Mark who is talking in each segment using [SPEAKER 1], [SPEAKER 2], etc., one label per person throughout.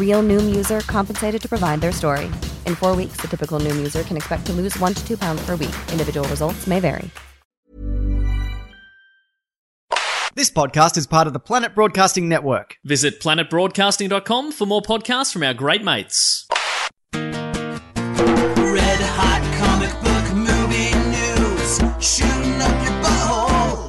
[SPEAKER 1] Real Noom user compensated to provide their story. In four weeks, the typical Noom user can expect to lose one to two pounds per week. Individual results may vary.
[SPEAKER 2] This podcast is part of the Planet Broadcasting Network.
[SPEAKER 3] Visit planetbroadcasting.com for more podcasts from our great mates.
[SPEAKER 4] Red hot comic book movie news, shooting up your butthole.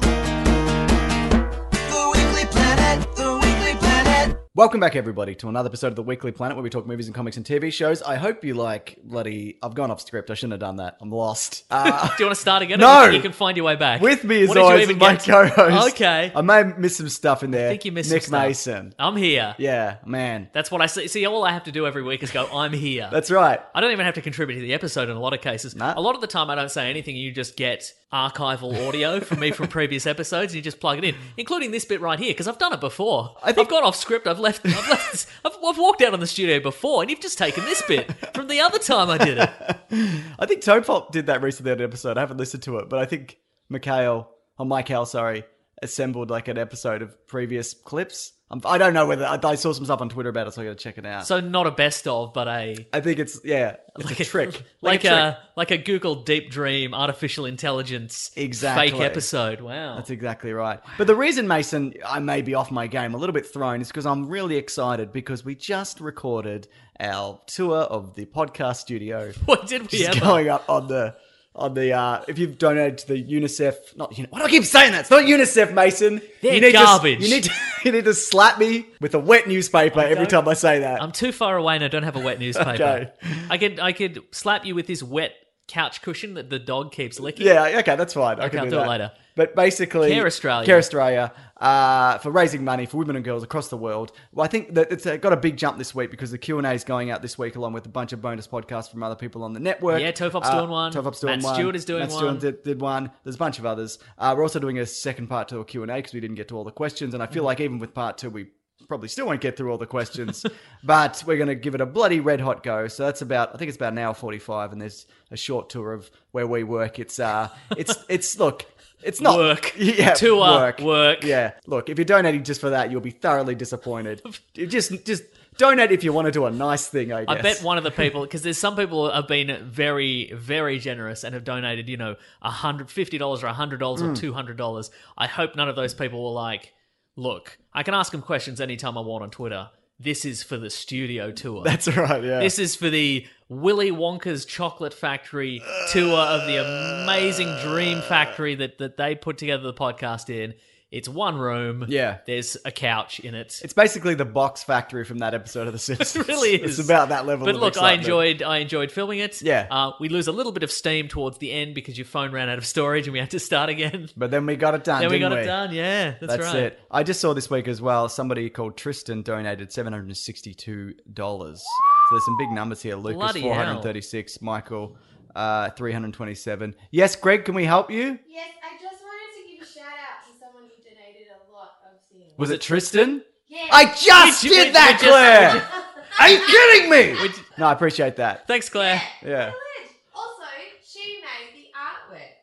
[SPEAKER 4] The Weekly Planet, the Weekly Planet.
[SPEAKER 2] Welcome back, everybody, to another episode of the Weekly Planet where we talk movies and comics and TV shows. I hope you like bloody. I've gone off script. I shouldn't have done that. I'm lost. Uh,
[SPEAKER 3] Do you want to start again?
[SPEAKER 2] No!
[SPEAKER 3] Or You can find your way back.
[SPEAKER 2] with me is
[SPEAKER 3] What did you
[SPEAKER 2] always
[SPEAKER 3] even
[SPEAKER 2] my
[SPEAKER 3] get to?
[SPEAKER 2] co-host.
[SPEAKER 3] Okay.
[SPEAKER 2] I
[SPEAKER 3] i
[SPEAKER 2] may have missed some stuff in there.
[SPEAKER 3] think you missed
[SPEAKER 2] Nick
[SPEAKER 3] some stuff. Uh,
[SPEAKER 2] Mason.
[SPEAKER 3] I'm here.
[SPEAKER 2] Yeah, man.
[SPEAKER 3] That's what I see. See, all I have to do every week is go, I'm here.
[SPEAKER 2] That's right.
[SPEAKER 3] I don't even have to contribute to the episode in a lot of cases.
[SPEAKER 2] Nah.
[SPEAKER 3] A lot of the time, I don't say anything. You just get archival audio from me from previous episodes. You just plug it in, including this bit right here, because I've done it before.
[SPEAKER 2] I think-
[SPEAKER 3] I've gone off script. I've left. I've, left I've, I've walked out on the studio before, and you've just taken this bit from the other time I did it.
[SPEAKER 2] I think Topop did that recently on an episode. I haven't listened to it, but I think Mikhail, or Michael, sorry, assembled like an episode of previous clips. I'm, I don't know whether I, I saw some stuff on Twitter about it, so I got to check it out.
[SPEAKER 3] So not a best of, but a
[SPEAKER 2] I think it's yeah, it's a trick,
[SPEAKER 3] like,
[SPEAKER 2] trick.
[SPEAKER 3] a, like a Google Deep Dream artificial intelligence
[SPEAKER 2] Exactly.
[SPEAKER 3] fake episode. Wow,
[SPEAKER 2] That's exactly right. But the reason, Mason, I may be off my game a little bit thrown is because I'm really excited because we just recorded our tour of the podcast studio.
[SPEAKER 3] what did
[SPEAKER 2] Which
[SPEAKER 3] we
[SPEAKER 2] is
[SPEAKER 3] ever?
[SPEAKER 2] going up on the on the uh, if you've donated to the UNICEF, not uni- why do I keep saying that? It's not UNICEF, Mason.
[SPEAKER 3] They're
[SPEAKER 2] you need to-
[SPEAKER 3] garbage. Oh
[SPEAKER 2] you need to, you need to slap me with a wet newspaper every
[SPEAKER 3] don't-
[SPEAKER 2] time I say that.
[SPEAKER 3] I'm too far away and I don't have a wet newspaper.
[SPEAKER 2] Okay.
[SPEAKER 3] I could I could slap you with this wet couch cushion that the dog keeps licking.
[SPEAKER 2] Yeah, okay, that's fine. I
[SPEAKER 3] Okay,
[SPEAKER 2] can
[SPEAKER 3] I'll
[SPEAKER 2] do
[SPEAKER 3] do it
[SPEAKER 2] that.
[SPEAKER 3] later.
[SPEAKER 2] But basically,
[SPEAKER 3] Care Australia.
[SPEAKER 2] Care Australia, uh, for raising money for women and girls across the world. Well, I think that it's uh, got a big jump this week because the Q and A is going out this week along with a bunch of bonus podcasts from other people on the network.
[SPEAKER 3] Yeah, Tofop's doing one.
[SPEAKER 2] Tofop's doing
[SPEAKER 3] Matt
[SPEAKER 2] one.
[SPEAKER 3] Stewart is doing
[SPEAKER 2] Matt
[SPEAKER 3] one.
[SPEAKER 2] Stewart did, did one. There's a bunch of others. Uh, we're also doing a second part to a Q and A because we didn't get to all the questions, and I
[SPEAKER 3] Mm-hmm.
[SPEAKER 2] feel like even with part two, we probably still won't get through all the questions, but we're going to give it a bloody red hot go. So that's about, I think it's about an hour 45 and there's a short tour of where we work. It's, uh, it's, it's, look, it's not
[SPEAKER 3] Work.
[SPEAKER 2] Yeah,
[SPEAKER 3] Tour, work.
[SPEAKER 2] Yeah. Look, if you're donating just for that, you'll be thoroughly disappointed. just, just donate if you want to do a nice thing, I guess.
[SPEAKER 3] I bet one of the people because there's some people who have been very very generous and have donated you know hundred fifty dollars or hundred dollars
[SPEAKER 2] Mm.
[SPEAKER 3] or two hundred dollars. I hope none of those people were like, look, I can ask them questions anytime I want on Twitter. This is for the studio tour.
[SPEAKER 2] That's right. Yeah.
[SPEAKER 3] This is for the Willy Wonka's Chocolate Factory tour of the amazing dream factory that, that they put together the podcast in. It's one room.
[SPEAKER 2] Yeah.
[SPEAKER 3] There's a couch in it.
[SPEAKER 2] it's basically the box factory from that episode of The Simpsons.
[SPEAKER 3] it really is.
[SPEAKER 2] It's about that level.
[SPEAKER 3] But
[SPEAKER 2] of
[SPEAKER 3] look, I
[SPEAKER 2] excitement.
[SPEAKER 3] enjoyed I enjoyed filming it.
[SPEAKER 2] Yeah.
[SPEAKER 3] Uh, we lose a little bit of steam towards the end because your phone ran out of storage and we had to start again.
[SPEAKER 2] But then we got it done.
[SPEAKER 3] then we
[SPEAKER 2] didn't
[SPEAKER 3] got it done. Yeah. That's,
[SPEAKER 2] That's
[SPEAKER 3] right.
[SPEAKER 2] it. I just saw this week as well. Somebody called Tristan donated seven hundred and sixty-two dollars. So there's some big numbers here. Lucas
[SPEAKER 3] Bloody
[SPEAKER 2] four hundred thirty-six. Michael uh, three hundred twenty-seven. Yes, Greg, can we help you?
[SPEAKER 5] Yes, I just wanted to give a shout out to someone who donated a lot of things.
[SPEAKER 2] Was, it Tristan?
[SPEAKER 5] Yeah.
[SPEAKER 2] I just
[SPEAKER 3] Did
[SPEAKER 2] did,
[SPEAKER 3] you- we-
[SPEAKER 2] that,
[SPEAKER 3] we just-
[SPEAKER 2] Claire. Are you kidding me? no, I appreciate that.
[SPEAKER 3] Thanks, Claire.
[SPEAKER 2] Yeah.
[SPEAKER 5] Privilege. Also, she made the artwork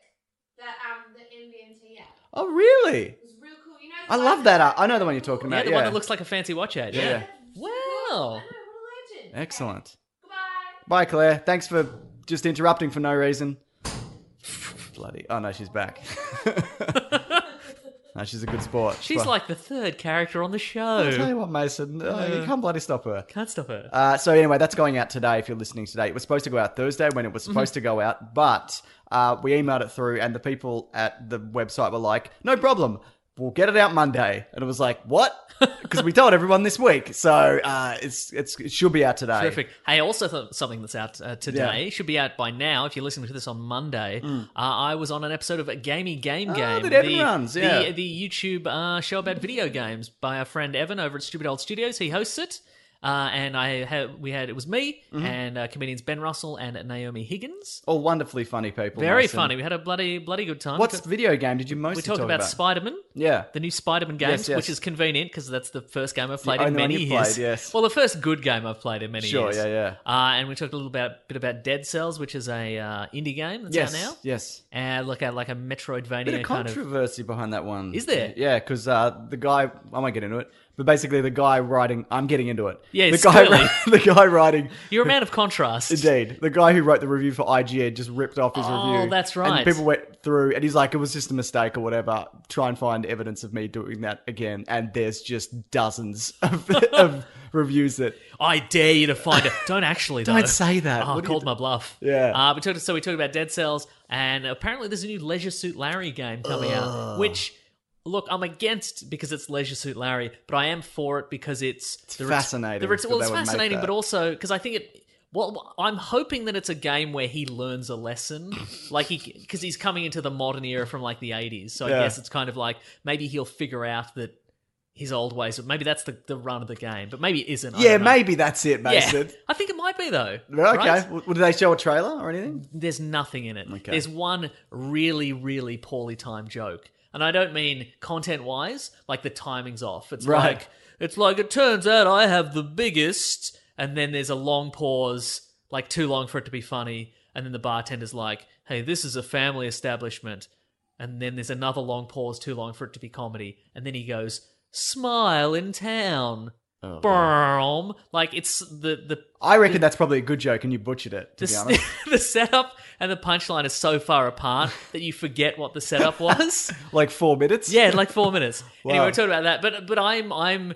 [SPEAKER 5] that um the NBMT app.
[SPEAKER 2] Oh, really?
[SPEAKER 5] It was real cool. You know.
[SPEAKER 2] I love that. art. I know the one you're talking
[SPEAKER 3] Yeah,
[SPEAKER 2] about.
[SPEAKER 3] the one that looks like a fancy watch ad.
[SPEAKER 2] Yeah.
[SPEAKER 3] Yeah.
[SPEAKER 5] Wow.
[SPEAKER 3] Wow.
[SPEAKER 5] I know. What a legend.
[SPEAKER 2] Excellent.
[SPEAKER 5] Goodbye.
[SPEAKER 2] Bye, Claire. Thanks for just interrupting for no reason. Bloody. Oh, no, she's back. No, she's a good sport.
[SPEAKER 3] She's
[SPEAKER 2] But-
[SPEAKER 3] like the third character on the
[SPEAKER 2] I'll tell
[SPEAKER 3] show.
[SPEAKER 2] you what, Mason, uh, you can't bloody stop her.
[SPEAKER 3] Can't stop her.
[SPEAKER 2] Uh, so anyway, that's going out today. If you're listening today, it was supposed to go out Thursday when it was
[SPEAKER 3] Mm-hmm.
[SPEAKER 2] supposed to go out, but uh, we emailed it through, and the people at the website were like, "No problem, we'll get it out Monday." And it was like, "What?" Because we told everyone this week, so uh, it's it's it should be out today.
[SPEAKER 3] Terrific. Hey, also th- something that's out uh, today should be out by now. If you're listening to this on Monday, uh, I was on an episode of Gamey Game
[SPEAKER 2] Hmm. Ah,
[SPEAKER 3] Game,
[SPEAKER 2] that
[SPEAKER 3] the,
[SPEAKER 2] Evan runs, yeah.
[SPEAKER 3] the the YouTube uh, show about video games by our friend Evan over at Stupid Old Studios. He hosts it, uh, and I had, we had it was me
[SPEAKER 2] Mm-hmm.
[SPEAKER 3] and uh, comedians Ben Russell and Naomi Higgins.
[SPEAKER 2] All wonderfully funny people.
[SPEAKER 3] Very
[SPEAKER 2] Mason.
[SPEAKER 3] funny. We had a bloody bloody good time.
[SPEAKER 2] What's video game did you mostly
[SPEAKER 3] we talk
[SPEAKER 2] talk
[SPEAKER 3] about, Spider-Man.
[SPEAKER 2] yeah.
[SPEAKER 3] The new Spider-Man games,
[SPEAKER 2] yes.
[SPEAKER 3] which is convenient because that's the first game I've played in
[SPEAKER 2] only one
[SPEAKER 3] many
[SPEAKER 2] you've
[SPEAKER 3] years.
[SPEAKER 2] played, yes.
[SPEAKER 3] Well, the first good game I've played in many
[SPEAKER 2] Sure,
[SPEAKER 3] years.
[SPEAKER 2] yeah, yeah.
[SPEAKER 3] Uh, and we talked a little about, bit about Dead Cells, which is a uh, indie game that's
[SPEAKER 2] Yes.
[SPEAKER 3] out now.
[SPEAKER 2] Yes.
[SPEAKER 3] And look at like a Metroidvania
[SPEAKER 2] bit of
[SPEAKER 3] kind of.
[SPEAKER 2] controversy behind that one.
[SPEAKER 3] Is there?
[SPEAKER 2] Yeah, because uh, the guy, I won't get into it, but basically the guy writing, I'm getting into it.
[SPEAKER 3] Yeah,
[SPEAKER 2] the
[SPEAKER 3] it's
[SPEAKER 2] guy,
[SPEAKER 3] clearly-
[SPEAKER 2] the guy writing,
[SPEAKER 3] You're a man of contrast.
[SPEAKER 2] indeed, the guy who wrote the review for IGN just ripped off his
[SPEAKER 3] Oh,
[SPEAKER 2] review.
[SPEAKER 3] that's
[SPEAKER 2] And
[SPEAKER 3] right.
[SPEAKER 2] people went through, and he's like, it was just a mistake or whatever. Try and find evidence of me doing that again, and there's just dozens of, of reviews that
[SPEAKER 3] I dare you to find it. Don't actually. Though.
[SPEAKER 2] Don't say that.
[SPEAKER 3] Oh, I
[SPEAKER 2] Uh, What are you
[SPEAKER 3] called
[SPEAKER 2] do-
[SPEAKER 3] my bluff.
[SPEAKER 2] Yeah.
[SPEAKER 3] Uh, we talked, so we talked about Dead Cells, and apparently there's a new Leisure Suit Larry game coming out, which. Look, I'm against because it's Leisure Suit Larry, but I am for it because it's, the
[SPEAKER 2] fascinating
[SPEAKER 3] the ret-
[SPEAKER 2] that
[SPEAKER 3] well, it's
[SPEAKER 2] they would make
[SPEAKER 3] fascinating,
[SPEAKER 2] that.
[SPEAKER 3] but also because I think it. Well, I'm hoping that it's a game where he learns a lesson, like he because he's coming into the modern era from like the 80s. So
[SPEAKER 2] Yeah.
[SPEAKER 3] I guess it's kind of like maybe he'll figure out that his old ways. Maybe that's the, the run of the game, but maybe it isn't. I
[SPEAKER 2] yeah,
[SPEAKER 3] don't know.
[SPEAKER 2] maybe that's it, Mason.
[SPEAKER 3] I think it might be though.
[SPEAKER 2] Okay.
[SPEAKER 3] right?
[SPEAKER 2] W- Did they show a trailer or anything?
[SPEAKER 3] There's nothing in it. There's one really, really poorly timed joke. And I don't mean content wise, like the timing's off. It's
[SPEAKER 2] Right.
[SPEAKER 3] like it's like it turns out I have the biggest and then there's a long pause, like too long for it to be funny, and then the bartender's like, Hey, this is a family establishment and then there's another long pause, too long for it to be comedy, and then he goes, Smile in town. Oh, Like it's the the
[SPEAKER 2] I reckon that's probably a good joke, and you butchered it. To
[SPEAKER 3] the,
[SPEAKER 2] be
[SPEAKER 3] s-
[SPEAKER 2] honest.
[SPEAKER 3] the setup and the punchline is so far apart that you forget what the setup was.
[SPEAKER 2] like four minutes.
[SPEAKER 3] yeah, in like four minutes.
[SPEAKER 2] Wow.
[SPEAKER 3] Anyway, we're talking about that. But but I'm I'm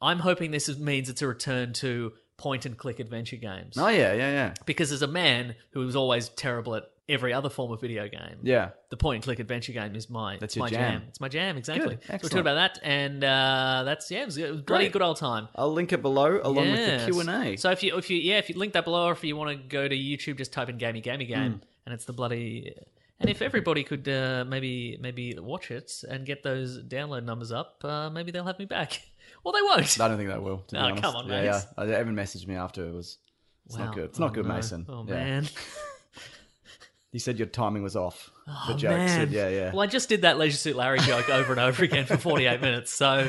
[SPEAKER 3] I'm hoping this is, means it's a return to point and click adventure games.
[SPEAKER 2] Oh yeah, yeah, yeah,
[SPEAKER 3] Because as a man who was always terrible at every other form of video game,
[SPEAKER 2] yeah.
[SPEAKER 3] the point and click adventure game is my
[SPEAKER 2] That's
[SPEAKER 3] it's
[SPEAKER 2] your
[SPEAKER 3] my
[SPEAKER 2] jam.
[SPEAKER 3] jam. It's my jam exactly.
[SPEAKER 2] Good,
[SPEAKER 3] So we're
[SPEAKER 2] excellent.
[SPEAKER 3] talking about that, and uh, that's yeah, it was, a- it was a bloody
[SPEAKER 2] Great.
[SPEAKER 3] good old time.
[SPEAKER 2] I'll link it below along
[SPEAKER 3] Yes.
[SPEAKER 2] with the Q and A.
[SPEAKER 3] So if you if you yeah if you link that below, or if you want to go to YouTube, just type in "gamey gamey game"
[SPEAKER 2] Hmm.
[SPEAKER 3] and it's the bloody. And if everybody could uh, maybe maybe watch it and get those download numbers up, uh, maybe they'll have me back. Well, they won't.
[SPEAKER 2] I don't think that will. To be
[SPEAKER 3] Oh,
[SPEAKER 2] honest.
[SPEAKER 3] come on,
[SPEAKER 2] yeah,
[SPEAKER 3] mate.
[SPEAKER 2] yeah. Uh, Evan messaged me after it was. It's
[SPEAKER 3] Wow.
[SPEAKER 2] not good. It's
[SPEAKER 3] Oh,
[SPEAKER 2] not good,
[SPEAKER 3] no.
[SPEAKER 2] Mason.
[SPEAKER 3] Oh
[SPEAKER 2] Yeah.
[SPEAKER 3] man.
[SPEAKER 2] He said your timing was off.
[SPEAKER 3] Oh,
[SPEAKER 2] the joke.
[SPEAKER 3] man.
[SPEAKER 2] So, yeah, yeah.
[SPEAKER 3] Well, I just did that Leisure Suit Larry joke over and over again for 48 minutes. So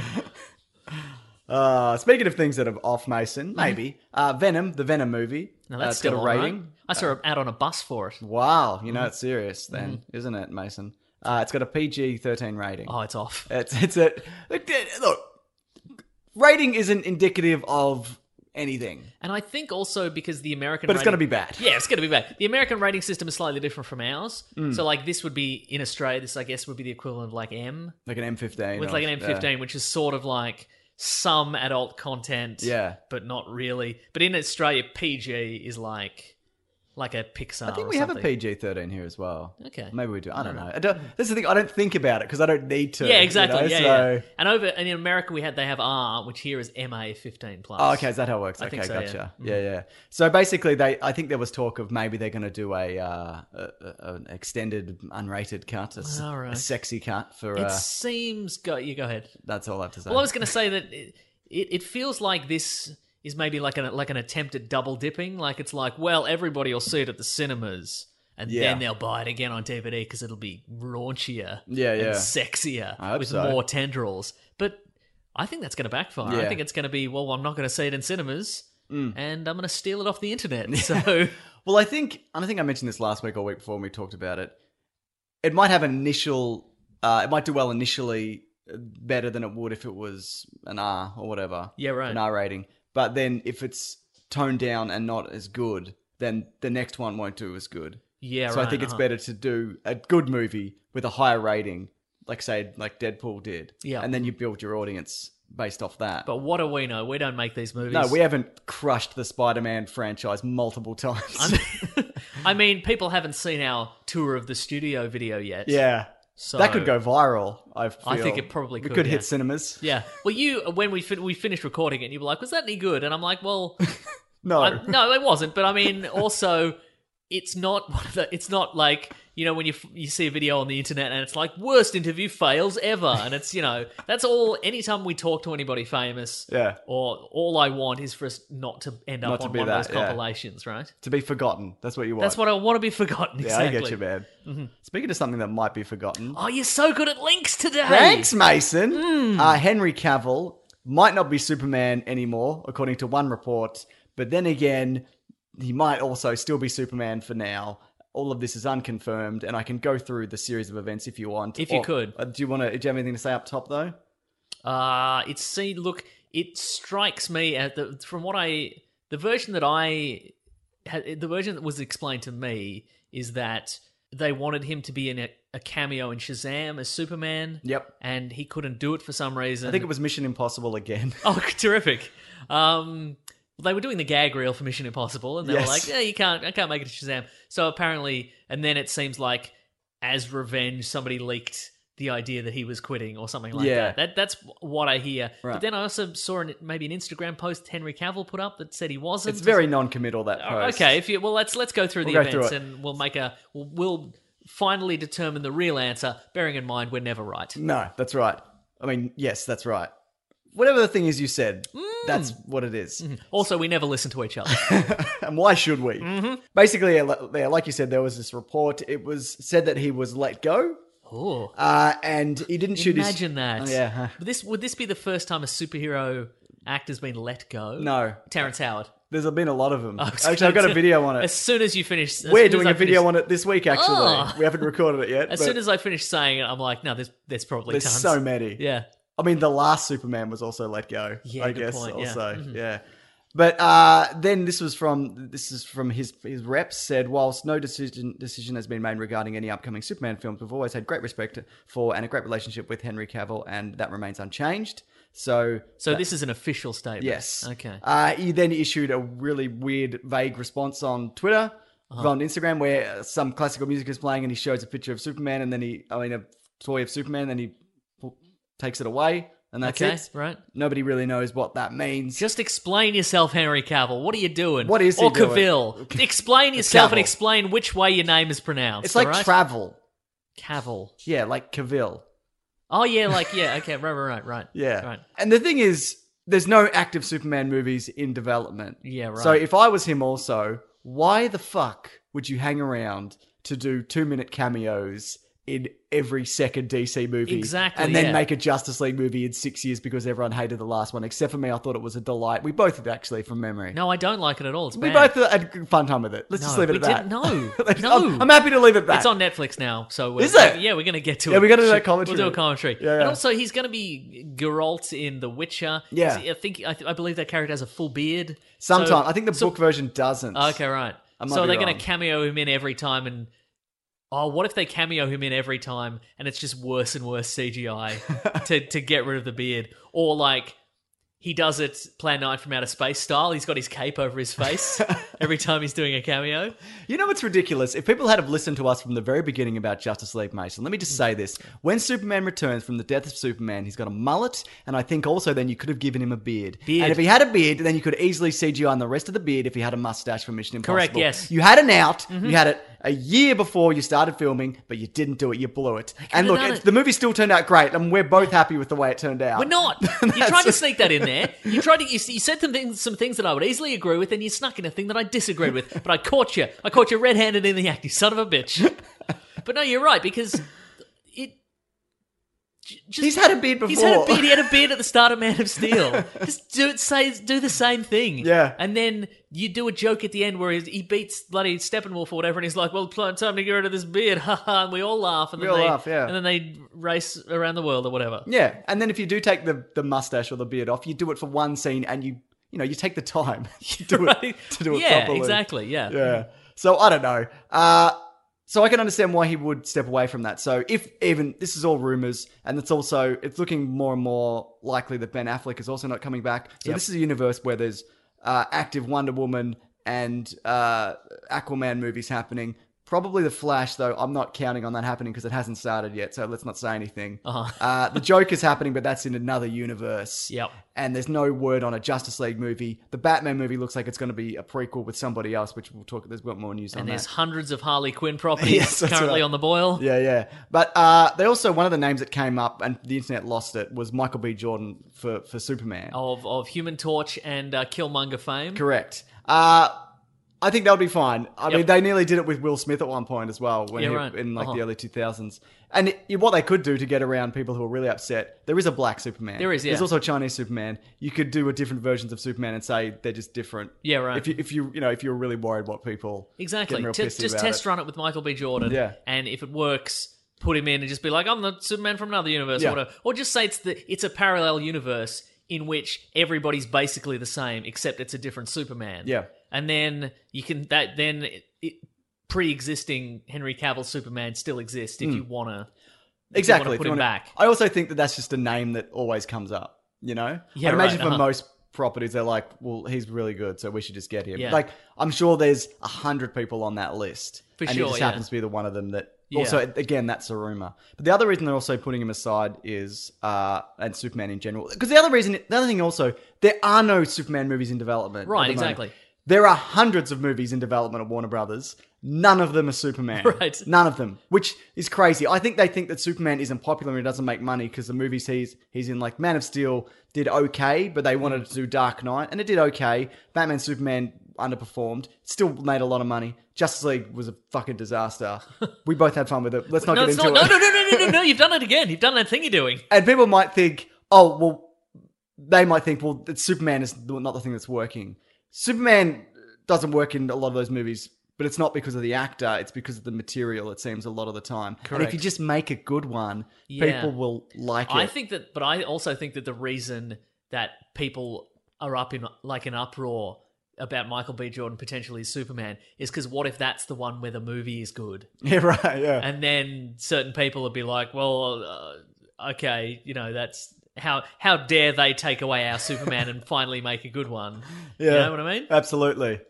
[SPEAKER 2] Uh, speaking of things that are off, Mason, maybe uh, Venom, the Venom movie.
[SPEAKER 3] no,
[SPEAKER 2] uh,
[SPEAKER 3] Mm-hmm. that's
[SPEAKER 2] it's
[SPEAKER 3] still
[SPEAKER 2] got a
[SPEAKER 3] on, right? Mm-hmm.
[SPEAKER 2] rating.
[SPEAKER 3] I saw an ad on a bus for it.
[SPEAKER 2] Wow, you know it's serious then, isn't it, Mason? Uh, it's got a PG thirteen rating.
[SPEAKER 3] Mm-hmm. Oh, it's off.
[SPEAKER 2] It's it's a look, look. Rating isn't indicative of anything,
[SPEAKER 3] And I think also because the American,
[SPEAKER 2] but it's going to
[SPEAKER 3] rating-
[SPEAKER 2] be bad.
[SPEAKER 3] Yeah, it's going to be bad. The American rating system is slightly different from ours.
[SPEAKER 2] Mm.
[SPEAKER 3] So, like, this would be in Australia, this, I guess, would be the equivalent of like M,
[SPEAKER 2] like an M fifteen. uh,
[SPEAKER 3] with like an M15, which is sort of like some adult content,
[SPEAKER 2] Yeah.
[SPEAKER 3] but not really. But in Australia, PG is like like a
[SPEAKER 2] I
[SPEAKER 3] Pixar.
[SPEAKER 2] think
[SPEAKER 3] or
[SPEAKER 2] we have a
[SPEAKER 3] Oh, something.
[SPEAKER 2] PG thirteen here as well.
[SPEAKER 3] Okay.
[SPEAKER 2] maybe we do. I don't know. I don't, that's the thing. I don't think about it because I don't need to.
[SPEAKER 3] Yeah, exactly.
[SPEAKER 2] you know,
[SPEAKER 3] yeah,
[SPEAKER 2] so-
[SPEAKER 3] yeah. And over and in America, we had they have R, which here is MA 15 plus.
[SPEAKER 2] Oh, okay. Is that how it works?
[SPEAKER 3] I
[SPEAKER 2] okay,
[SPEAKER 3] think so, yeah. Mm-hmm.
[SPEAKER 2] gotcha. Yeah. yeah, So basically, they. I think there was talk of maybe they're going to do a, uh, a, a an extended unrated cut, a, s-
[SPEAKER 3] All
[SPEAKER 2] a
[SPEAKER 3] right.
[SPEAKER 2] sexy cut for.
[SPEAKER 3] It
[SPEAKER 2] Uh,
[SPEAKER 3] seems. Go, you go ahead.
[SPEAKER 2] that's all I have to say.
[SPEAKER 3] Well, I was going to say that it, it, it feels like this is maybe like an like an attempt at double dipping. Like it's like, well, everybody will see it at the cinemas, and
[SPEAKER 2] Yeah.
[SPEAKER 3] then they'll buy it again on DVD because it'll be raunchier,
[SPEAKER 2] Yeah, yeah.
[SPEAKER 3] and sexier
[SPEAKER 2] I hope
[SPEAKER 3] with
[SPEAKER 2] so.
[SPEAKER 3] more tendrils. But I think that's going to backfire.
[SPEAKER 2] Yeah. Mm.
[SPEAKER 3] I think it's going to be well, I'm not going to see it in cinemas, and I'm going to steal it off the internet. So
[SPEAKER 2] Well, I think and I think I mentioned this last week or week before when we talked about it. It might have an initial. Uh, it might do well initially, uh, better than it would if it was an R or whatever.
[SPEAKER 3] Yeah, right.
[SPEAKER 2] An R rating, but then if it's toned down and not as good, then the next one won't do as good.
[SPEAKER 3] yeah,
[SPEAKER 2] so I
[SPEAKER 3] right,
[SPEAKER 2] think it's
[SPEAKER 3] uh-huh.
[SPEAKER 2] better to do a good movie with a higher rating. like say like Deadpool did.
[SPEAKER 3] Yeah.
[SPEAKER 2] And then you build your audience based off that.
[SPEAKER 3] But what do we know? We don't make these movies.
[SPEAKER 2] no, we haven't crushed the Spider-Man franchise multiple times.
[SPEAKER 3] I mean, people haven't seen our tour of the studio video yet.
[SPEAKER 2] yeah.
[SPEAKER 3] so
[SPEAKER 2] that could go viral. I, feel.
[SPEAKER 3] I think it probably
[SPEAKER 2] We
[SPEAKER 3] could,
[SPEAKER 2] could
[SPEAKER 3] yeah.
[SPEAKER 2] hit cinemas.
[SPEAKER 3] Yeah. Well, you when we fin- we finished recording it, and you were like, "Was that any good?" And I'm like, "Well,
[SPEAKER 2] No.
[SPEAKER 3] I- no, it wasn't." But I mean, also, it's not one of the. It's not like you know when you f- you see a video on the internet and it's like worst interview fails ever, and it's you know that's all. Anytime we talk to anybody famous,
[SPEAKER 2] Yeah.
[SPEAKER 3] Or all I want is for us not to end up
[SPEAKER 2] Not to
[SPEAKER 3] on
[SPEAKER 2] be
[SPEAKER 3] one of
[SPEAKER 2] that,
[SPEAKER 3] those
[SPEAKER 2] yeah.
[SPEAKER 3] compilations, right?
[SPEAKER 2] To be forgotten. That's what you want.
[SPEAKER 3] That's what I want to be forgotten.
[SPEAKER 2] Yeah,
[SPEAKER 3] exactly. Mm-hmm.
[SPEAKER 2] I get you, man. Speaking of something that might be forgotten.
[SPEAKER 3] Oh, Mm. you're so good at links today.
[SPEAKER 2] Thanks, Mason. Uh, Henry Cavill might not be Superman anymore, according to one report. But then again, he might also still be Superman for now. All of this is unconfirmed, and I can go through the series of events if you want.
[SPEAKER 3] If you could.
[SPEAKER 2] uh, do you want to? Do you have anything to say up top though?
[SPEAKER 3] Uh it's see look, it strikes me at the from what I the version that I had the version that was explained to me is that they wanted him to be in a, a cameo in Shazam as Superman.
[SPEAKER 2] Yep.
[SPEAKER 3] And he couldn't do it for some reason.
[SPEAKER 2] I think it was Mission Impossible again.
[SPEAKER 3] Oh, terrific. Um they were doing the gag reel for Mission Impossible and they
[SPEAKER 2] Yes.
[SPEAKER 3] were like, Yeah, you can't I can't make it to Shazam. So apparently and then it seems like as revenge somebody leaked the idea that he was quitting or something like
[SPEAKER 2] Yeah.
[SPEAKER 3] that. That that's what I hear.
[SPEAKER 2] Right.
[SPEAKER 3] But then I also saw an, maybe an Instagram post Henry Cavill put up that said he wasn't.
[SPEAKER 2] it's very non-committal that
[SPEAKER 3] Oh,
[SPEAKER 2] post.
[SPEAKER 3] okay. If you well, let's let's go through
[SPEAKER 2] We'll go
[SPEAKER 3] the
[SPEAKER 2] through
[SPEAKER 3] events
[SPEAKER 2] it.
[SPEAKER 3] and we'll make a we'll, we'll finally determine the real answer. Bearing in mind we're never right.
[SPEAKER 2] No, that's right. I mean, yes, that's right. Whatever the thing is you said,
[SPEAKER 3] Mm.
[SPEAKER 2] that's what it is.
[SPEAKER 3] Also, we never listen to each other.
[SPEAKER 2] and why should we?
[SPEAKER 3] Mm-hmm.
[SPEAKER 2] Basically, yeah, like you said, there was this report. It was said that he was let go,
[SPEAKER 3] Ooh.
[SPEAKER 2] uh, and he didn't shoot. his-
[SPEAKER 3] Imagine that.
[SPEAKER 2] Oh, yeah, huh.
[SPEAKER 3] But This would this be the first time a superhero actor's been let go?
[SPEAKER 2] No,
[SPEAKER 3] Terrence Howard.
[SPEAKER 2] there's been a lot of them.
[SPEAKER 3] I was
[SPEAKER 2] Actually, I've got a
[SPEAKER 3] gonna-
[SPEAKER 2] video on
[SPEAKER 3] As
[SPEAKER 2] it.
[SPEAKER 3] soon as you finish, as
[SPEAKER 2] We're
[SPEAKER 3] soon as
[SPEAKER 2] doing
[SPEAKER 3] I
[SPEAKER 2] a video
[SPEAKER 3] finish-
[SPEAKER 2] on it this week. Actually,
[SPEAKER 3] Oh.
[SPEAKER 2] we haven't recorded it yet.
[SPEAKER 3] As
[SPEAKER 2] but
[SPEAKER 3] soon as I finish saying it, I'm like, no, there's there's probably
[SPEAKER 2] there's
[SPEAKER 3] tons.
[SPEAKER 2] so many.
[SPEAKER 3] Yeah.
[SPEAKER 2] I mean, the last Superman was also let go.
[SPEAKER 3] Yeah,
[SPEAKER 2] I
[SPEAKER 3] good
[SPEAKER 2] guess
[SPEAKER 3] point, yeah. Mm-hmm.
[SPEAKER 2] also, yeah. But uh, then this was from this is from his his reps said whilst no decision decision has been made regarding any upcoming Superman films, we've always had great respect for and a great relationship with Henry Cavill, and that remains unchanged. So
[SPEAKER 3] So this is an official statement.
[SPEAKER 2] yes,
[SPEAKER 3] Okay.
[SPEAKER 2] Uh, he then issued a really weird, vague response on Twitter,
[SPEAKER 3] Uh-huh.
[SPEAKER 2] on Instagram, where uh, some classical music is playing, and he shows a picture of Superman, and then he, I mean, a toy of Superman, and he pu- takes it away, and that's
[SPEAKER 3] okay.
[SPEAKER 2] it.
[SPEAKER 3] Right.
[SPEAKER 2] Nobody really knows what that means.
[SPEAKER 3] Just explain yourself, Henry Cavill. What are you doing?
[SPEAKER 2] What is he
[SPEAKER 3] or
[SPEAKER 2] doing?
[SPEAKER 3] Cavill? Explain yourself and
[SPEAKER 2] Cavill.
[SPEAKER 3] explain which way your name is pronounced.
[SPEAKER 2] it's like
[SPEAKER 3] all right?
[SPEAKER 2] travel.
[SPEAKER 3] Cavill.
[SPEAKER 2] Yeah, like Cavill.
[SPEAKER 3] Oh yeah, like yeah. Okay. Right. Right. Right. Right.
[SPEAKER 2] Yeah.
[SPEAKER 3] Right.
[SPEAKER 2] And the thing is, there's no active Superman movies in development.
[SPEAKER 3] Yeah, right.
[SPEAKER 2] So if I was him also, why the fuck would you hang around to do two minute cameos in every second DC movie?
[SPEAKER 3] Exactly,
[SPEAKER 2] And then
[SPEAKER 3] yeah.
[SPEAKER 2] make a Justice League movie in six years because everyone hated the last one. Except for me, I thought it was a delight. We both did actually from memory.
[SPEAKER 3] No, I don't like it at all. It's
[SPEAKER 2] We
[SPEAKER 3] bad.
[SPEAKER 2] both had a good fun time with it. Let's just
[SPEAKER 3] No,
[SPEAKER 2] leave it
[SPEAKER 3] we
[SPEAKER 2] at that.
[SPEAKER 3] didn't- no,
[SPEAKER 2] Let's-
[SPEAKER 3] no.
[SPEAKER 2] I'm, I'm happy to leave it that.
[SPEAKER 3] It's on Netflix now, so we're,
[SPEAKER 2] Is it?
[SPEAKER 3] Yeah, we're gonna get to
[SPEAKER 2] Yeah,
[SPEAKER 3] it.
[SPEAKER 2] we're gonna do that
[SPEAKER 3] Shit,
[SPEAKER 2] commentary.
[SPEAKER 3] We'll do a commentary.
[SPEAKER 2] Yeah, yeah.
[SPEAKER 3] And also, he's gonna be Geralt in The Witcher.
[SPEAKER 2] Yeah.
[SPEAKER 3] I think I, th- I believe that character has a full beard. So-
[SPEAKER 2] Sometimes I think the
[SPEAKER 3] so-
[SPEAKER 2] book version doesn't.
[SPEAKER 3] Okay, right.
[SPEAKER 2] I might
[SPEAKER 3] So
[SPEAKER 2] be
[SPEAKER 3] they're gonna
[SPEAKER 2] wrong.
[SPEAKER 3] cameo him in every time, and oh, what if they cameo him in every time, and it's just worse and worse CGI to to get rid of the beard, or like. He does it Plan 9 from Outer Space style. He's got his cape over his face every time he's doing a cameo.
[SPEAKER 2] You know what's ridiculous? If people had have listened to us from the very beginning about Justice League Mason, let me just say this. When Superman returns from the death of Superman, he's got a mullet, and I think also then you could have given him a beard.
[SPEAKER 3] Beard.
[SPEAKER 2] And if he had a beard, then you could easily CGI on the rest of the beard if he had a mustache for Mission Impossible.
[SPEAKER 3] Correct, yes. Mm-hmm.
[SPEAKER 2] You had an out, you had it a year before you started filming, but you didn't do it, you blew it. And look,
[SPEAKER 3] done
[SPEAKER 2] it's-
[SPEAKER 3] it.
[SPEAKER 2] the movie still turned out great, and we're both happy with the way it turned out.
[SPEAKER 3] We're not. You tried to sneak that in there. You tried to. You, you said some things, some things that I would easily agree with, and you snuck in a thing that I disagreed with. But I caught you. I caught you red-handed in the act. You son of a bitch. But no, you're right because it. j- Just,
[SPEAKER 2] He's had a beard
[SPEAKER 3] He's had a
[SPEAKER 2] before.
[SPEAKER 3] beard. He had a beard at the start of Man of Steel. just do it. Say do the same thing.
[SPEAKER 2] Yeah.
[SPEAKER 3] And then you do a joke at the end where he, he beats bloody Steppenwolf or whatever, and he's like, "Well, pl- time to get rid of this beard." Ha ha. And we all laugh. And
[SPEAKER 2] We
[SPEAKER 3] then
[SPEAKER 2] all
[SPEAKER 3] they,
[SPEAKER 2] laugh, yeah.
[SPEAKER 3] And then they race around the world or whatever.
[SPEAKER 2] Yeah, and then if you do take the, the mustache or the beard off, you do it for one scene, and you you know you take the time you do it to do it
[SPEAKER 3] yeah,
[SPEAKER 2] properly.
[SPEAKER 3] exactly. Yeah.
[SPEAKER 2] Yeah. So I don't know. Uh, So I can understand why he would step away from that. So if even this is all rumors, and it's also it's looking more and more likely that Ben Affleck is also not coming back. So
[SPEAKER 3] Yep.
[SPEAKER 2] this is a universe where there's uh, active Wonder Woman and uh, Aquaman movies happening. Probably the Flash, though. I'm not counting on that happening because it hasn't started yet. So let's not say anything.
[SPEAKER 3] Uh-huh.
[SPEAKER 2] Uh, the Joker's happening, but that's in another universe.
[SPEAKER 3] Yep.
[SPEAKER 2] And there's no word on a Justice League movie. The Batman movie looks like it's going to be a prequel with somebody else, which we'll talk. There's got more news on
[SPEAKER 3] And
[SPEAKER 2] that.
[SPEAKER 3] there's hundreds of Harley Quinn properties
[SPEAKER 2] Yes, that's
[SPEAKER 3] currently
[SPEAKER 2] right.
[SPEAKER 3] on the boil.
[SPEAKER 2] Yeah, yeah. But uh, they also one of the names that came up and the internet lost it was Michael B. Jordan for for Superman.
[SPEAKER 3] Of, of Human Torch and uh, Killmonger fame.
[SPEAKER 2] Correct. Uh, I think that would be fine. I
[SPEAKER 3] Yep.
[SPEAKER 2] mean, they nearly did it with Will Smith at one point as well, when
[SPEAKER 3] Yeah,
[SPEAKER 2] he,
[SPEAKER 3] right.
[SPEAKER 2] in like
[SPEAKER 3] Uh-huh.
[SPEAKER 2] the early two thousands. And it, what they could do to get around people who are really upset, there is a black Superman.
[SPEAKER 3] There is, yeah.
[SPEAKER 2] There's also a Chinese Superman. You could do a different versions of Superman and say they're just different.
[SPEAKER 3] Yeah, right.
[SPEAKER 2] If you if you you know if you're really worried what people
[SPEAKER 3] Exactly.
[SPEAKER 2] getting real
[SPEAKER 3] T-
[SPEAKER 2] pissy
[SPEAKER 3] just
[SPEAKER 2] about
[SPEAKER 3] test
[SPEAKER 2] it.
[SPEAKER 3] run it with Michael B. Jordan.
[SPEAKER 2] Yeah.
[SPEAKER 3] And if it works, put him in and just be like, I'm the Superman from another universe
[SPEAKER 2] Yeah.
[SPEAKER 3] or whatever. Or just say it's the it's a parallel universe in which everybody's basically the same except it's a different Superman.
[SPEAKER 2] Yeah.
[SPEAKER 3] And then you can that then it, it, pre-existing Henry Cavill Superman still exists if you wanna if
[SPEAKER 2] Hmm. Exactly.
[SPEAKER 3] You wanna
[SPEAKER 2] if
[SPEAKER 3] put
[SPEAKER 2] you
[SPEAKER 3] him
[SPEAKER 2] wanna-
[SPEAKER 3] back.
[SPEAKER 2] I also think that that's just a name that always comes up. You know,
[SPEAKER 3] Yeah,
[SPEAKER 2] I imagine
[SPEAKER 3] right,
[SPEAKER 2] for
[SPEAKER 3] uh-huh.
[SPEAKER 2] most properties they're like, well, he's really good, so we should just get him.
[SPEAKER 3] Yeah.
[SPEAKER 2] Like, I'm sure there's a hundred people on that list,
[SPEAKER 3] For
[SPEAKER 2] and
[SPEAKER 3] sure,
[SPEAKER 2] he just
[SPEAKER 3] yeah.
[SPEAKER 2] happens to be the one of them that.
[SPEAKER 3] Yeah.
[SPEAKER 2] Also, again, that's a rumor. But the other reason they're also putting him aside is, uh, and Superman in general, because the other reason, the other thing also, there are no Superman movies in development. at
[SPEAKER 3] Right,
[SPEAKER 2] the moment.
[SPEAKER 3] exactly.
[SPEAKER 2] There are hundreds of movies in development at Warner Brothers. None of them are Superman.
[SPEAKER 3] Right.
[SPEAKER 2] None of them, which is crazy. I think they think that Superman isn't popular and doesn't make money because the movies he's he's in, like Man of Steel, did okay, but they wanted to do Dark Knight and it did okay. Batman Superman underperformed, still made a lot of money. Justice League was a fucking disaster. we both had fun with it. Let's not
[SPEAKER 3] No,
[SPEAKER 2] get
[SPEAKER 3] it's
[SPEAKER 2] into
[SPEAKER 3] not. No,
[SPEAKER 2] it.
[SPEAKER 3] no, no, no, no, no, no. You've done it again. You've done that thing you're doing.
[SPEAKER 2] And people might think, oh, well, they might think, well, that Superman is not the thing that's working. Superman doesn't work in a lot of those movies, but it's not because of the actor, it's because of the material, it seems, a lot of the time. And if
[SPEAKER 3] Correct.
[SPEAKER 2] you just make a good one,
[SPEAKER 3] Yeah.
[SPEAKER 2] people will like it.
[SPEAKER 3] I think that, but I also think that the reason that people are up in like an uproar about Michael B. Jordan potentially as Superman is because what if that's the one where the movie is good,
[SPEAKER 2] yeah, right, yeah.
[SPEAKER 3] and then certain people would be like, well, uh, okay, you know, that's how how dare they take away our Superman and finally make a good one?
[SPEAKER 2] Yeah.
[SPEAKER 3] You know what I mean? Hmm.
[SPEAKER 2] Absolutely.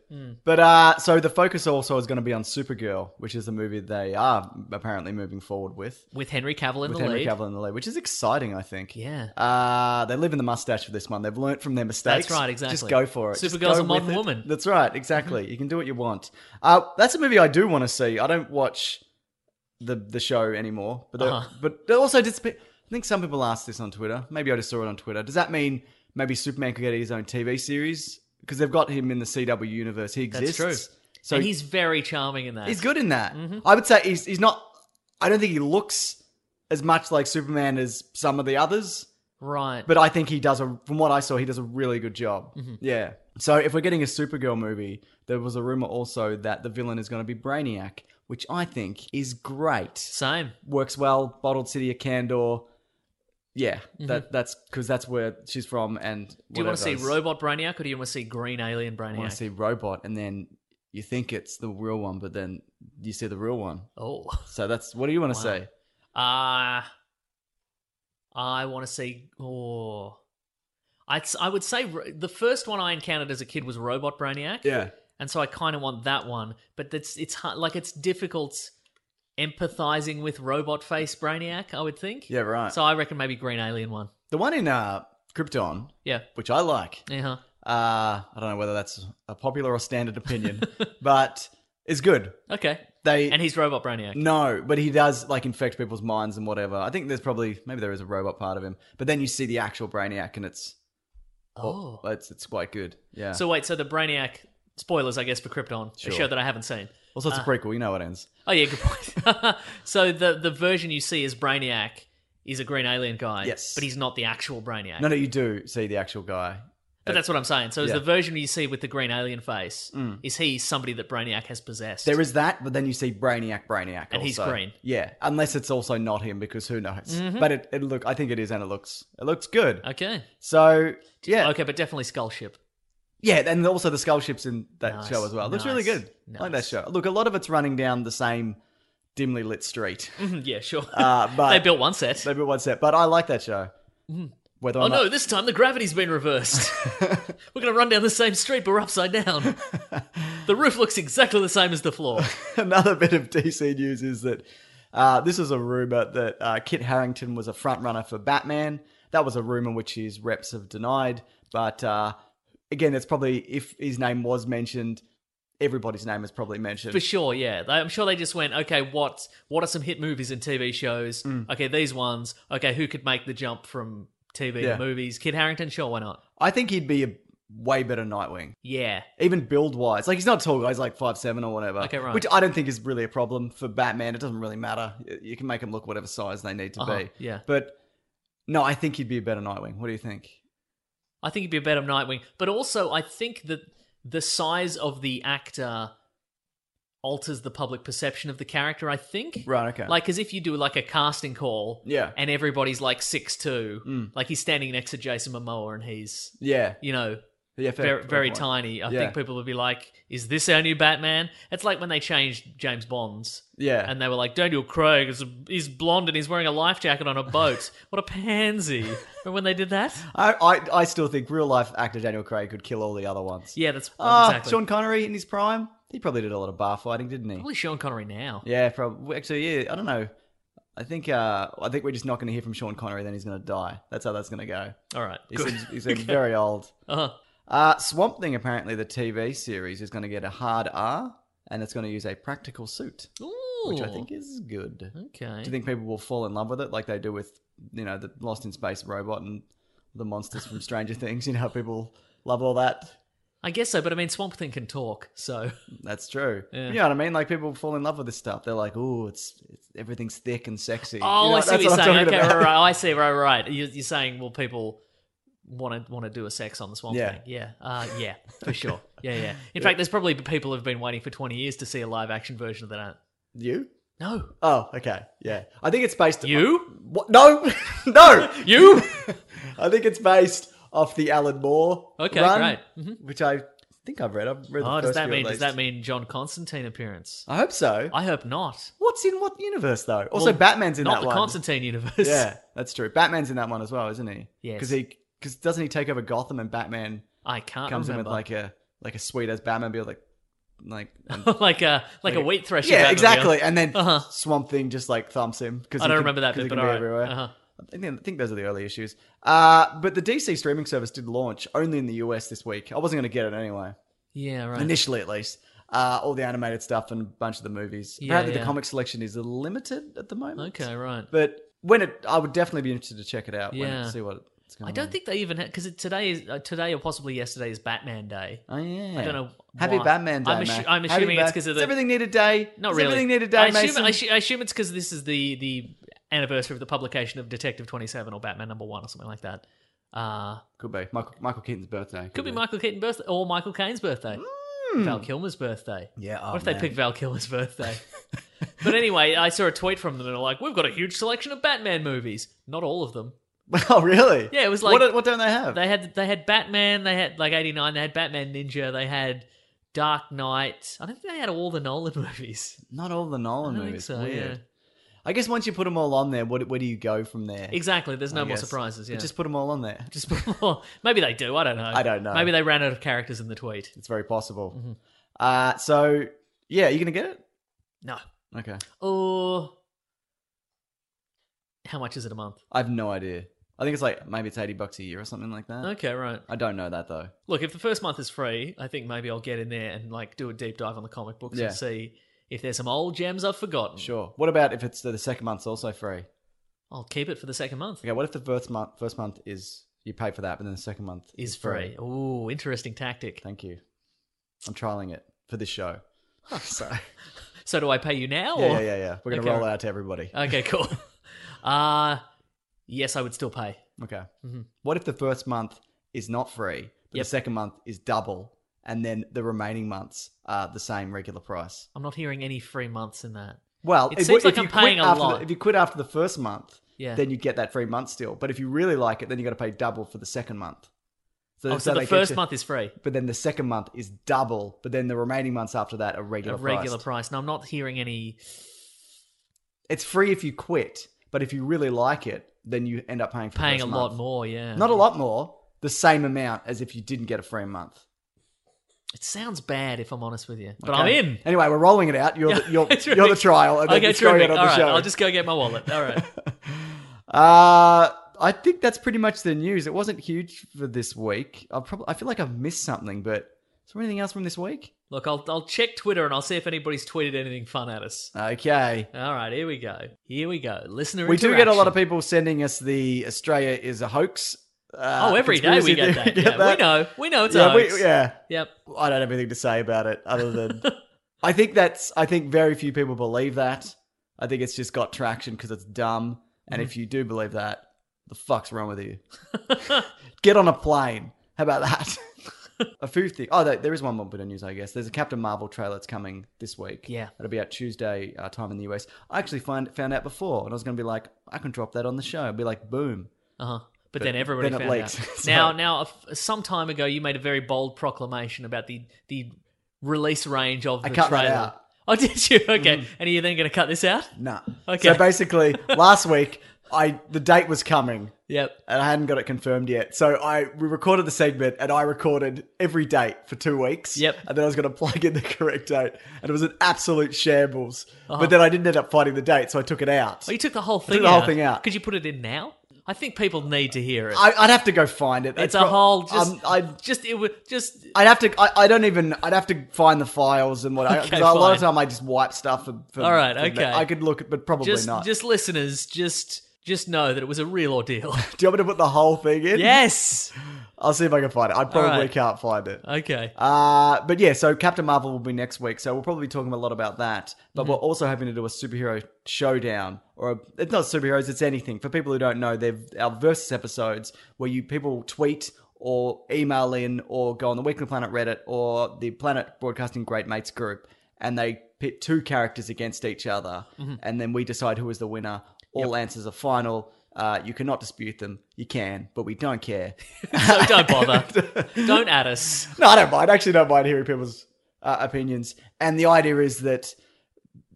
[SPEAKER 2] But uh, so the focus also is going to be on Supergirl, which is the movie they are apparently moving forward with.
[SPEAKER 3] With Henry Cavill in
[SPEAKER 2] with
[SPEAKER 3] the
[SPEAKER 2] Henry
[SPEAKER 3] lead.
[SPEAKER 2] Cavill in the lead, which is exciting, I think.
[SPEAKER 3] Yeah.
[SPEAKER 2] Uh, they live in the mustache for this one. They've learnt from their mistakes.
[SPEAKER 3] right, exactly.
[SPEAKER 2] Just go for it. Just
[SPEAKER 3] Supergirl's
[SPEAKER 2] go
[SPEAKER 3] a modern
[SPEAKER 2] with it.
[SPEAKER 3] woman. Mm-hmm.
[SPEAKER 2] That's right, exactly. You can do what you want. Uh, that's a movie I do want to see. I don't watch the the show anymore, but there-
[SPEAKER 3] Uh-huh.
[SPEAKER 2] but there also just, I think some people asked this on Twitter. Maybe I just saw it on Twitter. Does that mean maybe Superman could get his own TV series because they've got him in the CW universe? He
[SPEAKER 3] That's
[SPEAKER 2] exists.
[SPEAKER 3] true.
[SPEAKER 2] So
[SPEAKER 3] and he's Mm-hmm. very charming in that.
[SPEAKER 2] He's good in that. I would say he's he's not. I don't think he looks as much like Superman as some of the others,
[SPEAKER 3] Right.
[SPEAKER 2] but I think he does a. From what I saw, he does a really good job.
[SPEAKER 3] Mm-hmm.
[SPEAKER 2] Yeah. So if we're getting a Supergirl movie, there was a rumor also that the villain is going to be Brainiac, which I think is great.
[SPEAKER 3] Same.
[SPEAKER 2] Works well. Bottled City of Candor. Yeah, that that's because that's where she's from. And
[SPEAKER 3] Mm-hmm. Do you want to see
[SPEAKER 2] whatever else.
[SPEAKER 3] Robot Brainiac or do you want to see Green Alien
[SPEAKER 2] I
[SPEAKER 3] Brainiac?
[SPEAKER 2] want to see Robot, and then you think it's the real one, but then you see the real one.
[SPEAKER 3] Oh.
[SPEAKER 2] So that's what do you want to
[SPEAKER 3] Wow.
[SPEAKER 2] say?
[SPEAKER 3] Uh I want to see. Oh, I'd, s- I would say ro- the first one I encountered as a kid was Robot Brainiac,
[SPEAKER 2] Yeah.
[SPEAKER 3] and so I kind of want that one. But it's it's hard, like it's difficult empathizing with Robot Face Brainiac. I would think.
[SPEAKER 2] Yeah, right.
[SPEAKER 3] So I reckon maybe Green Alien one.
[SPEAKER 2] the one in uh, Krypton,
[SPEAKER 3] Yeah. Uh-huh.
[SPEAKER 2] which I like,
[SPEAKER 3] Yeah. huh.
[SPEAKER 2] uh, I don't know whether that's a popular or standard opinion, but it's good.
[SPEAKER 3] Okay.
[SPEAKER 2] They
[SPEAKER 3] And he's Robot Brainiac.
[SPEAKER 2] no, but he does like infect people's minds and whatever. I think there's probably maybe there is a robot part of him, but then you see the actual Brainiac and it's
[SPEAKER 3] Oh.
[SPEAKER 2] it's it's quite good. Yeah.
[SPEAKER 3] So wait. So the Brainiac spoilers, I guess, for Krypton,
[SPEAKER 2] Sure.
[SPEAKER 3] a show that I haven't seen.
[SPEAKER 2] also it's a prequel. You know it ends.
[SPEAKER 3] Oh yeah, good point. so the the version you see as Brainiac is a green alien guy.
[SPEAKER 2] Yes.
[SPEAKER 3] but he's not the actual Brainiac.
[SPEAKER 2] No, no, you do see the actual guy.
[SPEAKER 3] but that's what I'm saying. So is
[SPEAKER 2] Yeah. Mm.
[SPEAKER 3] the version you see with the green alien face is he somebody that Brainiac has possessed?
[SPEAKER 2] There is that, but then you see Brainiac, Brainiac,
[SPEAKER 3] And he's
[SPEAKER 2] also.
[SPEAKER 3] green. Mm-hmm.
[SPEAKER 2] Yeah, unless it's also not him, because who knows? But it, it look, I think it is, and it looks, it looks good.
[SPEAKER 3] okay,
[SPEAKER 2] So yeah,
[SPEAKER 3] okay, but definitely Skull Ship.
[SPEAKER 2] yeah, and also the skull ships in that
[SPEAKER 3] Nice,
[SPEAKER 2] show as well. It looks really
[SPEAKER 3] nice,
[SPEAKER 2] good. I like that
[SPEAKER 3] nice.
[SPEAKER 2] show. Look, a lot of it's running down the same dimly lit street.
[SPEAKER 3] Mhm, yeah, sure.
[SPEAKER 2] Uh, but
[SPEAKER 3] they built one set.
[SPEAKER 2] they built one set, but I like that show. Whether
[SPEAKER 3] oh
[SPEAKER 2] or not,
[SPEAKER 3] no, this time the gravity's been reversed. we're going to run down the same street, but we're upside down. the roof looks exactly the same as the floor.
[SPEAKER 2] another bit of DC news is that uh, this is a rumor that uh, Kit Harrington was a front runner for Batman. That was a rumor which his reps have denied. But uh, again, it's probably if his name was mentioned, everybody's name is probably mentioned.
[SPEAKER 3] For sure, yeah. They- I'm sure they just went, okay, what what are some hit movies and TV shows?
[SPEAKER 2] Mm.
[SPEAKER 3] Okay, these ones. Okay, who could make the jump from TV
[SPEAKER 2] Yeah.
[SPEAKER 3] to movies? Kid Harrington, sure, why not?
[SPEAKER 2] I think he'd be a way better Nightwing,
[SPEAKER 3] Yeah,
[SPEAKER 2] even build wise. Like he's not tall guy; he's like five seven or whatever.
[SPEAKER 3] Okay, right.
[SPEAKER 2] Which I don't think is really a problem for Batman. It doesn't really matter. Y- You can make him look whatever size they need to
[SPEAKER 3] Uh-huh,
[SPEAKER 2] be.
[SPEAKER 3] yeah.
[SPEAKER 2] But no, I think he'd be a better Nightwing. What do you think?
[SPEAKER 3] I think he'd be a better Nightwing. But also, I think that the size of the actor alters the public perception of the character. I think,
[SPEAKER 2] Right, okay.
[SPEAKER 3] Like, as if you do like a casting call,
[SPEAKER 2] Yeah.
[SPEAKER 3] and everybody's like six
[SPEAKER 2] Mm.
[SPEAKER 3] two, like he's standing next to Jason Momoa, and he's
[SPEAKER 2] Yeah.
[SPEAKER 3] you know
[SPEAKER 2] Yeah, fair-
[SPEAKER 3] very,
[SPEAKER 2] fair
[SPEAKER 3] very
[SPEAKER 2] point.
[SPEAKER 3] tiny. I
[SPEAKER 2] Yeah.
[SPEAKER 3] think people would be like, "Is this our new Batman?" It's like when they changed James Bond's,
[SPEAKER 2] Yeah.
[SPEAKER 3] and they were like, "Daniel Craig is he's blonde and he's wearing a life jacket on a boat. what a pansy!" Remember when they did that?
[SPEAKER 2] I, I, I still think real life actor Daniel Craig could kill all the other ones.
[SPEAKER 3] Yeah, that's uh,
[SPEAKER 2] Ah,
[SPEAKER 3] exactly.
[SPEAKER 2] Sean Connery in his prime. He probably did a lot of bar fighting, didn't he?
[SPEAKER 3] Probably Sean Connery now.
[SPEAKER 2] Yeah, probably. Actually, yeah. I don't know. I think uh, I think we're just not going to hear from Sean Connery. Then he's going to die. That's how that's going to go.
[SPEAKER 3] All right.
[SPEAKER 2] He
[SPEAKER 3] good.
[SPEAKER 2] seems, he seems very old.
[SPEAKER 3] Uh-huh.
[SPEAKER 2] Uh, Swamp Thing apparently the TV series is going to get a hard R, and it's going to use a practical suit,
[SPEAKER 3] Ooh.
[SPEAKER 2] which I think is good.
[SPEAKER 3] Okay.
[SPEAKER 2] Do you think people will fall in love with it like they do with, you know, the Lost in Space robot and the monsters from Stranger Things? You know how people love all that?
[SPEAKER 3] I guess so, but I mean, Swamp Thing can talk, so
[SPEAKER 2] That's true.
[SPEAKER 3] Yeah.
[SPEAKER 2] You know what I mean? Like people fall in love with this stuff. They're like, oh, it's, it's everything's thick and sexy.
[SPEAKER 3] Oh,
[SPEAKER 2] You know,
[SPEAKER 3] I see
[SPEAKER 2] that's
[SPEAKER 3] what you're
[SPEAKER 2] I'm
[SPEAKER 3] saying.
[SPEAKER 2] talking
[SPEAKER 3] Okay,
[SPEAKER 2] about.
[SPEAKER 3] right, right. I see. Right, right. You- You're saying, well, people want to want to do a sex on the Swamp
[SPEAKER 2] Yeah.
[SPEAKER 3] Thing. Yeah, uh, yeah, for sure. Yeah, yeah. In fact, there's probably people who've been waiting for 20 years to see a live action version of that.
[SPEAKER 2] You?
[SPEAKER 3] No,
[SPEAKER 2] Oh, okay. Yeah. I think it's based.
[SPEAKER 3] you,
[SPEAKER 2] What? No, no.
[SPEAKER 3] you.
[SPEAKER 2] I think it's based off the Alan Moore.
[SPEAKER 3] Okay,
[SPEAKER 2] run,
[SPEAKER 3] great. Mm-hmm.
[SPEAKER 2] Which I think I've read. I've read.
[SPEAKER 3] Oh,
[SPEAKER 2] the
[SPEAKER 3] does
[SPEAKER 2] first
[SPEAKER 3] that
[SPEAKER 2] few at
[SPEAKER 3] mean does
[SPEAKER 2] least. Uh,
[SPEAKER 3] that mean John Constantine appearance?
[SPEAKER 2] I hope so.
[SPEAKER 3] I hope not.
[SPEAKER 2] What's in what universe though? Also,
[SPEAKER 3] Well,
[SPEAKER 2] Batman's in
[SPEAKER 3] not
[SPEAKER 2] that
[SPEAKER 3] the
[SPEAKER 2] one.
[SPEAKER 3] Constantine universe.
[SPEAKER 2] Yeah, that's true. Batman's in that one as well, isn't he?
[SPEAKER 3] Yes.
[SPEAKER 2] Because he because doesn't he take over Gotham and Batman
[SPEAKER 3] I can't
[SPEAKER 2] comes in
[SPEAKER 3] remember.
[SPEAKER 2] with like a like a sweet as Batmobile like like and-
[SPEAKER 3] like, a like, a wheat thresher.
[SPEAKER 2] yeah
[SPEAKER 3] Batmobile.
[SPEAKER 2] exactly and then
[SPEAKER 3] Uh-huh.
[SPEAKER 2] Swamp Thing just like thumps him because
[SPEAKER 3] I don't remember that
[SPEAKER 2] because
[SPEAKER 3] bit,
[SPEAKER 2] he
[SPEAKER 3] but
[SPEAKER 2] can
[SPEAKER 3] all
[SPEAKER 2] be
[SPEAKER 3] right.
[SPEAKER 2] everywhere.
[SPEAKER 3] Uh-huh.
[SPEAKER 2] I think, I think those are the early issues. Uh, but the DC streaming service did launch only in the US this week. I wasn't going to get it anyway,
[SPEAKER 3] Yeah, right.
[SPEAKER 2] initially at least. Uh, all the animated stuff and a bunch of the movies.
[SPEAKER 3] Yeah,
[SPEAKER 2] Apparently,
[SPEAKER 3] yeah.
[SPEAKER 2] the comic selection is limited at the moment.
[SPEAKER 3] Okay, right.
[SPEAKER 2] But when it, I would definitely be interested to check it out. When
[SPEAKER 3] Yeah.
[SPEAKER 2] it, see what it's going.
[SPEAKER 3] I don't think they even because today is uh, today or possibly yesterday is Batman Day.
[SPEAKER 2] Oh yeah.
[SPEAKER 3] I don't know
[SPEAKER 2] Happy
[SPEAKER 3] why.
[SPEAKER 2] Batman Day.
[SPEAKER 3] I'm assu-
[SPEAKER 2] Mac.
[SPEAKER 3] I'm
[SPEAKER 2] Happy
[SPEAKER 3] assuming it's
[SPEAKER 2] Bat-
[SPEAKER 3] 'cause of
[SPEAKER 2] Does
[SPEAKER 3] the-
[SPEAKER 2] everything need a day.
[SPEAKER 3] Not
[SPEAKER 2] Does
[SPEAKER 3] really.
[SPEAKER 2] Everything need a day,
[SPEAKER 3] I assume,
[SPEAKER 2] Mason.
[SPEAKER 3] I, assu- I assume it's because this is the the anniversary of the publication of Detective Twenty Seven or Batman Number One or something like that. Uh,
[SPEAKER 2] could be Michael, Michael Keaton's birthday.
[SPEAKER 3] could be Michael Keaton's birthday or Michael Caine's birthday, Val Kilmer's birthday.
[SPEAKER 2] Hmm. Yeah. Oh,
[SPEAKER 3] what if they
[SPEAKER 2] man.
[SPEAKER 3] pick Val Kilmer's birthday? but anyway, I saw a tweet from them and they're like, "We've got a huge selection of Batman movies. Not all of them.
[SPEAKER 2] oh really?
[SPEAKER 3] Yeah, it was
[SPEAKER 2] What,
[SPEAKER 3] like-
[SPEAKER 2] do- what don't they have?
[SPEAKER 3] They had they had Batman. They had like eighty nine. They had Batman Ninja. They had Dark Knight. I don't think they had all the Nolan movies.
[SPEAKER 2] Not all the
[SPEAKER 3] I
[SPEAKER 2] Nolan
[SPEAKER 3] don't think
[SPEAKER 2] movies.
[SPEAKER 3] so.
[SPEAKER 2] Weird. I guess once you put them all on there, what, where do you go from there?
[SPEAKER 3] Yeah, exactly. There's no
[SPEAKER 2] I
[SPEAKER 3] more
[SPEAKER 2] guess.
[SPEAKER 3] surprises.
[SPEAKER 2] But
[SPEAKER 3] Yeah,
[SPEAKER 2] Just put them all on there.
[SPEAKER 3] Just before. Maybe they do. I don't know.
[SPEAKER 2] I don't know.
[SPEAKER 3] Maybe they Mm-hmm. ran out of characters in the tweet.
[SPEAKER 2] It's very possible. Uh, so yeah, you gonna get it?
[SPEAKER 3] No.
[SPEAKER 2] Okay.
[SPEAKER 3] Or how much is it a month?
[SPEAKER 2] I have no idea. I think it's like maybe it's eighty bucks a year or something like that.
[SPEAKER 3] Okay, right.
[SPEAKER 2] I don't know that though.
[SPEAKER 3] Look, if the first month is free, I think maybe I'll get in there and like do a deep dive on the comic books
[SPEAKER 2] Yeah.
[SPEAKER 3] and see if there's some old gems I've forgotten.
[SPEAKER 2] Sure. What about if it's the second month's also free?
[SPEAKER 3] I'll keep it for the second month.
[SPEAKER 2] Okay. What if the first month first month is you pay for that, but then the second month
[SPEAKER 3] Is free. Ooh, interesting tactic.
[SPEAKER 2] Thank you. I'm trialing it for this show. so
[SPEAKER 3] So do I pay you now?
[SPEAKER 2] yeah,
[SPEAKER 3] Or?
[SPEAKER 2] yeah, yeah, yeah. We're gonna
[SPEAKER 3] Okay.
[SPEAKER 2] roll it out to everybody.
[SPEAKER 3] Okay, cool. uh yes, I would still pay.
[SPEAKER 2] Okay.
[SPEAKER 3] Mhm.
[SPEAKER 2] What if the first month is not free, but
[SPEAKER 3] Yep.
[SPEAKER 2] the second month is double, and then the remaining months are the same regular price?
[SPEAKER 3] I'm not hearing any free months in that.
[SPEAKER 2] Well,
[SPEAKER 3] It seems
[SPEAKER 2] would-
[SPEAKER 3] like I'm
[SPEAKER 2] you quit
[SPEAKER 3] paying a
[SPEAKER 2] after
[SPEAKER 3] lot.
[SPEAKER 2] The, if you quit after the first month,
[SPEAKER 3] Yeah.
[SPEAKER 2] then you get that free month still. But if you really like it, then you got to pay double for the second month.
[SPEAKER 3] oh, so,
[SPEAKER 2] they
[SPEAKER 3] the
[SPEAKER 2] get
[SPEAKER 3] first
[SPEAKER 2] you-
[SPEAKER 3] month is free.
[SPEAKER 2] but then the second month is double, but then the remaining months after that are regular.
[SPEAKER 3] a regular
[SPEAKER 2] priced.
[SPEAKER 3] price. And I'm not hearing any
[SPEAKER 2] It's free if you quit, but if you really like it, then you end up paying for the
[SPEAKER 3] Paying a
[SPEAKER 2] first
[SPEAKER 3] lot
[SPEAKER 2] month.
[SPEAKER 3] more, yeah.
[SPEAKER 2] Not a lot more, the same amount as if you didn't get a free month.
[SPEAKER 3] It sounds bad if I'm honest with you, but
[SPEAKER 2] Okay?
[SPEAKER 3] I'm in.
[SPEAKER 2] Anyway, we're rolling it out. You're
[SPEAKER 3] Yeah,
[SPEAKER 2] the, you're,
[SPEAKER 3] terrific.
[SPEAKER 2] you're the trial, and then
[SPEAKER 3] Okay,
[SPEAKER 2] it's going out
[SPEAKER 3] terrific.
[SPEAKER 2] on
[SPEAKER 3] All
[SPEAKER 2] the
[SPEAKER 3] right,
[SPEAKER 2] show.
[SPEAKER 3] I'll just go get my wallet. All right.
[SPEAKER 2] Uh, I think that's pretty much the news. It wasn't huge for this week. I probably I feel like I've missed something, but is there anything else from this week?
[SPEAKER 3] Look, I'll, I'll check Twitter and I'll see if anybody's tweeted anything fun at us.
[SPEAKER 2] Okay.
[SPEAKER 3] All right, here we go. Here we go. Listener
[SPEAKER 2] We do get a lot of
[SPEAKER 3] interaction.
[SPEAKER 2] people sending us the Australia is a hoax. Uh,
[SPEAKER 3] Oh, every day we
[SPEAKER 2] conspiracy
[SPEAKER 3] get
[SPEAKER 2] theory.
[SPEAKER 3] that. yeah, We know. We know it's a
[SPEAKER 2] yeah, we-
[SPEAKER 3] hoax.
[SPEAKER 2] yeah.
[SPEAKER 3] Yep.
[SPEAKER 2] I don't have anything to say about it other than I think that's I think very few people believe that. I think it's just got traction because it's dumb. And
[SPEAKER 3] Mm.
[SPEAKER 2] if you do believe that, the fuck's wrong with you? Get on a plane. How about that? a few things. Oh, there- there is one more bit of news, I guess. There's a Captain Marvel trailer that's coming this week.
[SPEAKER 3] Yeah.
[SPEAKER 2] it'll be out Tuesday uh, time in the US. I actually find found out before, and I was going to be like, I can drop that on the show. I'd be like, boom.
[SPEAKER 3] Uh huh. But, then everybody
[SPEAKER 2] then it
[SPEAKER 3] found
[SPEAKER 2] leaks.
[SPEAKER 3] out.
[SPEAKER 2] So-
[SPEAKER 3] Now, now, a f- some time ago, you made a very bold proclamation about the the release range of the
[SPEAKER 2] I cut that
[SPEAKER 3] trailer.
[SPEAKER 2] out. Mm-hmm.
[SPEAKER 3] Oh, did you? Okay. And are you then going to cut this out?
[SPEAKER 2] Nah.
[SPEAKER 3] Okay.
[SPEAKER 2] So basically, last week, I the date was coming.
[SPEAKER 3] Yep.
[SPEAKER 2] and I hadn't got it confirmed yet. So I we recorded the segment and I recorded every date for two weeks.
[SPEAKER 3] Yep.
[SPEAKER 2] And then I was going to plug in the correct date, and it was an absolute shambles. But then I didn't end up finding the date, so I took it out.
[SPEAKER 3] Oh, Uh-huh. you took the whole thing.
[SPEAKER 2] the whole
[SPEAKER 3] out.
[SPEAKER 2] thing out.
[SPEAKER 3] Could you put it in now? I think people need to hear it.
[SPEAKER 2] I, I'd have to go find it.
[SPEAKER 3] it's
[SPEAKER 2] I'd
[SPEAKER 3] a
[SPEAKER 2] pro-
[SPEAKER 3] whole. Just,
[SPEAKER 2] um, I'd,
[SPEAKER 3] just it would just.
[SPEAKER 2] I'd have to. I, I don't even. I'd have to find the files and what. I- 'cause
[SPEAKER 3] Okay,
[SPEAKER 2] a lot of
[SPEAKER 3] fine.
[SPEAKER 2] time I just wipe stuff. For, for,
[SPEAKER 3] All right,
[SPEAKER 2] for-
[SPEAKER 3] okay.
[SPEAKER 2] I could look, but probably
[SPEAKER 3] just,
[SPEAKER 2] not.
[SPEAKER 3] just listeners, just just know that it was a real ordeal.
[SPEAKER 2] Do you want me to put the whole thing in?
[SPEAKER 3] yes.
[SPEAKER 2] I'll see if I can find it. I probably
[SPEAKER 3] right.
[SPEAKER 2] can't find it.
[SPEAKER 3] Okay.
[SPEAKER 2] Uh, but yeah, so Captain Marvel will be next week, so we'll probably be talking a lot about that. But we're also hoping to do a superhero showdown, or a, it's not superheroes, it's anything. For people who don't know, they're our versus episodes where you people tweet or email in, or go on the Weekly Planet Reddit or the Planet Broadcasting Great Mates group, and they pit two characters against each other, and then we decide who is the winner. All answers are final. Uh, you cannot dispute them. You can, but we don't care.
[SPEAKER 3] So don't bother. don't add us.
[SPEAKER 2] No, I don't mind. I actually don't mind hearing people's uh, opinions. And the idea is that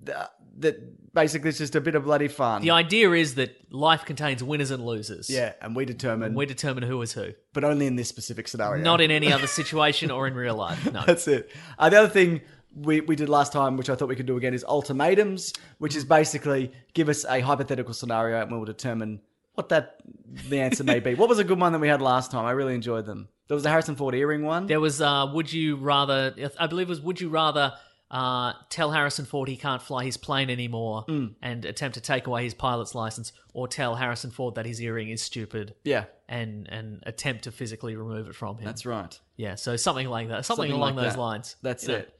[SPEAKER 2] th- that basically it's just a bit of bloody fun.
[SPEAKER 3] The idea is that life contains winners and losers.
[SPEAKER 2] yeah, and we determine,
[SPEAKER 3] We determine who is who.
[SPEAKER 2] but only in this specific scenario.
[SPEAKER 3] Not in any other situation or in real life. No.
[SPEAKER 2] That's it. Uh, the other thing we, we did last time, which I thought we could do again, is ultimatums, which is basically give us a hypothetical scenario and we will determine what that the answer may be. What was a good one that we had last time? I really enjoyed them. There was a Harrison Ford earring one.
[SPEAKER 3] There was uh would you rather I believe it was would you rather uh tell Harrison Ford he can't fly his plane anymore
[SPEAKER 2] Hmm.
[SPEAKER 3] and attempt to take away his pilot's license or tell Harrison Ford that his earring is stupid
[SPEAKER 2] Yeah,
[SPEAKER 3] and and attempt to physically remove it from him.
[SPEAKER 2] that's right.
[SPEAKER 3] Yeah, so something like that. Something,
[SPEAKER 2] Something
[SPEAKER 3] along
[SPEAKER 2] like
[SPEAKER 3] those
[SPEAKER 2] that.
[SPEAKER 3] lines.
[SPEAKER 2] That's
[SPEAKER 3] You know.
[SPEAKER 2] it.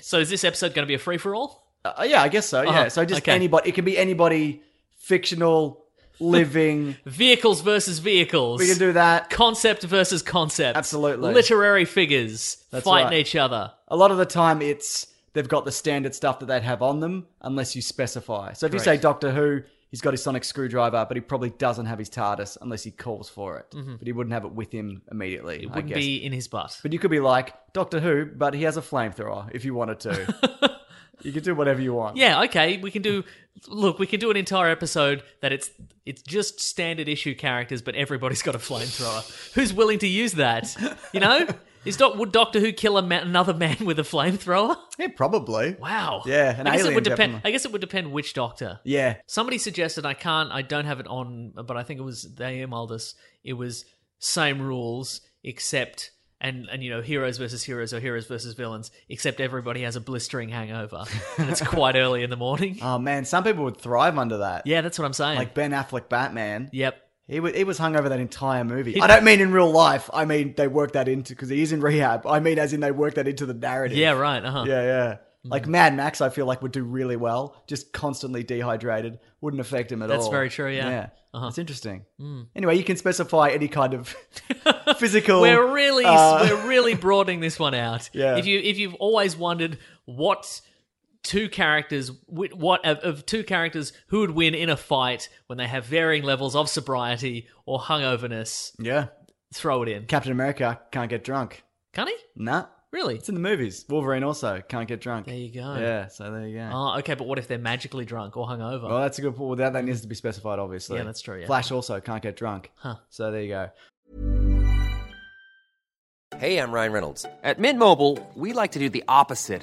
[SPEAKER 3] So is this episode going to be a free for all?
[SPEAKER 2] Uh, yeah, I guess so. Yeah.
[SPEAKER 3] Uh-huh,
[SPEAKER 2] So just
[SPEAKER 3] okay.
[SPEAKER 2] anybody. It can be anybody, fictional, living.
[SPEAKER 3] Vehicles versus vehicles.
[SPEAKER 2] we can do that.
[SPEAKER 3] concept versus concept.
[SPEAKER 2] Absolutely.
[SPEAKER 3] Literary figures
[SPEAKER 2] That's
[SPEAKER 3] fighting
[SPEAKER 2] right.
[SPEAKER 3] each other.
[SPEAKER 2] A lot of the time, it's they've got the standard stuff that they'd have on them, unless you specify. So if you say Doctor Who, he's got his sonic screwdriver, but he probably doesn't have his TARDIS unless he calls for it. But he wouldn't have it with him immediately.
[SPEAKER 3] Mm-hmm. It
[SPEAKER 2] I
[SPEAKER 3] wouldn't
[SPEAKER 2] guess.
[SPEAKER 3] be in his butt.
[SPEAKER 2] But you could be like Doctor Who, but he has a flamethrower if you wanted to. you could do whatever you want.
[SPEAKER 3] Yeah, okay, we can do look, we can do an entire episode that it's it's just standard issue characters, but everybody's got a flamethrower. Who's willing to use that? You know? Is Doc would Doctor Who kill a ma- another man with a flamethrower?
[SPEAKER 2] Yeah, probably.
[SPEAKER 3] Wow.
[SPEAKER 2] Yeah, an
[SPEAKER 3] I guess
[SPEAKER 2] alien,
[SPEAKER 3] it would depend
[SPEAKER 2] definitely.
[SPEAKER 3] I guess it would depend which doctor.
[SPEAKER 2] Yeah.
[SPEAKER 3] Somebody suggested I can't. I don't have it on, but I think it was they emailed us. It was same rules except and and you know heroes versus heroes or heroes versus villains except everybody has a blistering hangover and it's quite early in the morning.
[SPEAKER 2] Oh man, some people would thrive under that.
[SPEAKER 3] Yeah, that's what I'm saying.
[SPEAKER 2] Like Ben Affleck Batman.
[SPEAKER 3] yep.
[SPEAKER 2] He was, he was hung over that entire movie. I don't mean in real life. I mean they worked that into because he is in rehab. I mean as in they worked that into the narrative.
[SPEAKER 3] Yeah. Right. Uh huh.
[SPEAKER 2] yeah, yeah. Like Mad Max, I feel like would do really well. Just constantly dehydrated wouldn't affect him at all.
[SPEAKER 3] That's very true, yeah. Uh-huh. Mm.
[SPEAKER 2] yeah. That's interesting. Anyway, you can specify any kind of physical.
[SPEAKER 3] We're really
[SPEAKER 2] uh,
[SPEAKER 3] we're really broadening this one out.
[SPEAKER 2] Yeah.
[SPEAKER 3] If you if you've always wondered what two characters wh- what of, of two characters who would win in a fight when they have varying levels of sobriety or hungoverness,
[SPEAKER 2] yeah.
[SPEAKER 3] throw it in.
[SPEAKER 2] Captain America can't get drunk.
[SPEAKER 3] Can he?
[SPEAKER 2] Nah.
[SPEAKER 3] Really?
[SPEAKER 6] It's in the movies. Wolverine also can't get drunk.
[SPEAKER 3] There you go.
[SPEAKER 6] Yeah, so there you go.
[SPEAKER 3] Oh, okay, but what if they're magically drunk or hungover?
[SPEAKER 6] Well, that's a good point. Well, that, that needs to be specified, obviously.
[SPEAKER 3] Yeah, that's true, yeah.
[SPEAKER 6] Flash also can't get drunk.
[SPEAKER 3] Huh.
[SPEAKER 6] So there you go.
[SPEAKER 7] Hey, I'm Ryan Reynolds. At Mint Mobile, we like to do the opposite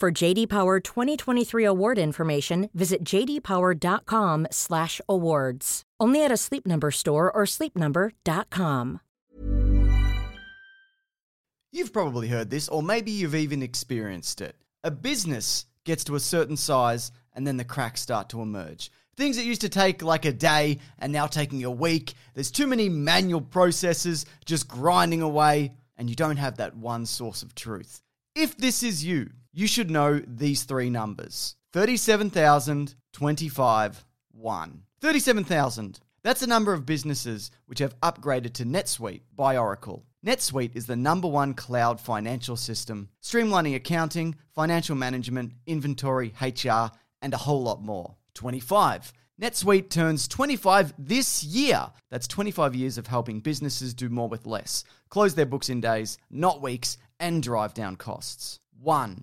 [SPEAKER 8] For JD Power 2023 award information, visit jdpower.com/awards. Only at a Sleep Number store or sleepnumber.com.
[SPEAKER 2] You've probably heard this, or maybe you've even experienced it. A business gets to a certain size, and then the cracks start to emerge. Things that used to take like a day and now taking a week. There's too many manual processes just grinding away, and you don't have that one source of truth. If this is you, you should know these three numbers 37,025, 1. 37,000. That's the number of businesses which have upgraded to NetSuite by Oracle. NetSuite is the number one cloud financial system, streamlining accounting, financial management, inventory, HR, and a whole lot more. 25. NetSuite turns 25 this year. That's 25 years of helping businesses do more with less, close their books in days, not weeks, and drive down costs. One,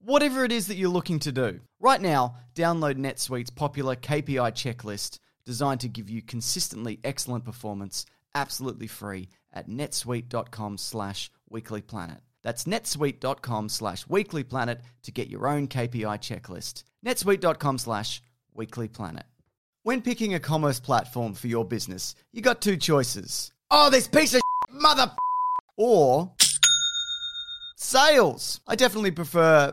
[SPEAKER 2] whatever it is that you're looking to do. Right now, download NetSuite's popular KPI checklist designed to give you consistently excellent performance absolutely free at netsuite.com slash weeklyplanet. That's netsuite.com slash weeklyplanet to get your own KPI checklist. netsuite.com slash weeklyplanet. When picking a commerce platform for your business, you got two choices. Oh, this piece of shit, mother f- or sales. I definitely prefer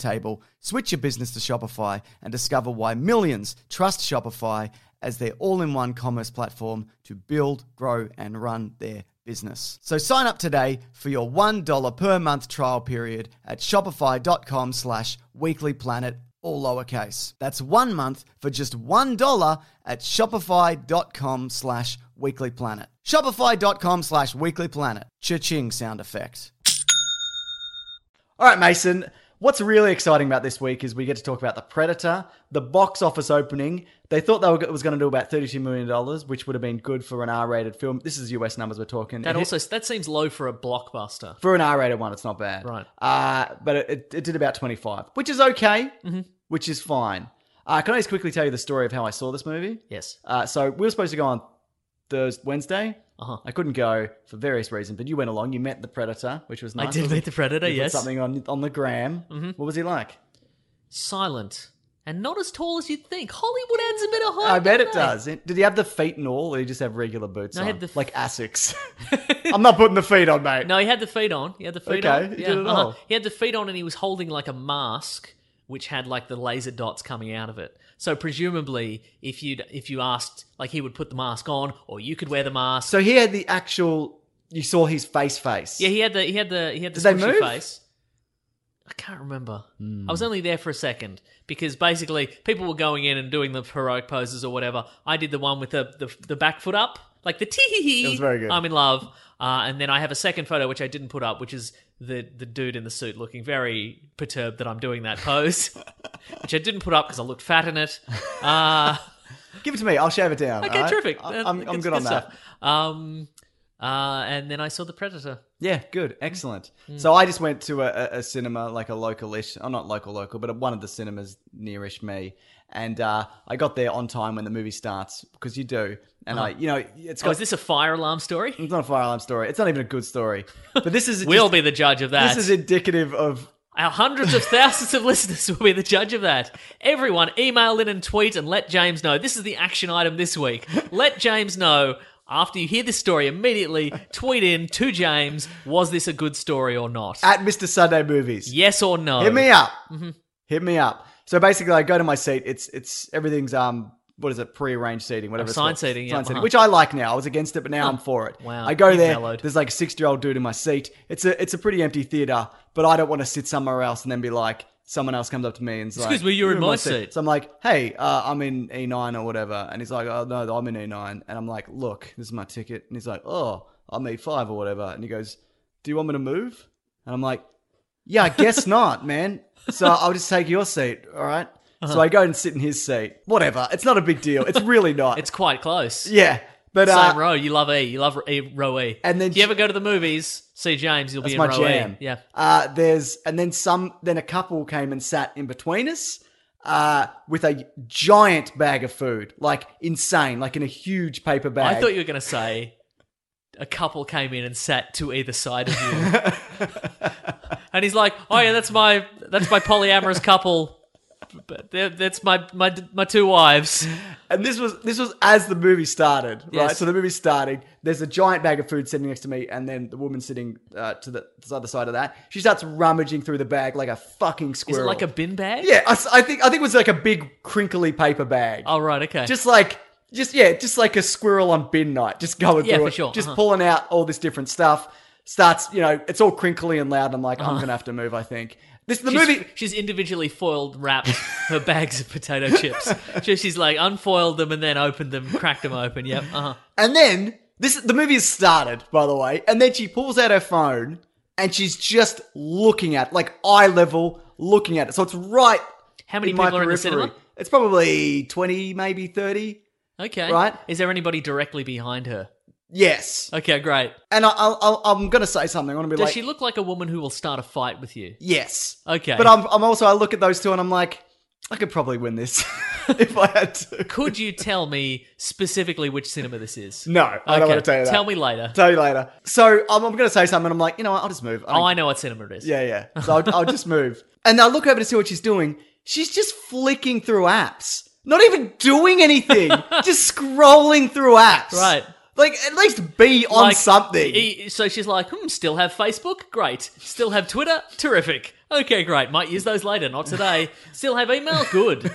[SPEAKER 2] table, switch your business to Shopify, and discover why millions trust Shopify as their all in one commerce platform to build, grow, and run their business. So sign up today for your $1 per month trial period at shopify.com slash weeklyplanet, all lowercase. That's one month for just $1 at shopify.com slash
[SPEAKER 9] Weekly Planet. Shopify.com slash Weekly Planet. Cha-ching sound effect.
[SPEAKER 2] All right, Mason. What's really exciting about this week is we get to talk about the Predator, the box office opening. They thought they were, it was going to do about thirty-two million dollars, which would have been good for an R-rated film. This is US numbers we're talking.
[SPEAKER 3] That
[SPEAKER 2] It-
[SPEAKER 3] also that seems low for a blockbuster.
[SPEAKER 2] for an R-rated one, it's not bad.
[SPEAKER 3] Right.
[SPEAKER 2] Uh, but it, it, it did about 25, which is okay,
[SPEAKER 3] Mm-hmm.
[SPEAKER 2] which is fine. Uh, can I just quickly tell you the story of how I saw this movie?
[SPEAKER 3] Yes.
[SPEAKER 2] Uh, so we were supposed to go on Thursday, Wednesday.
[SPEAKER 3] Uh-huh.
[SPEAKER 2] I couldn't go for various reasons, but you went along. You met the Predator, which was
[SPEAKER 3] I
[SPEAKER 2] nice.
[SPEAKER 3] did
[SPEAKER 2] It was-
[SPEAKER 3] meet the Predator,
[SPEAKER 2] you put
[SPEAKER 3] yes. Mm-hmm.
[SPEAKER 2] something on on the gram. What was he like?
[SPEAKER 3] Silent and not as tall as you'd think. Hollywood adds a bit of height.
[SPEAKER 2] I bet it
[SPEAKER 3] doesn't
[SPEAKER 2] does. It- Did he have the feet and all, or did he just have regular boots
[SPEAKER 3] No,
[SPEAKER 2] on?
[SPEAKER 3] he had the f-
[SPEAKER 2] like Asics. I'm not putting the feet on, mate.
[SPEAKER 3] No, he had the feet on. He had the feet
[SPEAKER 2] Okay,
[SPEAKER 3] on. uh-huh.
[SPEAKER 2] he did it all.
[SPEAKER 3] He had the feet on and he was holding like a mask which had like the laser dots coming out of it. So presumably if you would if you asked like he would put the mask on or you could wear the mask.
[SPEAKER 2] So he had the actual. You saw his face, face.
[SPEAKER 3] yeah, he had the he had the he had the
[SPEAKER 2] Did they
[SPEAKER 3] squishy
[SPEAKER 2] move?
[SPEAKER 3] face. I can't remember. I was only there for a second because basically people were going in and doing the heroic poses or whatever. I did the one with the the, the back foot up, like the tee hee hee.
[SPEAKER 2] It was very good.
[SPEAKER 3] I'm in love. Uh, and then I have a second photo which I didn't put up, which is the the dude in the suit looking very perturbed that I'm doing that pose, which I didn't put up because I looked fat in it. Uh,
[SPEAKER 2] Give it to me. I'll shave it down.
[SPEAKER 3] okay,
[SPEAKER 2] all right?
[SPEAKER 3] terrific.
[SPEAKER 2] I-
[SPEAKER 3] Uh,
[SPEAKER 2] I'm, I'm good, on that.
[SPEAKER 3] stuff. Um, uh, and then I saw the Predator. Oh,
[SPEAKER 2] Yeah, good, excellent.
[SPEAKER 3] Mm.
[SPEAKER 2] So I just went to a, a- a cinema, like a localish, oh, not local, local, but one of the cinemas nearish me, and uh, I got there on time when the movie starts because you do, and I, you know, it's
[SPEAKER 3] Oh,
[SPEAKER 2] got.
[SPEAKER 3] is this a fire alarm story?
[SPEAKER 2] it's not a fire alarm story. It's not even a good story. But this is
[SPEAKER 3] We'll
[SPEAKER 2] just-
[SPEAKER 3] be the judge of that.
[SPEAKER 2] This is indicative of
[SPEAKER 3] Our hundreds of thousands of listeners will be the judge of that. Everyone, email in and tweet and let James know. This is the action item this week. Let James know after you hear this story immediately. Tweet in to James was this a good story or not?
[SPEAKER 2] at Mr. Sunday movies.
[SPEAKER 3] yes or no?
[SPEAKER 2] Hit me up.
[SPEAKER 3] Mm-hmm.
[SPEAKER 2] Hit me up. So basically, I go to my seat. It's it's everything's um what is it pre-arranged seating whatever
[SPEAKER 3] Oh,
[SPEAKER 2] it's
[SPEAKER 3] assigned
[SPEAKER 2] called.
[SPEAKER 3] seating, yeah,
[SPEAKER 2] Assigned
[SPEAKER 3] uh-huh. Oh,
[SPEAKER 2] which I like now. I was against it, but now I'm for it.
[SPEAKER 3] Wow,
[SPEAKER 2] I go
[SPEAKER 3] you've
[SPEAKER 2] there.
[SPEAKER 3] mellowed.
[SPEAKER 2] There's like a sixty-year-old dude in my seat. It's a it's a pretty empty theater, but I don't want to sit somewhere else and then be like. Someone else comes up to me and says,
[SPEAKER 3] Excuse me, you're in my seat.
[SPEAKER 2] So I'm like, hey, uh, I'm in E9 or whatever. And he's like, oh, no, I'm in E9. And I'm like, look, this is my ticket. And he's like, oh, I'm E5 or whatever. And he goes, do you want me to move? And I'm like, yeah, I guess not, man. So I'll just take your seat, all right?
[SPEAKER 3] Uh-huh.
[SPEAKER 2] So I go and sit in his seat. Whatever. It's not a big deal. It's really not.
[SPEAKER 3] It's quite close.
[SPEAKER 2] yeah. But
[SPEAKER 3] Same
[SPEAKER 2] uh,
[SPEAKER 3] row. You love E. You love E, row E.
[SPEAKER 2] And then-
[SPEAKER 3] if you ever go to the movies, see James. You'll
[SPEAKER 2] that's
[SPEAKER 3] be in
[SPEAKER 2] my
[SPEAKER 3] row
[SPEAKER 2] jam.
[SPEAKER 3] E. Yeah.
[SPEAKER 2] Uh, there's and then some. Then a couple came and sat in between us uh, with a giant bag of food, like insane, like in a huge paper bag.
[SPEAKER 3] I thought you were going to say a couple came in and sat to either side of you. and he's like, "Oh yeah, that's my that's my polyamorous couple. But they're- that's my my my two wives."
[SPEAKER 2] And this was this was as the movie started, right?
[SPEAKER 3] Yes.
[SPEAKER 2] So the movie's starting. There's a giant bag of food sitting next to me, and then the woman sitting uh, to the to the other side of that. She starts rummaging through the bag like a fucking
[SPEAKER 3] Is it
[SPEAKER 2] squirrel.
[SPEAKER 3] like a bin bag?
[SPEAKER 2] yeah? I, s- I think I think it was like a big crinkly paper bag.
[SPEAKER 3] Oh right, okay.
[SPEAKER 2] Just like just yeah, just like a squirrel on bin night, just going
[SPEAKER 3] Yeah,
[SPEAKER 2] through
[SPEAKER 3] for
[SPEAKER 2] it,
[SPEAKER 3] sure,
[SPEAKER 2] just
[SPEAKER 3] uh-huh.
[SPEAKER 2] pulling out all this different stuff. Starts, you know, it's all crinkly and loud. I'm like, I'm gonna have to move. I think this the
[SPEAKER 3] Uh-huh. She's-
[SPEAKER 2] movie.
[SPEAKER 3] She's individually foiled wrapped her bags of potato chips. So she's like unfoiled them and then opened them, cracked them open. Yep. Uh-huh.
[SPEAKER 2] And then this the movie has started, by the way, and then she pulls out her phone and she's just looking at like eye level looking at it. So it's right.
[SPEAKER 3] How many
[SPEAKER 2] in my
[SPEAKER 3] people are in the
[SPEAKER 2] periphery.
[SPEAKER 3] cinema?
[SPEAKER 2] It's probably twenty, maybe thirty.
[SPEAKER 3] Okay.
[SPEAKER 2] Right.
[SPEAKER 3] Is there anybody directly behind her?
[SPEAKER 2] Yes,
[SPEAKER 3] Okay, great.
[SPEAKER 2] and I, I, I'm gonna say something. I'm gonna be
[SPEAKER 3] Does
[SPEAKER 2] like,
[SPEAKER 3] she look like a woman who will start a fight with you?
[SPEAKER 2] yes,
[SPEAKER 3] Okay.
[SPEAKER 2] But I'm, I'm also I look at those two and I'm like, I could probably win this if I had to.
[SPEAKER 3] Could you tell me specifically which cinema this is?
[SPEAKER 2] No, I don't
[SPEAKER 3] Okay,
[SPEAKER 2] want to tell you that.
[SPEAKER 3] Tell me later.
[SPEAKER 2] Tell you later. So I'm, I'm going to say something. I'm like, you know what? I'll just move.
[SPEAKER 3] oh, I know what cinema it is.
[SPEAKER 2] Yeah, yeah. So I'll, I'll just move. And I look over to see what she's doing. She's just flicking through apps. Not even doing anything. just scrolling through apps.
[SPEAKER 3] Right.
[SPEAKER 2] Like, at least be on
[SPEAKER 3] Like,
[SPEAKER 2] something.
[SPEAKER 3] e- so she's like, hmm, still have Facebook? Great. Still have Twitter? Terrific. Okay, great. Might use those later, not today. Still have email? Good.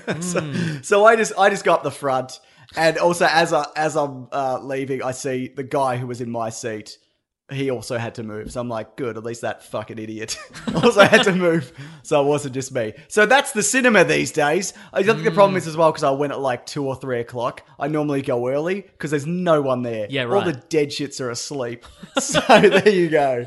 [SPEAKER 2] so I just I just got up the front, and also as I as I'm uh, leaving, I see the guy who was in my seat he also had to move. So I'm like, good, at least that fucking idiot also had to move. So it wasn't just me. So that's the cinema these days. I think the problem is as well because I went at like two or three o'clock. I normally go early because there's no one there.
[SPEAKER 3] Yeah,
[SPEAKER 2] All
[SPEAKER 3] right.
[SPEAKER 2] the dead shits are asleep. So there you go.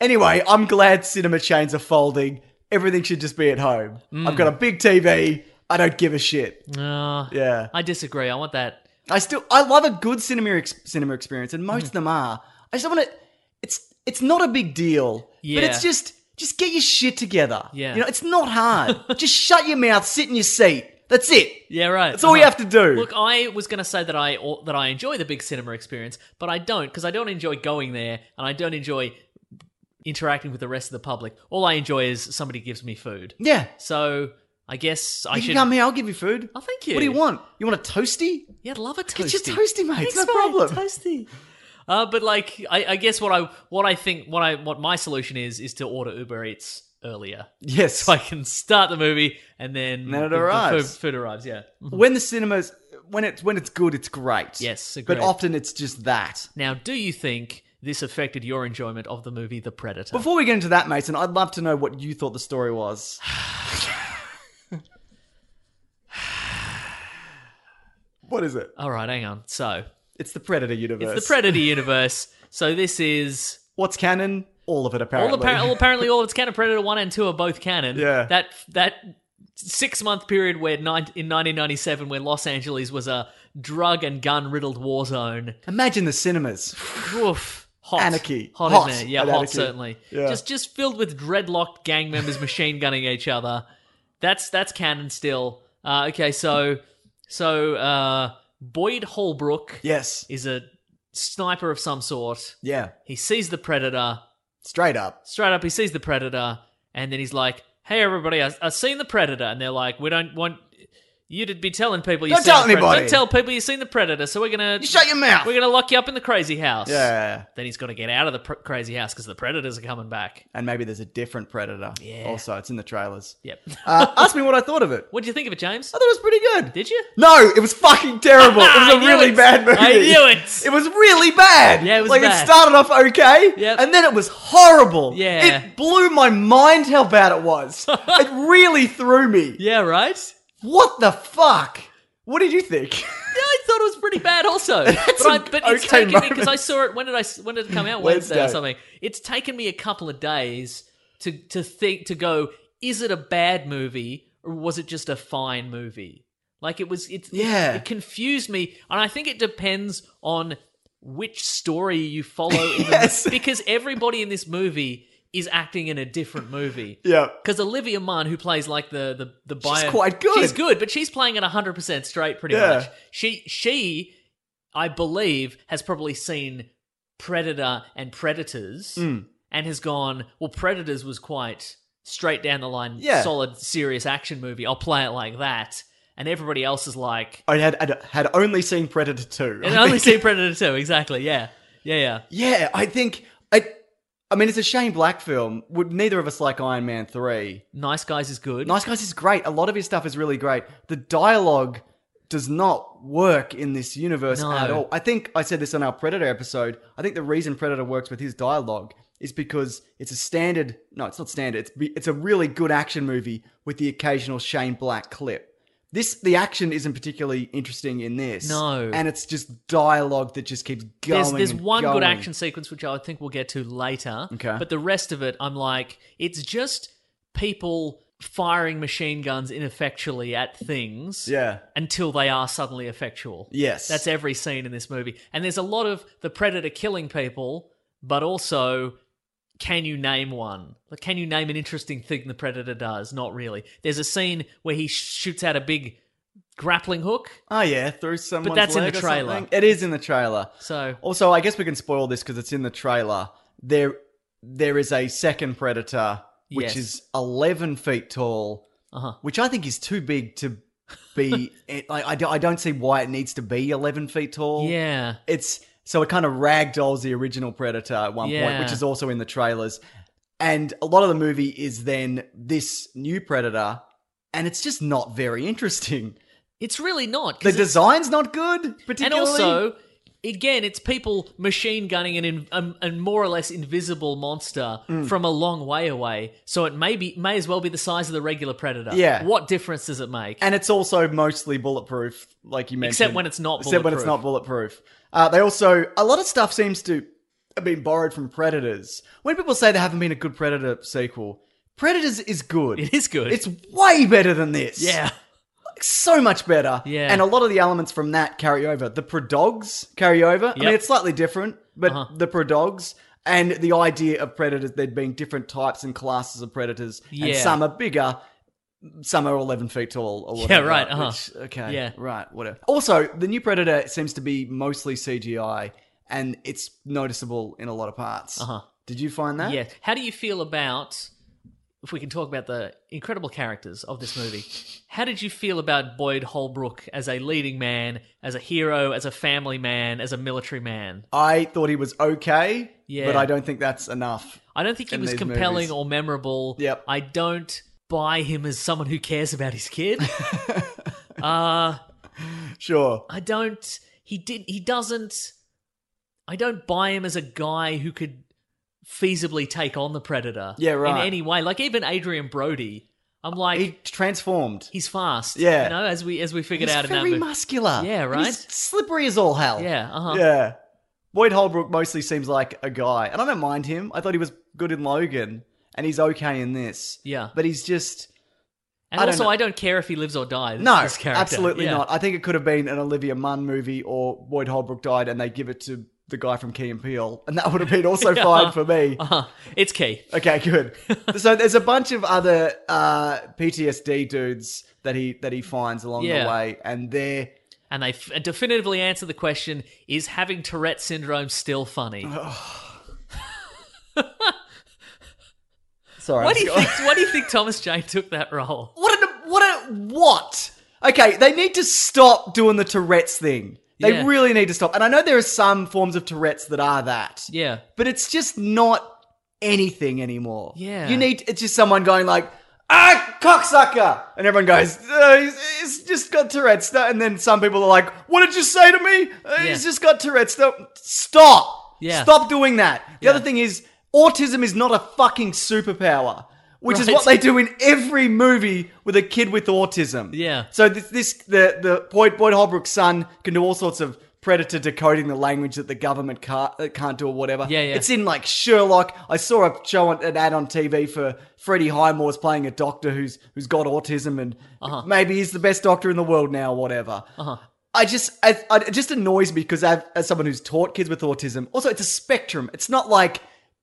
[SPEAKER 2] Anyway, I'm glad cinema chains are folding. Everything should just be at home. I've got a big TV. I don't give a shit.
[SPEAKER 3] Uh,
[SPEAKER 2] Yeah.
[SPEAKER 3] I disagree. I want that.
[SPEAKER 2] I still I love a good cinema ex- cinema experience, and
[SPEAKER 3] Mm-hmm.
[SPEAKER 2] most of them are. I just want to. It's it's not a big deal,
[SPEAKER 3] Yeah.
[SPEAKER 2] but it's just just get your shit together.
[SPEAKER 3] Yeah.
[SPEAKER 2] you know it's not hard. just shut your mouth, sit in your seat. That's it.
[SPEAKER 3] Yeah, right. Uh-huh.
[SPEAKER 2] That's all you have to do.
[SPEAKER 3] Look, I was going to say that I or, that I enjoy the big cinema experience, but I don't because I don't enjoy going there and I don't enjoy interacting with the rest of the public. All I enjoy is somebody gives me food.
[SPEAKER 2] yeah,
[SPEAKER 3] So I guess I
[SPEAKER 2] you
[SPEAKER 3] should.
[SPEAKER 2] can come here. I'll give you food.
[SPEAKER 3] Oh, thank you.
[SPEAKER 2] What do you want? You want a toasty?
[SPEAKER 3] Yeah, I'd love a toasty.
[SPEAKER 2] Get your toasty, mate. It's no
[SPEAKER 3] Thanks,
[SPEAKER 2] problem.
[SPEAKER 3] Toasty. Uh, but like, I, I guess what I what I think what I what my solution is is to order Uber Eats earlier,
[SPEAKER 2] Yes.
[SPEAKER 3] so I can start the movie and then
[SPEAKER 2] Then it
[SPEAKER 3] the- the
[SPEAKER 2] arrives.
[SPEAKER 3] Food, food arrives. Yeah.
[SPEAKER 2] when the cinemas when it's when it's good, it's great.
[SPEAKER 3] Yes, agreed.
[SPEAKER 2] but often it's just that.
[SPEAKER 3] Now, do you think this affected your enjoyment of the movie The Predator?
[SPEAKER 2] Before we get into that, Mason, I'd love to know what you thought the story was. what is it?
[SPEAKER 3] All right, hang on. So
[SPEAKER 2] It's the Predator universe.
[SPEAKER 3] it's the Predator universe. So this is
[SPEAKER 2] What's canon? All of it, apparently.
[SPEAKER 3] all apparently, all apparently all of it's canon. Predator one and two are both canon.
[SPEAKER 2] Yeah.
[SPEAKER 3] That that six month period where nine, in 1997, where Los Angeles was a drug and gun riddled war zone.
[SPEAKER 2] Imagine the cinemas.
[SPEAKER 3] Oof. Hot.
[SPEAKER 2] Anarchy.
[SPEAKER 3] Hot,
[SPEAKER 2] Hot
[SPEAKER 3] in there. Yeah,
[SPEAKER 2] and
[SPEAKER 3] hot
[SPEAKER 2] anarchy.
[SPEAKER 3] certainly.
[SPEAKER 2] Yeah.
[SPEAKER 3] Just just filled with dreadlocked gang members machine gunning each other. That's that's canon still. Uh, okay, so so uh, Boyd Holbrook
[SPEAKER 2] Yes.
[SPEAKER 3] is a sniper of some sort.
[SPEAKER 2] Yeah.
[SPEAKER 3] He sees the predator.
[SPEAKER 2] Straight up.
[SPEAKER 3] Straight up, he sees the predator, and then he's like, "Hey, everybody, I, I've seen the predator." And they're like, "We don't want you to be telling people you
[SPEAKER 2] Don't
[SPEAKER 3] seen
[SPEAKER 2] tell
[SPEAKER 3] the Predator.
[SPEAKER 2] anybody."
[SPEAKER 3] Don't tell people you've seen the predator. So we're gonna
[SPEAKER 2] You shut your mouth.
[SPEAKER 3] we're gonna lock you up in the crazy house."
[SPEAKER 2] yeah.
[SPEAKER 3] Then he's got to get out of the pr- crazy house because the predators are coming back.
[SPEAKER 2] And maybe there's a different Predator.
[SPEAKER 3] Yeah.
[SPEAKER 2] Also, it's in the trailers.
[SPEAKER 3] Yep.
[SPEAKER 2] Uh, ask me what I thought of it.
[SPEAKER 3] what do you think of it, James?
[SPEAKER 2] I thought it was pretty good.
[SPEAKER 3] Did you?
[SPEAKER 2] No, it was fucking terrible. It was
[SPEAKER 3] I
[SPEAKER 2] a
[SPEAKER 3] knew
[SPEAKER 2] really
[SPEAKER 3] it.
[SPEAKER 2] bad movie.
[SPEAKER 3] I knew it.
[SPEAKER 2] It was really bad.
[SPEAKER 3] Yeah, it was
[SPEAKER 2] like
[SPEAKER 3] bad.
[SPEAKER 2] it started off okay,
[SPEAKER 3] Yep.
[SPEAKER 2] and then it was horrible.
[SPEAKER 3] Yeah.
[SPEAKER 2] it blew my mind how bad it was. it really threw me.
[SPEAKER 3] Yeah, right.
[SPEAKER 2] What the fuck? What did you think?
[SPEAKER 3] Yeah, I thought it was pretty bad also. but, I,
[SPEAKER 2] some
[SPEAKER 3] but it's
[SPEAKER 2] okay
[SPEAKER 3] taken me because I
[SPEAKER 2] moments.
[SPEAKER 3] saw it when did I s- when did it come out Wednesday, or
[SPEAKER 2] Wednesday.
[SPEAKER 3] something. It's taken me a couple of days to to think to go is it a bad movie or was it just a fine movie? Like it was it's
[SPEAKER 2] Yeah.
[SPEAKER 3] it, it confused me and I think it depends on which story you follow in
[SPEAKER 2] Yes.
[SPEAKER 3] the, because everybody in this movie is acting in a different movie.
[SPEAKER 2] Yeah.
[SPEAKER 3] Because Olivia Munn, who plays like the the the bio,
[SPEAKER 2] quite good.
[SPEAKER 3] She's good, but she's playing it hundred percent straight, pretty
[SPEAKER 2] Yeah.
[SPEAKER 3] much. She she, I believe, has probably seen Predator and Predators,
[SPEAKER 2] Mm.
[SPEAKER 3] and has gone. Well, Predators was quite straight down the line,
[SPEAKER 2] Yeah.
[SPEAKER 3] solid, serious action movie. I'll play it like that, and everybody else is like,
[SPEAKER 2] I had I'd- had only seen Predator two.
[SPEAKER 3] and
[SPEAKER 2] I
[SPEAKER 3] I only
[SPEAKER 2] think-
[SPEAKER 3] see Predator two, exactly. Yeah, yeah, yeah.
[SPEAKER 2] Yeah, I think I. I mean, it's a Shane Black film. Would neither of us like Iron Man three?
[SPEAKER 3] Nice Guys is good.
[SPEAKER 2] Nice Guys is great. A lot of his stuff is really great. The dialogue does not work in this universe
[SPEAKER 3] No.
[SPEAKER 2] at all. I think I said this on our Predator episode. I think the reason Predator works with his dialogue is because it's a standard. No, it's not standard. It's it's a really good action movie with the occasional Shane Black clip. This the action isn't particularly interesting in this.
[SPEAKER 3] No.
[SPEAKER 2] and it's just dialogue that just keeps going.
[SPEAKER 3] There's, there's
[SPEAKER 2] and
[SPEAKER 3] one good
[SPEAKER 2] going.
[SPEAKER 3] action sequence which I think we'll get to later.
[SPEAKER 2] Okay.
[SPEAKER 3] But the rest of it, I'm like, it's just people firing machine guns ineffectually at things.
[SPEAKER 2] Yeah.
[SPEAKER 3] Until they are suddenly effectual.
[SPEAKER 2] Yes.
[SPEAKER 3] That's every scene in this movie. And there's a lot of the predator killing people, but also can you name one? Like, can you name an interesting thing the predator does? Not really. There's a scene where he shoots out a big grappling hook.
[SPEAKER 2] Oh yeah, through someone's
[SPEAKER 3] that's in
[SPEAKER 2] leg
[SPEAKER 3] the
[SPEAKER 2] or
[SPEAKER 3] trailer.
[SPEAKER 2] something. It is in the trailer.
[SPEAKER 3] So
[SPEAKER 2] Also, I guess we can spoil this because it's in the trailer. There, there is a second predator which
[SPEAKER 3] Yes.
[SPEAKER 2] is eleven feet tall,
[SPEAKER 3] Uh-huh.
[SPEAKER 2] which I think is too big to be. it, I, I, do- I don't see why it needs to be eleven feet tall.
[SPEAKER 3] yeah.
[SPEAKER 2] it's so it kind of ragdolls the original predator at one point, which
[SPEAKER 3] Yeah.
[SPEAKER 2] is also in the trailers. And a lot of the movie is then this new predator, and it's just not very interesting.
[SPEAKER 3] It's really not. 'cause
[SPEAKER 2] The
[SPEAKER 3] it's-
[SPEAKER 2] design's not good, particularly.
[SPEAKER 3] And also, again, it's people machine gunning an in, a, a more or less invisible monster
[SPEAKER 2] Mm.
[SPEAKER 3] from a long way away. So it may be may as well be the size of the regular predator.
[SPEAKER 2] Yeah.
[SPEAKER 3] What difference does it make?
[SPEAKER 2] And it's also mostly bulletproof, like you mentioned.
[SPEAKER 3] Except when it's not
[SPEAKER 2] Except when it's not bulletproof. Uh, they also, a lot of stuff seems to have been borrowed from Predators. When people say there haven't been a good Predator sequel, Predators is good. It
[SPEAKER 3] is good.
[SPEAKER 2] It's way better than this.
[SPEAKER 3] Yeah.
[SPEAKER 2] Like, so much better.
[SPEAKER 3] Yeah.
[SPEAKER 2] And a lot of the elements from that carry over. The Predogs carry over. I mean,
[SPEAKER 3] Yep.
[SPEAKER 2] it's slightly different, but
[SPEAKER 3] Uh-huh.
[SPEAKER 2] the Predogs. And the idea of predators, there'd been different types and classes of predators, and
[SPEAKER 3] Yeah.
[SPEAKER 2] some are bigger, some are 11 feet tall or
[SPEAKER 3] Yeah,
[SPEAKER 2] whatever.
[SPEAKER 3] right, uh-huh.
[SPEAKER 2] which- okay.
[SPEAKER 3] Yeah.
[SPEAKER 2] Right. Whatever. Also, the new Predator seems to be mostly CGI and it's noticeable in a lot of parts.
[SPEAKER 3] Uh-huh.
[SPEAKER 2] Did you find that?
[SPEAKER 3] Yeah. How do you feel about if we can talk about the incredible characters of this movie? How did you feel about Boyd Holbrook as a leading man, as a hero, as a family man, as a military man?
[SPEAKER 2] I thought he was okay,
[SPEAKER 3] Yeah.
[SPEAKER 2] but I don't think that's enough.
[SPEAKER 3] I don't think he
[SPEAKER 2] in
[SPEAKER 3] was
[SPEAKER 2] these
[SPEAKER 3] compelling
[SPEAKER 2] movies.
[SPEAKER 3] or memorable.
[SPEAKER 2] Yep.
[SPEAKER 3] I don't buy him as someone who cares about his kid. uh
[SPEAKER 2] Sure.
[SPEAKER 3] I don't he did he doesn't I don't buy him as a guy who could feasibly take on the predator
[SPEAKER 2] Yeah,
[SPEAKER 3] in
[SPEAKER 2] right. Uh,
[SPEAKER 3] any way. Like even Adrian Brody, I'm like
[SPEAKER 2] He transformed.
[SPEAKER 3] he's fast.
[SPEAKER 2] Yeah.
[SPEAKER 3] You know, as we as we figured
[SPEAKER 2] he's
[SPEAKER 3] out in that
[SPEAKER 2] very
[SPEAKER 3] movie.
[SPEAKER 2] muscular.
[SPEAKER 3] Yeah,
[SPEAKER 2] and
[SPEAKER 3] right?
[SPEAKER 2] he's slippery as all hell.
[SPEAKER 3] Yeah, uh-huh.
[SPEAKER 2] Yeah. Boyd Holbrook mostly seems like a guy, and I don't mind him. I thought he was good in Logan, and he's okay in this.
[SPEAKER 3] Yeah.
[SPEAKER 2] But he's just.
[SPEAKER 3] And
[SPEAKER 2] I don't
[SPEAKER 3] also
[SPEAKER 2] know.
[SPEAKER 3] I don't care if he lives or dies.
[SPEAKER 2] No,
[SPEAKER 3] this character.
[SPEAKER 2] absolutely
[SPEAKER 3] Yeah.
[SPEAKER 2] not. I think it could have been an Olivia Munn movie or Boyd Holbrook died and they give it to the guy from Key and Peele, and that would have been also
[SPEAKER 3] Yeah.
[SPEAKER 2] fine for me.
[SPEAKER 3] Uh-huh. It's key.
[SPEAKER 2] Okay, good. so there's a bunch of other uh, PTSD dudes that he that he finds along
[SPEAKER 3] Yeah.
[SPEAKER 2] the way, and they're
[SPEAKER 3] And they f- uh, definitively answer the question is having Tourette syndrome still funny?
[SPEAKER 2] Oh, sorry.
[SPEAKER 3] Why
[SPEAKER 2] I'm
[SPEAKER 3] do you
[SPEAKER 2] sorry.
[SPEAKER 3] think? Why do you think Thomas Jane took that role?
[SPEAKER 2] What a what a what? Okay, they need to stop doing the Tourette's thing. They
[SPEAKER 3] Yeah.
[SPEAKER 2] really need to stop. And I know there are some forms of Tourette's that are that.
[SPEAKER 3] Yeah,
[SPEAKER 2] but it's just not anything anymore.
[SPEAKER 3] Yeah.
[SPEAKER 2] you need it's just someone going like, "Ah, cocksucker," and everyone goes, uh, he's, "He's just got Tourette's," no," and then some people are like, "What did you say to me? Uh,
[SPEAKER 3] Yeah.
[SPEAKER 2] He's just got Tourette's." No, stop!
[SPEAKER 3] Yeah.
[SPEAKER 2] stop doing that. The other thing is, autism is not a fucking superpower. Which is
[SPEAKER 3] Right.
[SPEAKER 2] what they do in every movie with a kid with autism.
[SPEAKER 3] Yeah.
[SPEAKER 2] So this, this the the Boyd, Boyd Holbrook's son can do all sorts of predator decoding the language that the government can't, uh, can't do or whatever.
[SPEAKER 3] Yeah, yeah.
[SPEAKER 2] It's in like Sherlock. I saw a show on, an ad on TV for Freddie Highmore's playing a doctor who's who's got autism and maybe he's the best doctor in the world now, whatever.
[SPEAKER 3] Uh-huh.
[SPEAKER 2] I just I, I, it just annoys me because I've, as someone who's taught kids with autism, also it's a spectrum. It's not like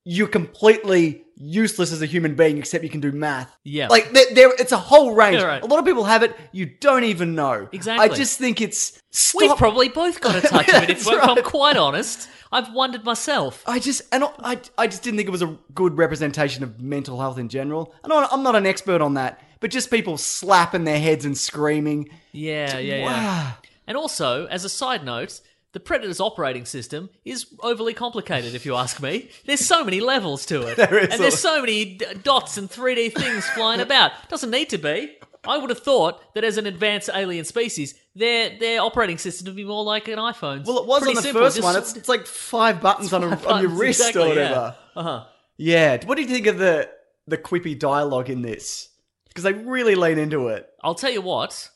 [SPEAKER 2] you're completely useless as a human being except you can do math.
[SPEAKER 3] Yeah.
[SPEAKER 2] like there, there it's a whole range.
[SPEAKER 3] Yeah, right.
[SPEAKER 2] A lot of people have it. You don't even know.
[SPEAKER 3] Exactly.
[SPEAKER 2] I just think it's stop.
[SPEAKER 3] We've probably both got a touch of it. If,
[SPEAKER 2] That's
[SPEAKER 3] if I'm
[SPEAKER 2] right.
[SPEAKER 3] quite honest, I've wondered myself.
[SPEAKER 2] I just and I I just didn't think it was a good representation of mental health in general. And I'm I'm not an expert on that, but just people slapping their heads and screaming.
[SPEAKER 3] Yeah, yeah, yeah.
[SPEAKER 2] Wow.
[SPEAKER 3] And also, as a side note, the Predator's operating system is overly complicated. If you ask me, there's so many levels to it,
[SPEAKER 2] There is
[SPEAKER 3] and
[SPEAKER 2] a-
[SPEAKER 3] there's so many d- dots and 3D things flying about. Doesn't need to be. I would have thought that as an advanced alien species, their their operating system would be more like an iPhone.
[SPEAKER 2] Well, it was
[SPEAKER 3] Pretty
[SPEAKER 2] on the
[SPEAKER 3] simple,
[SPEAKER 2] first
[SPEAKER 3] just
[SPEAKER 2] one.
[SPEAKER 3] sort
[SPEAKER 2] It's, it's like five buttons on, a,
[SPEAKER 3] Five
[SPEAKER 2] on your
[SPEAKER 3] buttons,
[SPEAKER 2] wrist
[SPEAKER 3] exactly,
[SPEAKER 2] or
[SPEAKER 3] yeah.
[SPEAKER 2] whatever.
[SPEAKER 3] Uh-huh.
[SPEAKER 2] Yeah. What do you think of the the quippy dialogue in this? Because they really lean into it.
[SPEAKER 3] I'll tell you what,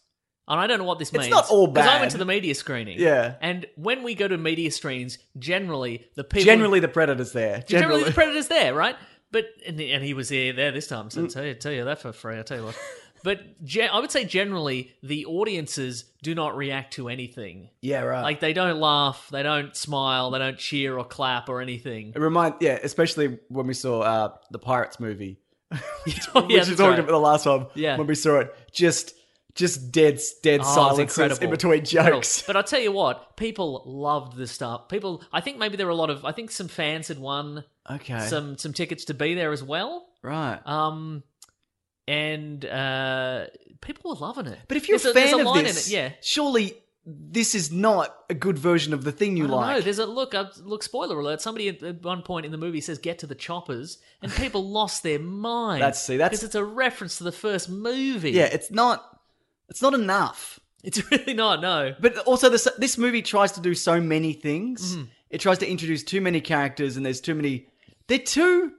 [SPEAKER 3] and I don't know what this
[SPEAKER 2] It's
[SPEAKER 3] means.
[SPEAKER 2] not all
[SPEAKER 3] Because I
[SPEAKER 2] bad.
[SPEAKER 3] went to the media screening.
[SPEAKER 2] Yeah.
[SPEAKER 3] And when we go to media screenings, generally the people
[SPEAKER 2] Generally, the predator's there.
[SPEAKER 3] generally,
[SPEAKER 2] Generally,
[SPEAKER 3] the predator's there, right? But and, and he was here there this time.
[SPEAKER 2] Mm.
[SPEAKER 3] So tell you tell you that for free. I will tell you what. But ge- I would say generally the audiences do not react to anything.
[SPEAKER 2] yeah, right.
[SPEAKER 3] Like they don't laugh, they don't smile, they don't cheer or clap or anything.
[SPEAKER 2] it remind yeah, especially when we saw uh, the pirates movie,
[SPEAKER 3] Oh, yeah,
[SPEAKER 2] which you
[SPEAKER 3] that's
[SPEAKER 2] talked
[SPEAKER 3] right.
[SPEAKER 2] about the last one.
[SPEAKER 3] Yeah.
[SPEAKER 2] when we saw it, just just dead dead
[SPEAKER 3] Oh, it's
[SPEAKER 2] silences
[SPEAKER 3] incredible.
[SPEAKER 2] in between
[SPEAKER 3] Incredible.
[SPEAKER 2] jokes.
[SPEAKER 3] But I'll tell you what, people loved the stuff. People, I think maybe there were a lot of. I think some fans had won
[SPEAKER 2] Okay,
[SPEAKER 3] some some tickets to be there as well.
[SPEAKER 2] right.
[SPEAKER 3] Um, and uh, people were loving it.
[SPEAKER 2] But if you're
[SPEAKER 3] There's
[SPEAKER 2] a fan
[SPEAKER 3] there's
[SPEAKER 2] of
[SPEAKER 3] line
[SPEAKER 2] this,
[SPEAKER 3] in it, yeah.
[SPEAKER 2] surely this is not a good version of the thing you
[SPEAKER 3] I don't
[SPEAKER 2] like.
[SPEAKER 3] know. There's a look. Uh, look. Spoiler alert. Somebody at, at one point in the movie says, "Get to the choppers," and people lost their mind.
[SPEAKER 2] That's- see, that's-
[SPEAKER 3] because it's a reference to the first movie.
[SPEAKER 2] Yeah, it's not. It's not enough.
[SPEAKER 3] It's really not, no.
[SPEAKER 2] But also, this this movie tries to do so many things.
[SPEAKER 3] Mm-hmm.
[SPEAKER 2] It tries to introduce too many characters, and there's too many. They're too.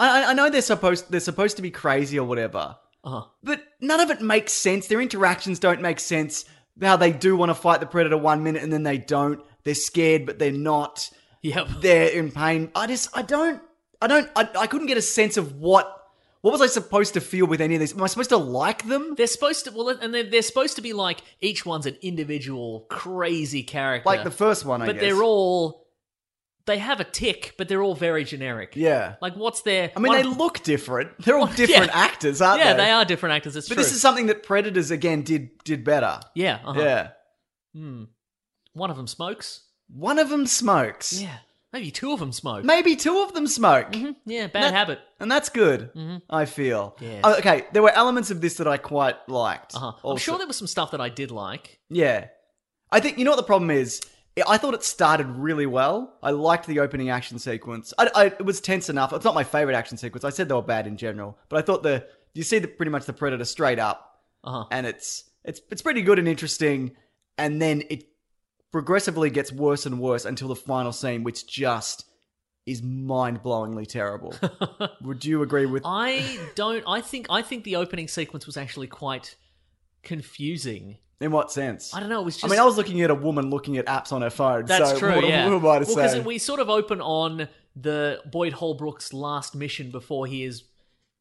[SPEAKER 2] I I- I know they're supposed they're supposed to be crazy or whatever,
[SPEAKER 3] Uh-huh.
[SPEAKER 2] but none of it makes sense. Their interactions don't make sense. How they do want to fight the predator one minute and then they don't. They're scared, but they're not.
[SPEAKER 3] Yep.
[SPEAKER 2] They're in pain. I just I don't I don't I, I couldn't get a sense of what what was I supposed to feel with any of these. Am I supposed to like them?
[SPEAKER 3] They're supposed to well, and they're, they're supposed to be like each one's an individual crazy character,
[SPEAKER 2] Like the first one, I
[SPEAKER 3] but
[SPEAKER 2] guess.
[SPEAKER 3] they're all they have a tick, but they're all very generic.
[SPEAKER 2] Yeah.
[SPEAKER 3] Like, what's their?
[SPEAKER 2] I mean,
[SPEAKER 3] one-
[SPEAKER 2] they look different. They're all different
[SPEAKER 3] yeah.
[SPEAKER 2] actors, aren't
[SPEAKER 3] yeah,
[SPEAKER 2] they?
[SPEAKER 3] they are different actors. It's
[SPEAKER 2] But
[SPEAKER 3] true.
[SPEAKER 2] this is something that Predators again did did better.
[SPEAKER 3] yeah, uh-huh.
[SPEAKER 2] Yeah.
[SPEAKER 3] Hmm. One of them smokes.
[SPEAKER 2] One of them smokes.
[SPEAKER 3] Yeah, Mm-hmm. maybe two of them smoke.
[SPEAKER 2] Maybe two of them smoke.
[SPEAKER 3] Yeah, bad
[SPEAKER 2] That-
[SPEAKER 3] habit.
[SPEAKER 2] And that's good,
[SPEAKER 3] Mhm.
[SPEAKER 2] I feel.
[SPEAKER 3] Yeah.
[SPEAKER 2] Oh, okay, there were elements of this that I quite liked.
[SPEAKER 3] Uh-huh. I'm
[SPEAKER 2] also.
[SPEAKER 3] sure there was some stuff that I did like.
[SPEAKER 2] Yeah. I think, you know what the problem is? I- I thought it started really well. I liked the opening action sequence. I, I, it was tense enough. It's not my favorite action sequence. I said they were bad in general, but I thought the you see the, pretty much the predator straight up,
[SPEAKER 3] Uh-huh.
[SPEAKER 2] and it's it's it's pretty good and interesting. And then it progressively gets worse and worse until the final scene, which just is mind-blowingly terrible. Would you agree with?
[SPEAKER 3] I don't. I think. I think the opening sequence was actually quite confusing.
[SPEAKER 2] in what sense?
[SPEAKER 3] I don't know. It was just.
[SPEAKER 2] I mean, I was looking at a woman looking at apps on her phone.
[SPEAKER 3] That's
[SPEAKER 2] so
[SPEAKER 3] true.
[SPEAKER 2] What,
[SPEAKER 3] yeah.
[SPEAKER 2] what am I to say?
[SPEAKER 3] well, because we sort of open on the Boyd Holbrook's last mission before he is,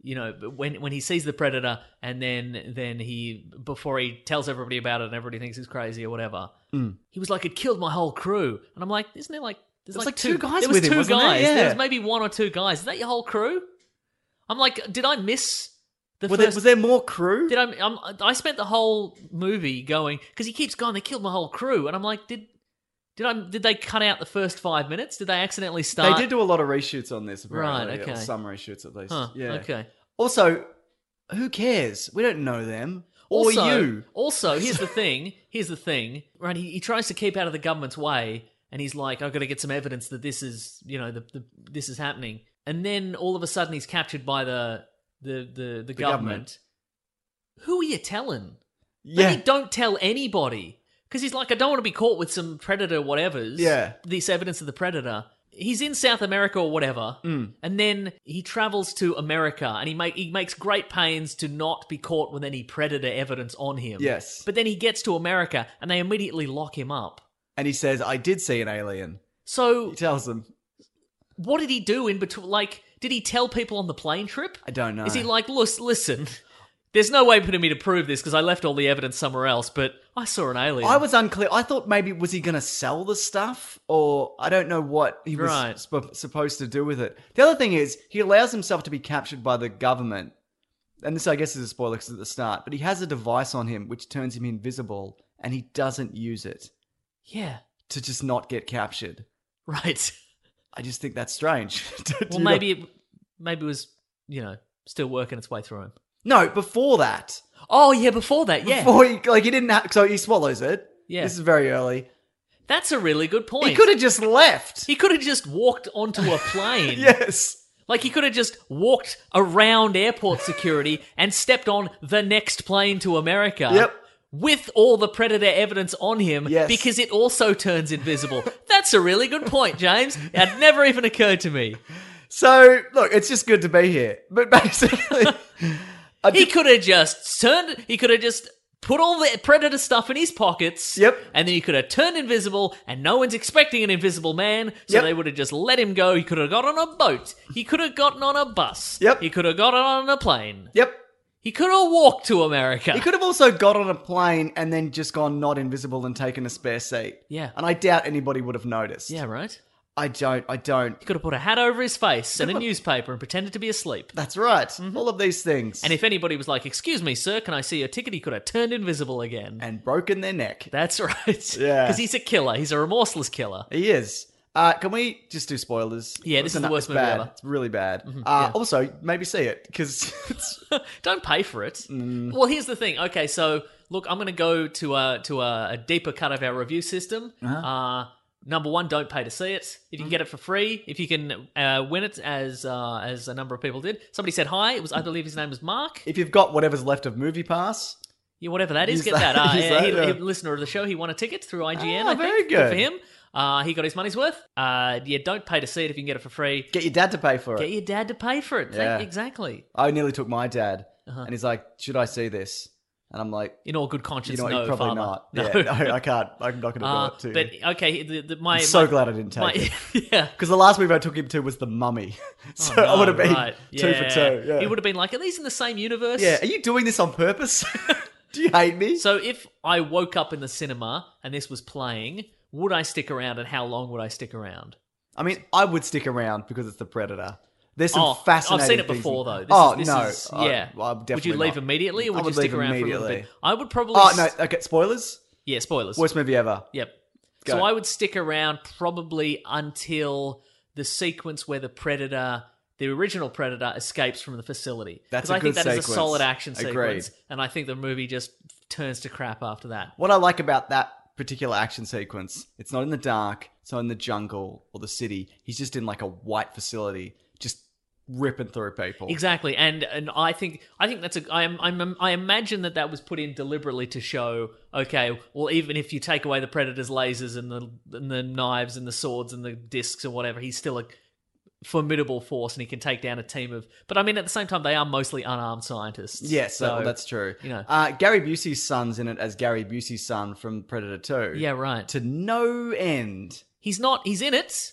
[SPEAKER 3] you know, when when he sees the predator, and then then he before he tells everybody about it, and everybody thinks he's crazy or whatever.
[SPEAKER 2] Hmm.
[SPEAKER 3] He was like, "It killed my whole crew," and I'm like, "Isn't there like there's
[SPEAKER 2] There was
[SPEAKER 3] like,
[SPEAKER 2] like two guys
[SPEAKER 3] There was
[SPEAKER 2] with him,
[SPEAKER 3] two
[SPEAKER 2] wasn't there?
[SPEAKER 3] guys.
[SPEAKER 2] Yeah.
[SPEAKER 3] was maybe one or two guys. Is that your whole crew?" I'm like, "Did I miss?" The
[SPEAKER 2] Were there-
[SPEAKER 3] first,
[SPEAKER 2] was there more crew?
[SPEAKER 3] did I? I'm, I spent the whole movie going because he keeps going. They killed my whole crew, and I'm like, did did I? Did they cut out the first five minutes? Did they accidentally
[SPEAKER 2] They
[SPEAKER 3] start?
[SPEAKER 2] did do a lot of reshoots on this, apparently.
[SPEAKER 3] Right,
[SPEAKER 2] or
[SPEAKER 3] okay.
[SPEAKER 2] some reshoots at least.
[SPEAKER 3] Huh,
[SPEAKER 2] yeah.
[SPEAKER 3] Okay.
[SPEAKER 2] Also, who cares? We don't know them or
[SPEAKER 3] also,
[SPEAKER 2] you.
[SPEAKER 3] Also, here's the thing. Here's the thing. Right? He, he tries to keep out of the government's way, and he's like, I've got to get some evidence that this is, you know, the, the this is happening. And then all of a sudden, he's captured by the the the, the, government.
[SPEAKER 2] government.
[SPEAKER 3] Who are you telling?
[SPEAKER 2] Yeah,
[SPEAKER 3] They don't tell anybody because he's like, I don't want to be caught with some predator, whatever's.
[SPEAKER 2] Yeah.
[SPEAKER 3] This evidence of the predator. He's in South America or whatever,
[SPEAKER 2] Mm.
[SPEAKER 3] and then he travels to America, and he make he makes great pains to not be caught with any predator evidence on him.
[SPEAKER 2] Yes.
[SPEAKER 3] but then he gets to America, and they immediately lock him up.
[SPEAKER 2] and he says, "I did see an alien."
[SPEAKER 3] So,
[SPEAKER 2] He tells them,
[SPEAKER 3] what did he do in between? Like, did he tell people on the plane trip?
[SPEAKER 2] "I don't know."
[SPEAKER 3] Is he like, "Lis- listen, there's no way for me to prove this because I left all the evidence somewhere else, but I saw an alien.
[SPEAKER 2] I was unclear. I thought maybe was he going to sell the stuff, or I don't know what he was
[SPEAKER 3] Right.
[SPEAKER 2] sp- supposed to do with it. The other thing is he allows himself to be captured by the government, and this I guess is a spoiler 'cause it's at the start. But he has a device on him which turns him invisible, and he doesn't use it
[SPEAKER 3] yeah,
[SPEAKER 2] to just not get captured.
[SPEAKER 3] right.
[SPEAKER 2] I just think that's strange. Do- do
[SPEAKER 3] Well,
[SPEAKER 2] you
[SPEAKER 3] maybe it, maybe it was you know still working its way through him.
[SPEAKER 2] not- no. Before that,
[SPEAKER 3] Oh yeah, before that, yeah,
[SPEAKER 2] before he, like he didn't. Have, so he swallows it.
[SPEAKER 3] Yeah.
[SPEAKER 2] this is very early.
[SPEAKER 3] that's a really good point.
[SPEAKER 2] He could have just left.
[SPEAKER 3] He could have just walked onto a plane.
[SPEAKER 2] yes.
[SPEAKER 3] Like he could have just walked around airport security and stepped on the next plane to America.
[SPEAKER 2] Yep.
[SPEAKER 3] With all the predator evidence on him
[SPEAKER 2] Yes.
[SPEAKER 3] because it also turns invisible. That's a really good point, James. That never even occurred to me.
[SPEAKER 2] So look, it's just good to be here. But basically, I
[SPEAKER 3] He
[SPEAKER 2] did-
[SPEAKER 3] could have just turned. He could have just put all the predator stuff in his pockets.
[SPEAKER 2] Yep.
[SPEAKER 3] And then he could have turned invisible, and no one's expecting an invisible man, so
[SPEAKER 2] Yep.
[SPEAKER 3] they would have just let him go. He could have got on a boat. He could have gotten on a bus.
[SPEAKER 2] Yep.
[SPEAKER 3] He could have gotten on a plane.
[SPEAKER 2] yep.
[SPEAKER 3] He could have walked to America.
[SPEAKER 2] He could have also got on a plane and then just gone not invisible and taken a spare seat.
[SPEAKER 3] Yeah.
[SPEAKER 2] And I doubt anybody would have noticed.
[SPEAKER 3] Yeah. Right.
[SPEAKER 2] I don't. I don't.
[SPEAKER 3] He could have put a hat over his face and a newspaper and pretended to be asleep.
[SPEAKER 2] That's right. All of these things.
[SPEAKER 3] Mm-hmm. And if anybody was like, "Excuse me, sir, can I see your ticket?" He could have turned invisible again.
[SPEAKER 2] and broken their neck.
[SPEAKER 3] That's right.
[SPEAKER 2] Yeah.
[SPEAKER 3] Because he's a killer. He's a remorseless killer.
[SPEAKER 2] He is. Uh, can we just do spoilers?
[SPEAKER 3] Yeah,
[SPEAKER 2] It's
[SPEAKER 3] this is the
[SPEAKER 2] not-
[SPEAKER 3] worst
[SPEAKER 2] it's
[SPEAKER 3] movie
[SPEAKER 2] bad.
[SPEAKER 3] ever. Mm-hmm.
[SPEAKER 2] It's really bad.
[SPEAKER 3] yeah.
[SPEAKER 2] uh, Also, maybe see it because it's
[SPEAKER 3] Don't pay for it.
[SPEAKER 2] Mm.
[SPEAKER 3] Well, here's the thing. Okay, so look, I'm going to go to a to a, a deeper cut of our review system.
[SPEAKER 2] Uh-huh.
[SPEAKER 3] uh number one, don't pay to see it. If you
[SPEAKER 2] Mm-hmm.
[SPEAKER 3] can get it for free, if you can uh, win it, as uh, as a number of people did. Somebody said hi. It was I believe his name was Mark.
[SPEAKER 2] if you've got whatever's left of Movie Pass,
[SPEAKER 3] Yeah, whatever that is,
[SPEAKER 2] Is
[SPEAKER 3] get
[SPEAKER 2] that-
[SPEAKER 3] that. Uh,
[SPEAKER 2] is
[SPEAKER 3] he-
[SPEAKER 2] that,
[SPEAKER 3] he-
[SPEAKER 2] yeah.
[SPEAKER 3] listener of the show, he won a ticket through
[SPEAKER 2] Ah,
[SPEAKER 3] IGN. I think.
[SPEAKER 2] very
[SPEAKER 3] for
[SPEAKER 2] good.
[SPEAKER 3] him. Uh, he got his money's worth. Uh, yeah, don't pay to see it if you can get it for free.
[SPEAKER 2] Get your dad to pay for it.
[SPEAKER 3] Get your dad to pay for it. Thank-
[SPEAKER 2] Yeah.
[SPEAKER 3] exactly.
[SPEAKER 2] I nearly took my dad,
[SPEAKER 3] Uh-huh.
[SPEAKER 2] and he's like, "Should I see this?" And I'm like,
[SPEAKER 3] In all good
[SPEAKER 2] "You
[SPEAKER 3] conscience,
[SPEAKER 2] know, what,
[SPEAKER 3] no,
[SPEAKER 2] you're probably
[SPEAKER 3] father.
[SPEAKER 2] not.
[SPEAKER 3] No.
[SPEAKER 2] Yeah, no, I can't. I'm not going to
[SPEAKER 3] Uh,
[SPEAKER 2] do it to
[SPEAKER 3] but
[SPEAKER 2] you."
[SPEAKER 3] okay, the, the, my,
[SPEAKER 2] I'm so
[SPEAKER 3] my-
[SPEAKER 2] glad I didn't take
[SPEAKER 3] my-
[SPEAKER 2] it.
[SPEAKER 3] yeah.
[SPEAKER 2] Because the last movie I took him to was The Mummy, so
[SPEAKER 3] Oh,
[SPEAKER 2] I would have been
[SPEAKER 3] right.
[SPEAKER 2] two
[SPEAKER 3] Yeah.
[SPEAKER 2] for two. Yeah.
[SPEAKER 3] He would have been like, "Are these in the same universe?"
[SPEAKER 2] yeah. Are you doing this on purpose? do you hate me?
[SPEAKER 3] So if I woke up in the cinema and this was playing, would I stick around, and how long would I stick around?
[SPEAKER 2] I mean, I would stick around because it's The Predator. There's some
[SPEAKER 3] Oh,
[SPEAKER 2] fascinating.
[SPEAKER 3] I've seen it
[SPEAKER 2] things-
[SPEAKER 3] before though. This
[SPEAKER 2] oh
[SPEAKER 3] is, this
[SPEAKER 2] no!
[SPEAKER 3] is-
[SPEAKER 2] I-
[SPEAKER 3] yeah.
[SPEAKER 2] well, I'm definitely
[SPEAKER 3] would you leave
[SPEAKER 2] not.
[SPEAKER 3] immediately, or
[SPEAKER 2] I
[SPEAKER 3] would,
[SPEAKER 2] would
[SPEAKER 3] you stick
[SPEAKER 2] leave
[SPEAKER 3] around for a little
[SPEAKER 2] immediately.
[SPEAKER 3] bit? I would probably.
[SPEAKER 2] Oh
[SPEAKER 3] s-
[SPEAKER 2] no! Okay, spoilers.
[SPEAKER 3] Yeah, spoilers.
[SPEAKER 2] Worst movie ever.
[SPEAKER 3] Yep.
[SPEAKER 2] Go.
[SPEAKER 3] So I would stick around probably until the sequence where the predator, the original predator, escapes from the facility.
[SPEAKER 2] That's
[SPEAKER 3] 'Cause
[SPEAKER 2] a
[SPEAKER 3] I think
[SPEAKER 2] good
[SPEAKER 3] that is a
[SPEAKER 2] sequence.
[SPEAKER 3] solid action
[SPEAKER 2] Agreed.
[SPEAKER 3] sequence, and I think the movie just turns to crap after that.
[SPEAKER 2] What I like about that particular action sequence, it's not in the dark, it's not in the jungle or the city. He's just in like a white facility, just ripping through people.
[SPEAKER 3] Exactly, and and I think I think that's a I am I'm, I imagine that that was put in deliberately to show okay, well even if you take away the predator's lasers and the and the knives and the swords and the discs or whatever, he's still a formidable force and he can take down a team of. But I mean, at the same time, they are mostly unarmed scientists.
[SPEAKER 2] Yes, so, that's true.
[SPEAKER 3] you know.
[SPEAKER 2] uh, Gary Busey's son's in it as Gary Busey's son from Predator Two.
[SPEAKER 3] yeah, right.
[SPEAKER 2] to no end.
[SPEAKER 3] He's not. He's in it,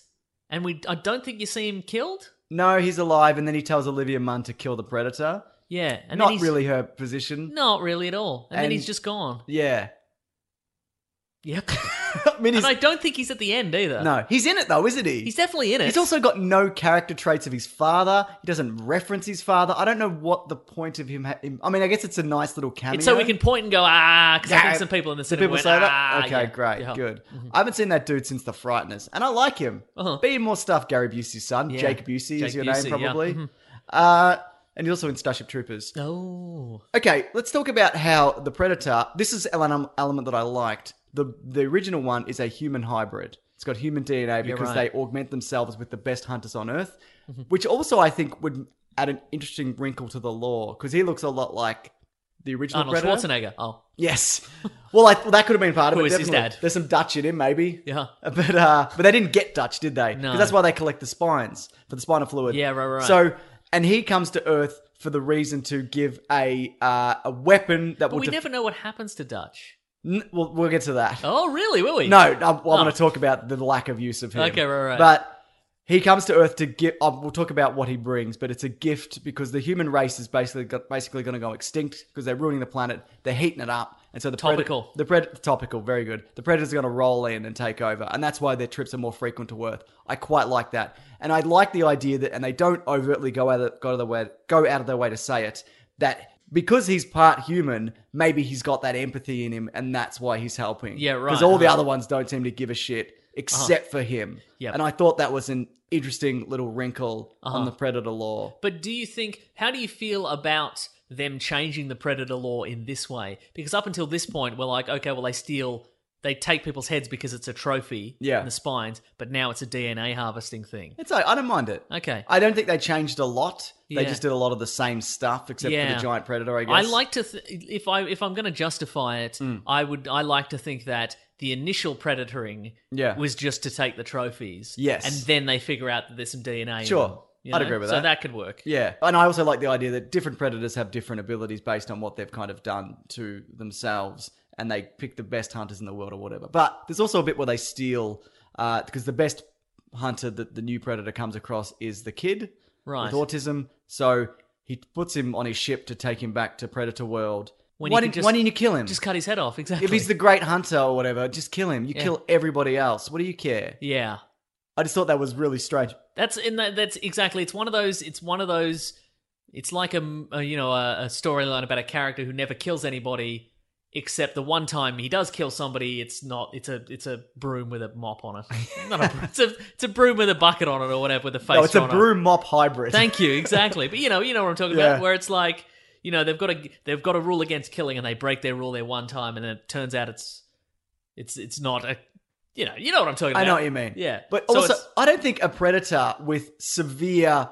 [SPEAKER 3] and we I don't think you see him killed.
[SPEAKER 2] No, he's alive, and then he tells Olivia Munn to kill the predator.
[SPEAKER 3] Yeah, and then
[SPEAKER 2] Not
[SPEAKER 3] he's,
[SPEAKER 2] really her position.
[SPEAKER 3] Not really at all. And, then
[SPEAKER 2] And-
[SPEAKER 3] he's just gone.
[SPEAKER 2] Yeah,
[SPEAKER 3] Yep.
[SPEAKER 2] I mean, he's,
[SPEAKER 3] and I don't think he's at the end either.
[SPEAKER 2] no, he's in it though, isn't he?
[SPEAKER 3] He's definitely in it.
[SPEAKER 2] He's also got no character traits of his father. He doesn't reference his father. I don't know what the point of him. Ha- him- I mean, I guess it's a nice little cameo.
[SPEAKER 3] It's so we can point and go, ah, because I
[SPEAKER 2] Yeah.
[SPEAKER 3] think some people in the
[SPEAKER 2] Do
[SPEAKER 3] cinema
[SPEAKER 2] people
[SPEAKER 3] went,
[SPEAKER 2] say
[SPEAKER 3] "Ah,"
[SPEAKER 2] that? Okay,
[SPEAKER 3] yeah,
[SPEAKER 2] great,
[SPEAKER 3] yeah. Mm-hmm.
[SPEAKER 2] good. I haven't seen that dude since The Frighteners, and I like him.
[SPEAKER 3] Uh-huh.
[SPEAKER 2] Be in more stuff, Gary Busey's son,
[SPEAKER 3] Yeah.
[SPEAKER 2] Jake Busey
[SPEAKER 3] Jake
[SPEAKER 2] is your
[SPEAKER 3] Busey,
[SPEAKER 2] name
[SPEAKER 3] yeah.
[SPEAKER 2] probably.
[SPEAKER 3] Mhm.
[SPEAKER 2] Uh, and he's also in Starship Troopers.
[SPEAKER 3] Oh,
[SPEAKER 2] Okay, let's talk about how the Predator. This is an element that I liked. the The original one is a human hybrid. It's got human DNA because
[SPEAKER 3] right. Mm-hmm.
[SPEAKER 2] they augment themselves with the best hunters on Earth, which also I think would add an interesting wrinkle to the lore because he looks a lot like the original
[SPEAKER 3] Arnold
[SPEAKER 2] Predator.
[SPEAKER 3] Schwarzenegger. Oh,
[SPEAKER 2] Yes. Well, I, well, that could have been part of
[SPEAKER 3] Who
[SPEAKER 2] it.
[SPEAKER 3] is his
[SPEAKER 2] definitely.
[SPEAKER 3] dad?
[SPEAKER 2] There's some Dutch in him, maybe.
[SPEAKER 3] Yeah.
[SPEAKER 2] But uh, but they didn't get Dutch, did they? 'Cause
[SPEAKER 3] No.
[SPEAKER 2] that's why they collect the spines for the spinal fluid.
[SPEAKER 3] Yeah, right, right.
[SPEAKER 2] So and he comes to Earth for the reason to give a uh, a weapon that
[SPEAKER 3] but
[SPEAKER 2] will.
[SPEAKER 3] we
[SPEAKER 2] def-
[SPEAKER 3] never know what happens to Dutch.
[SPEAKER 2] N- we'll, we'll get to that.
[SPEAKER 3] Oh, really? Will we?
[SPEAKER 2] No, I, I want to
[SPEAKER 3] Oh.
[SPEAKER 2] talk about the lack of use of him.
[SPEAKER 3] Okay, right, right.
[SPEAKER 2] But he comes to Earth to give. Uh, we'll talk about what he brings, but it's a gift because the human race is basically got, basically going to go extinct because they're ruining the planet. They're heating it up, and so the pred-
[SPEAKER 3] Topical.
[SPEAKER 2] the pred- topical, very good. The predators are going to roll in and take over, and that's why their trips are more frequent to Earth. I quite like that, and I like the idea that, and they don't overtly go out of, go out of the way go out of their way to say it that. Because he's part human, maybe he's got that empathy in him, and that's why he's helping.
[SPEAKER 3] Yeah, right,
[SPEAKER 2] Because all the
[SPEAKER 3] right.
[SPEAKER 2] other ones don't seem to give a shit except for him.
[SPEAKER 3] Uh-huh. Yep. Uh-huh.
[SPEAKER 2] And I thought that was an interesting little wrinkle on the predator law.
[SPEAKER 3] But do you think? How do you feel about them changing the predator law in this way? Because up until this point, we're like, okay, well, they steal, they take people's heads because it's a trophy,
[SPEAKER 2] Yeah.
[SPEAKER 3] and the spines. But now it's a DNA harvesting thing.
[SPEAKER 2] It's like, I don't mind it.
[SPEAKER 3] Okay.
[SPEAKER 2] I don't think they changed a lot. They
[SPEAKER 3] Yeah.
[SPEAKER 2] just did a lot of the same stuff except for
[SPEAKER 3] Yeah.
[SPEAKER 2] the giant predator, I guess. Mm.
[SPEAKER 3] I like to th- if I if I'm going to justify it, I would I like to think that the initial predatoring
[SPEAKER 2] Yeah.
[SPEAKER 3] was just to take the trophies.
[SPEAKER 2] Yes.
[SPEAKER 3] And then they figure out that there's some DNA. in
[SPEAKER 2] Sure.
[SPEAKER 3] them,
[SPEAKER 2] I'd agree with
[SPEAKER 3] so
[SPEAKER 2] that.
[SPEAKER 3] that could work.
[SPEAKER 2] Yeah. And I also like the idea that different predators have different abilities based on what they've kind of done to themselves and they pick the best hunters in the world or whatever. But there's also a bit where they steal uh, because the best hunter that the new predator comes across is the kid
[SPEAKER 3] Right.
[SPEAKER 2] with autism. So he puts him on his ship to take him back to Predator World.
[SPEAKER 3] When
[SPEAKER 2] why,
[SPEAKER 3] you could
[SPEAKER 2] didn't,
[SPEAKER 3] just-
[SPEAKER 2] why didn't you kill him?
[SPEAKER 3] Just cut his head off. Exactly.
[SPEAKER 2] if he's the great hunter or whatever, just kill him. You kill everybody else. What do you care?
[SPEAKER 3] yeah.
[SPEAKER 2] I just thought that was really strange.
[SPEAKER 3] That's in that. That's exactly. It's one of those. It's one of those. It's like a, a you know a, a storyline about a character who never kills anybody, except the one time he does kill somebody. It's not. It's a it's a broom with a mop on it. Not a. broom. it's a it's a broom with a bucket on it or whatever with a face.
[SPEAKER 2] No, it's a
[SPEAKER 3] on it.
[SPEAKER 2] broom mop hybrid.
[SPEAKER 3] Thank you, exactly. But you know, you know what I'm talking
[SPEAKER 2] Yeah.
[SPEAKER 3] about, where it's like, you know, they've got a they've got a rule against killing, and they break their rule there one time, and then it turns out it's it's it's not a, you know, you know what I'm talking
[SPEAKER 2] I
[SPEAKER 3] about.
[SPEAKER 2] know what you mean.
[SPEAKER 3] Yeah,
[SPEAKER 2] But
[SPEAKER 3] So
[SPEAKER 2] also,
[SPEAKER 3] it's-
[SPEAKER 2] I don't think a predator with severe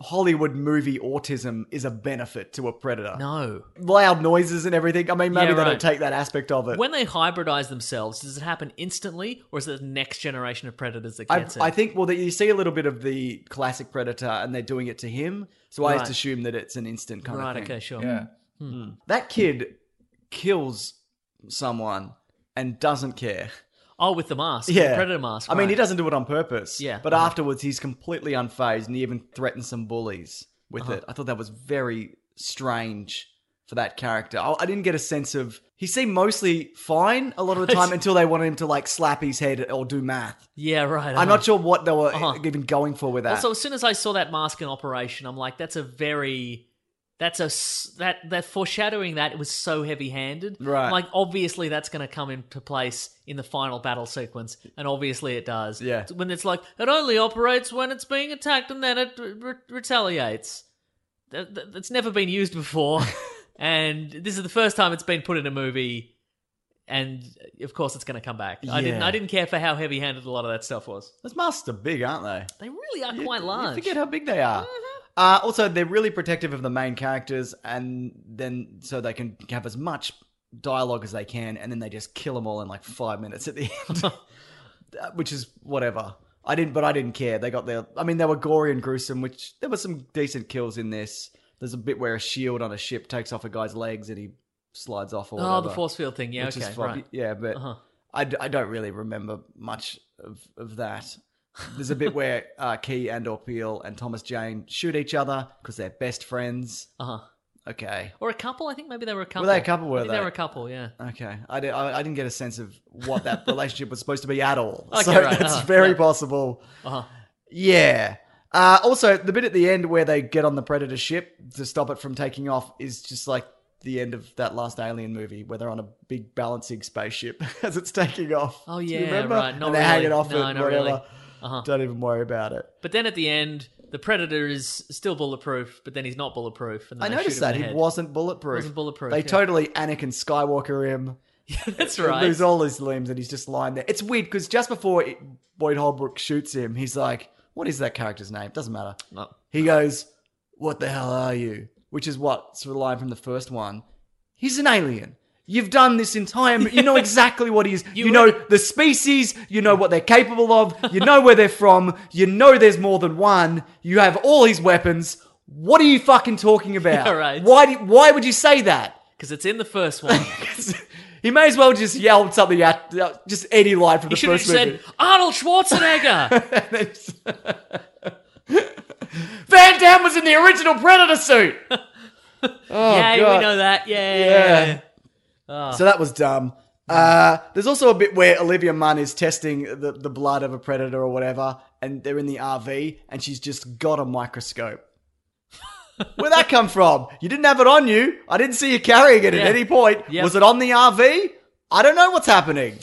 [SPEAKER 2] Hollywood movie autism is a benefit to a predator.
[SPEAKER 3] No.
[SPEAKER 2] Loud noises and everything. I mean, maybe
[SPEAKER 3] Yeah,
[SPEAKER 2] they
[SPEAKER 3] right.
[SPEAKER 2] don't take that aspect of it.
[SPEAKER 3] When they hybridize themselves, does it happen instantly, or is it the next generation of predators that
[SPEAKER 2] I,
[SPEAKER 3] gets it?
[SPEAKER 2] I think, well, that you see a little bit of the classic predator and they're doing it to him. So I
[SPEAKER 3] Right.
[SPEAKER 2] just assume that it's an instant kind
[SPEAKER 3] Right,
[SPEAKER 2] of thing.
[SPEAKER 3] okay, sure.
[SPEAKER 2] Yeah.
[SPEAKER 3] Hmm.
[SPEAKER 2] Mm. That kid kills someone and doesn't care.
[SPEAKER 3] Oh, with the mask, the
[SPEAKER 2] Yeah.
[SPEAKER 3] predator mask.
[SPEAKER 2] I mean, he
[SPEAKER 3] right.
[SPEAKER 2] doesn't do it on purpose.
[SPEAKER 3] Yeah,
[SPEAKER 2] But
[SPEAKER 3] uh-huh.
[SPEAKER 2] afterwards, he's completely unfazed and he even threatens some bullies with
[SPEAKER 3] Uh-huh.
[SPEAKER 2] it. I thought that was very strange for that character. I, I didn't get a sense of. He seemed mostly fine a lot of the time until they wanted him to like slap his head or do math.
[SPEAKER 3] Yeah, right.
[SPEAKER 2] I'm
[SPEAKER 3] uh-huh.
[SPEAKER 2] not sure what they were even going for with that.
[SPEAKER 3] Also, as soon as I saw that mask in operation, I'm like, that's a very that's a s- that that foreshadowing that was so heavy-handed.
[SPEAKER 2] Right.
[SPEAKER 3] I'm like obviously that's going to come into place in the final battle sequence, and obviously it does.
[SPEAKER 2] Yeah.
[SPEAKER 3] It's When it's like it only operates when it's being attacked, and then it re- re- retaliates. That, that- that's never been used before, and this is the first time it's been put in a movie. And of course, it's going to come back. I didn't.
[SPEAKER 2] Yeah.
[SPEAKER 3] I didn't care for how heavy-handed a lot of that stuff was.
[SPEAKER 2] Those masks are big, aren't they?
[SPEAKER 3] They really are
[SPEAKER 2] You-
[SPEAKER 3] quite large. Mm-hmm.
[SPEAKER 2] You forget how big they are. Uh, also, they're really protective of the main characters, and then so they can have as much dialogue as they can, and then they just kill them all in like five minutes at the end, Uh, which is whatever. I didn't, but I didn't care. They got their. I mean, they were gory and gruesome. Which there were some decent kills in this. There's a bit where a shield on a ship takes off a guy's legs and he slides off or
[SPEAKER 3] Oh,
[SPEAKER 2] whatever.
[SPEAKER 3] the force field thing. Yeah,
[SPEAKER 2] which is
[SPEAKER 3] okay,
[SPEAKER 2] fun.
[SPEAKER 3] right.
[SPEAKER 2] Yeah, but
[SPEAKER 3] Uh-huh.
[SPEAKER 2] I, d- I don't really remember much of, of that. There's a bit where uh, Key and or Peel and Thomas Jane shoot each other because they're best friends.
[SPEAKER 3] Uh huh.
[SPEAKER 2] Okay.
[SPEAKER 3] Or a couple? I think maybe they were a couple.
[SPEAKER 2] they a couple, were
[SPEAKER 3] I think
[SPEAKER 2] they?
[SPEAKER 3] were a couple. Yeah.
[SPEAKER 2] Okay. I, did, I, I didn't get a sense of what that relationship was supposed to be at all.
[SPEAKER 3] Okay,
[SPEAKER 2] so
[SPEAKER 3] right,
[SPEAKER 2] that's
[SPEAKER 3] uh-huh,
[SPEAKER 2] very
[SPEAKER 3] yeah.
[SPEAKER 2] possible.
[SPEAKER 3] Uh-huh.
[SPEAKER 2] Yeah. Uh, also, the bit at the end where they get on the Predator ship to stop it from taking off is just like the end of that last Alien movie where they're on a big balancing spaceship as it's taking off.
[SPEAKER 3] Oh
[SPEAKER 2] Do you
[SPEAKER 3] yeah,
[SPEAKER 2] remember?
[SPEAKER 3] right. Not
[SPEAKER 2] and
[SPEAKER 3] really.
[SPEAKER 2] they're hanging off
[SPEAKER 3] no,
[SPEAKER 2] it,
[SPEAKER 3] not
[SPEAKER 2] whatever.
[SPEAKER 3] really. Uh-huh.
[SPEAKER 2] Don't even worry about it.
[SPEAKER 3] But then at the end, the predator is still bulletproof, but then he's not bulletproof. And
[SPEAKER 2] I
[SPEAKER 3] then they
[SPEAKER 2] noticed
[SPEAKER 3] shoot him
[SPEAKER 2] that
[SPEAKER 3] in the
[SPEAKER 2] he
[SPEAKER 3] head.
[SPEAKER 2] wasn't bulletproof.
[SPEAKER 3] Wasn't bulletproof,
[SPEAKER 2] They
[SPEAKER 3] yeah.
[SPEAKER 2] totally Anakin Skywalker him.
[SPEAKER 3] That's
[SPEAKER 2] He'll
[SPEAKER 3] right.
[SPEAKER 2] Lose all his limbs and he's just lying there. It's weird because just before it, Boyd Holbrook shoots him, he's like, "What is that character's name? Doesn't matter."
[SPEAKER 3] No.
[SPEAKER 2] He goes, "What the hell are you?" Which is what's the line from the first one. He's an alien. You've done this entire. mo- You know exactly what he is. You,
[SPEAKER 3] You-
[SPEAKER 2] know the species. You know what they're capable of. You know where they're from. You know there's more than one. You have all his weapons. What are you fucking talking about?
[SPEAKER 3] Yeah, right.
[SPEAKER 2] Why? Do, why would you say that?
[SPEAKER 3] because it's in the first one.
[SPEAKER 2] He may as well just yelled something at just any line from
[SPEAKER 3] he
[SPEAKER 2] the
[SPEAKER 3] should have
[SPEAKER 2] first movie.
[SPEAKER 3] said Arnold Schwarzenegger.
[SPEAKER 2] Van Damme was in the original Predator suit. oh,
[SPEAKER 3] Yay,
[SPEAKER 2] God.
[SPEAKER 3] we know that. Yeah.
[SPEAKER 2] Yeah. So that was dumb. Uh, there's also a bit where Olivia Munn is testing the, the blood of a predator or whatever, and they're in the RV, and she's just got a microscope. Where'd that come from? You didn't have it on you. I didn't see you carrying it
[SPEAKER 3] Yeah.
[SPEAKER 2] at any point.
[SPEAKER 3] Yep.
[SPEAKER 2] Was it on the RV? I don't know what's happening.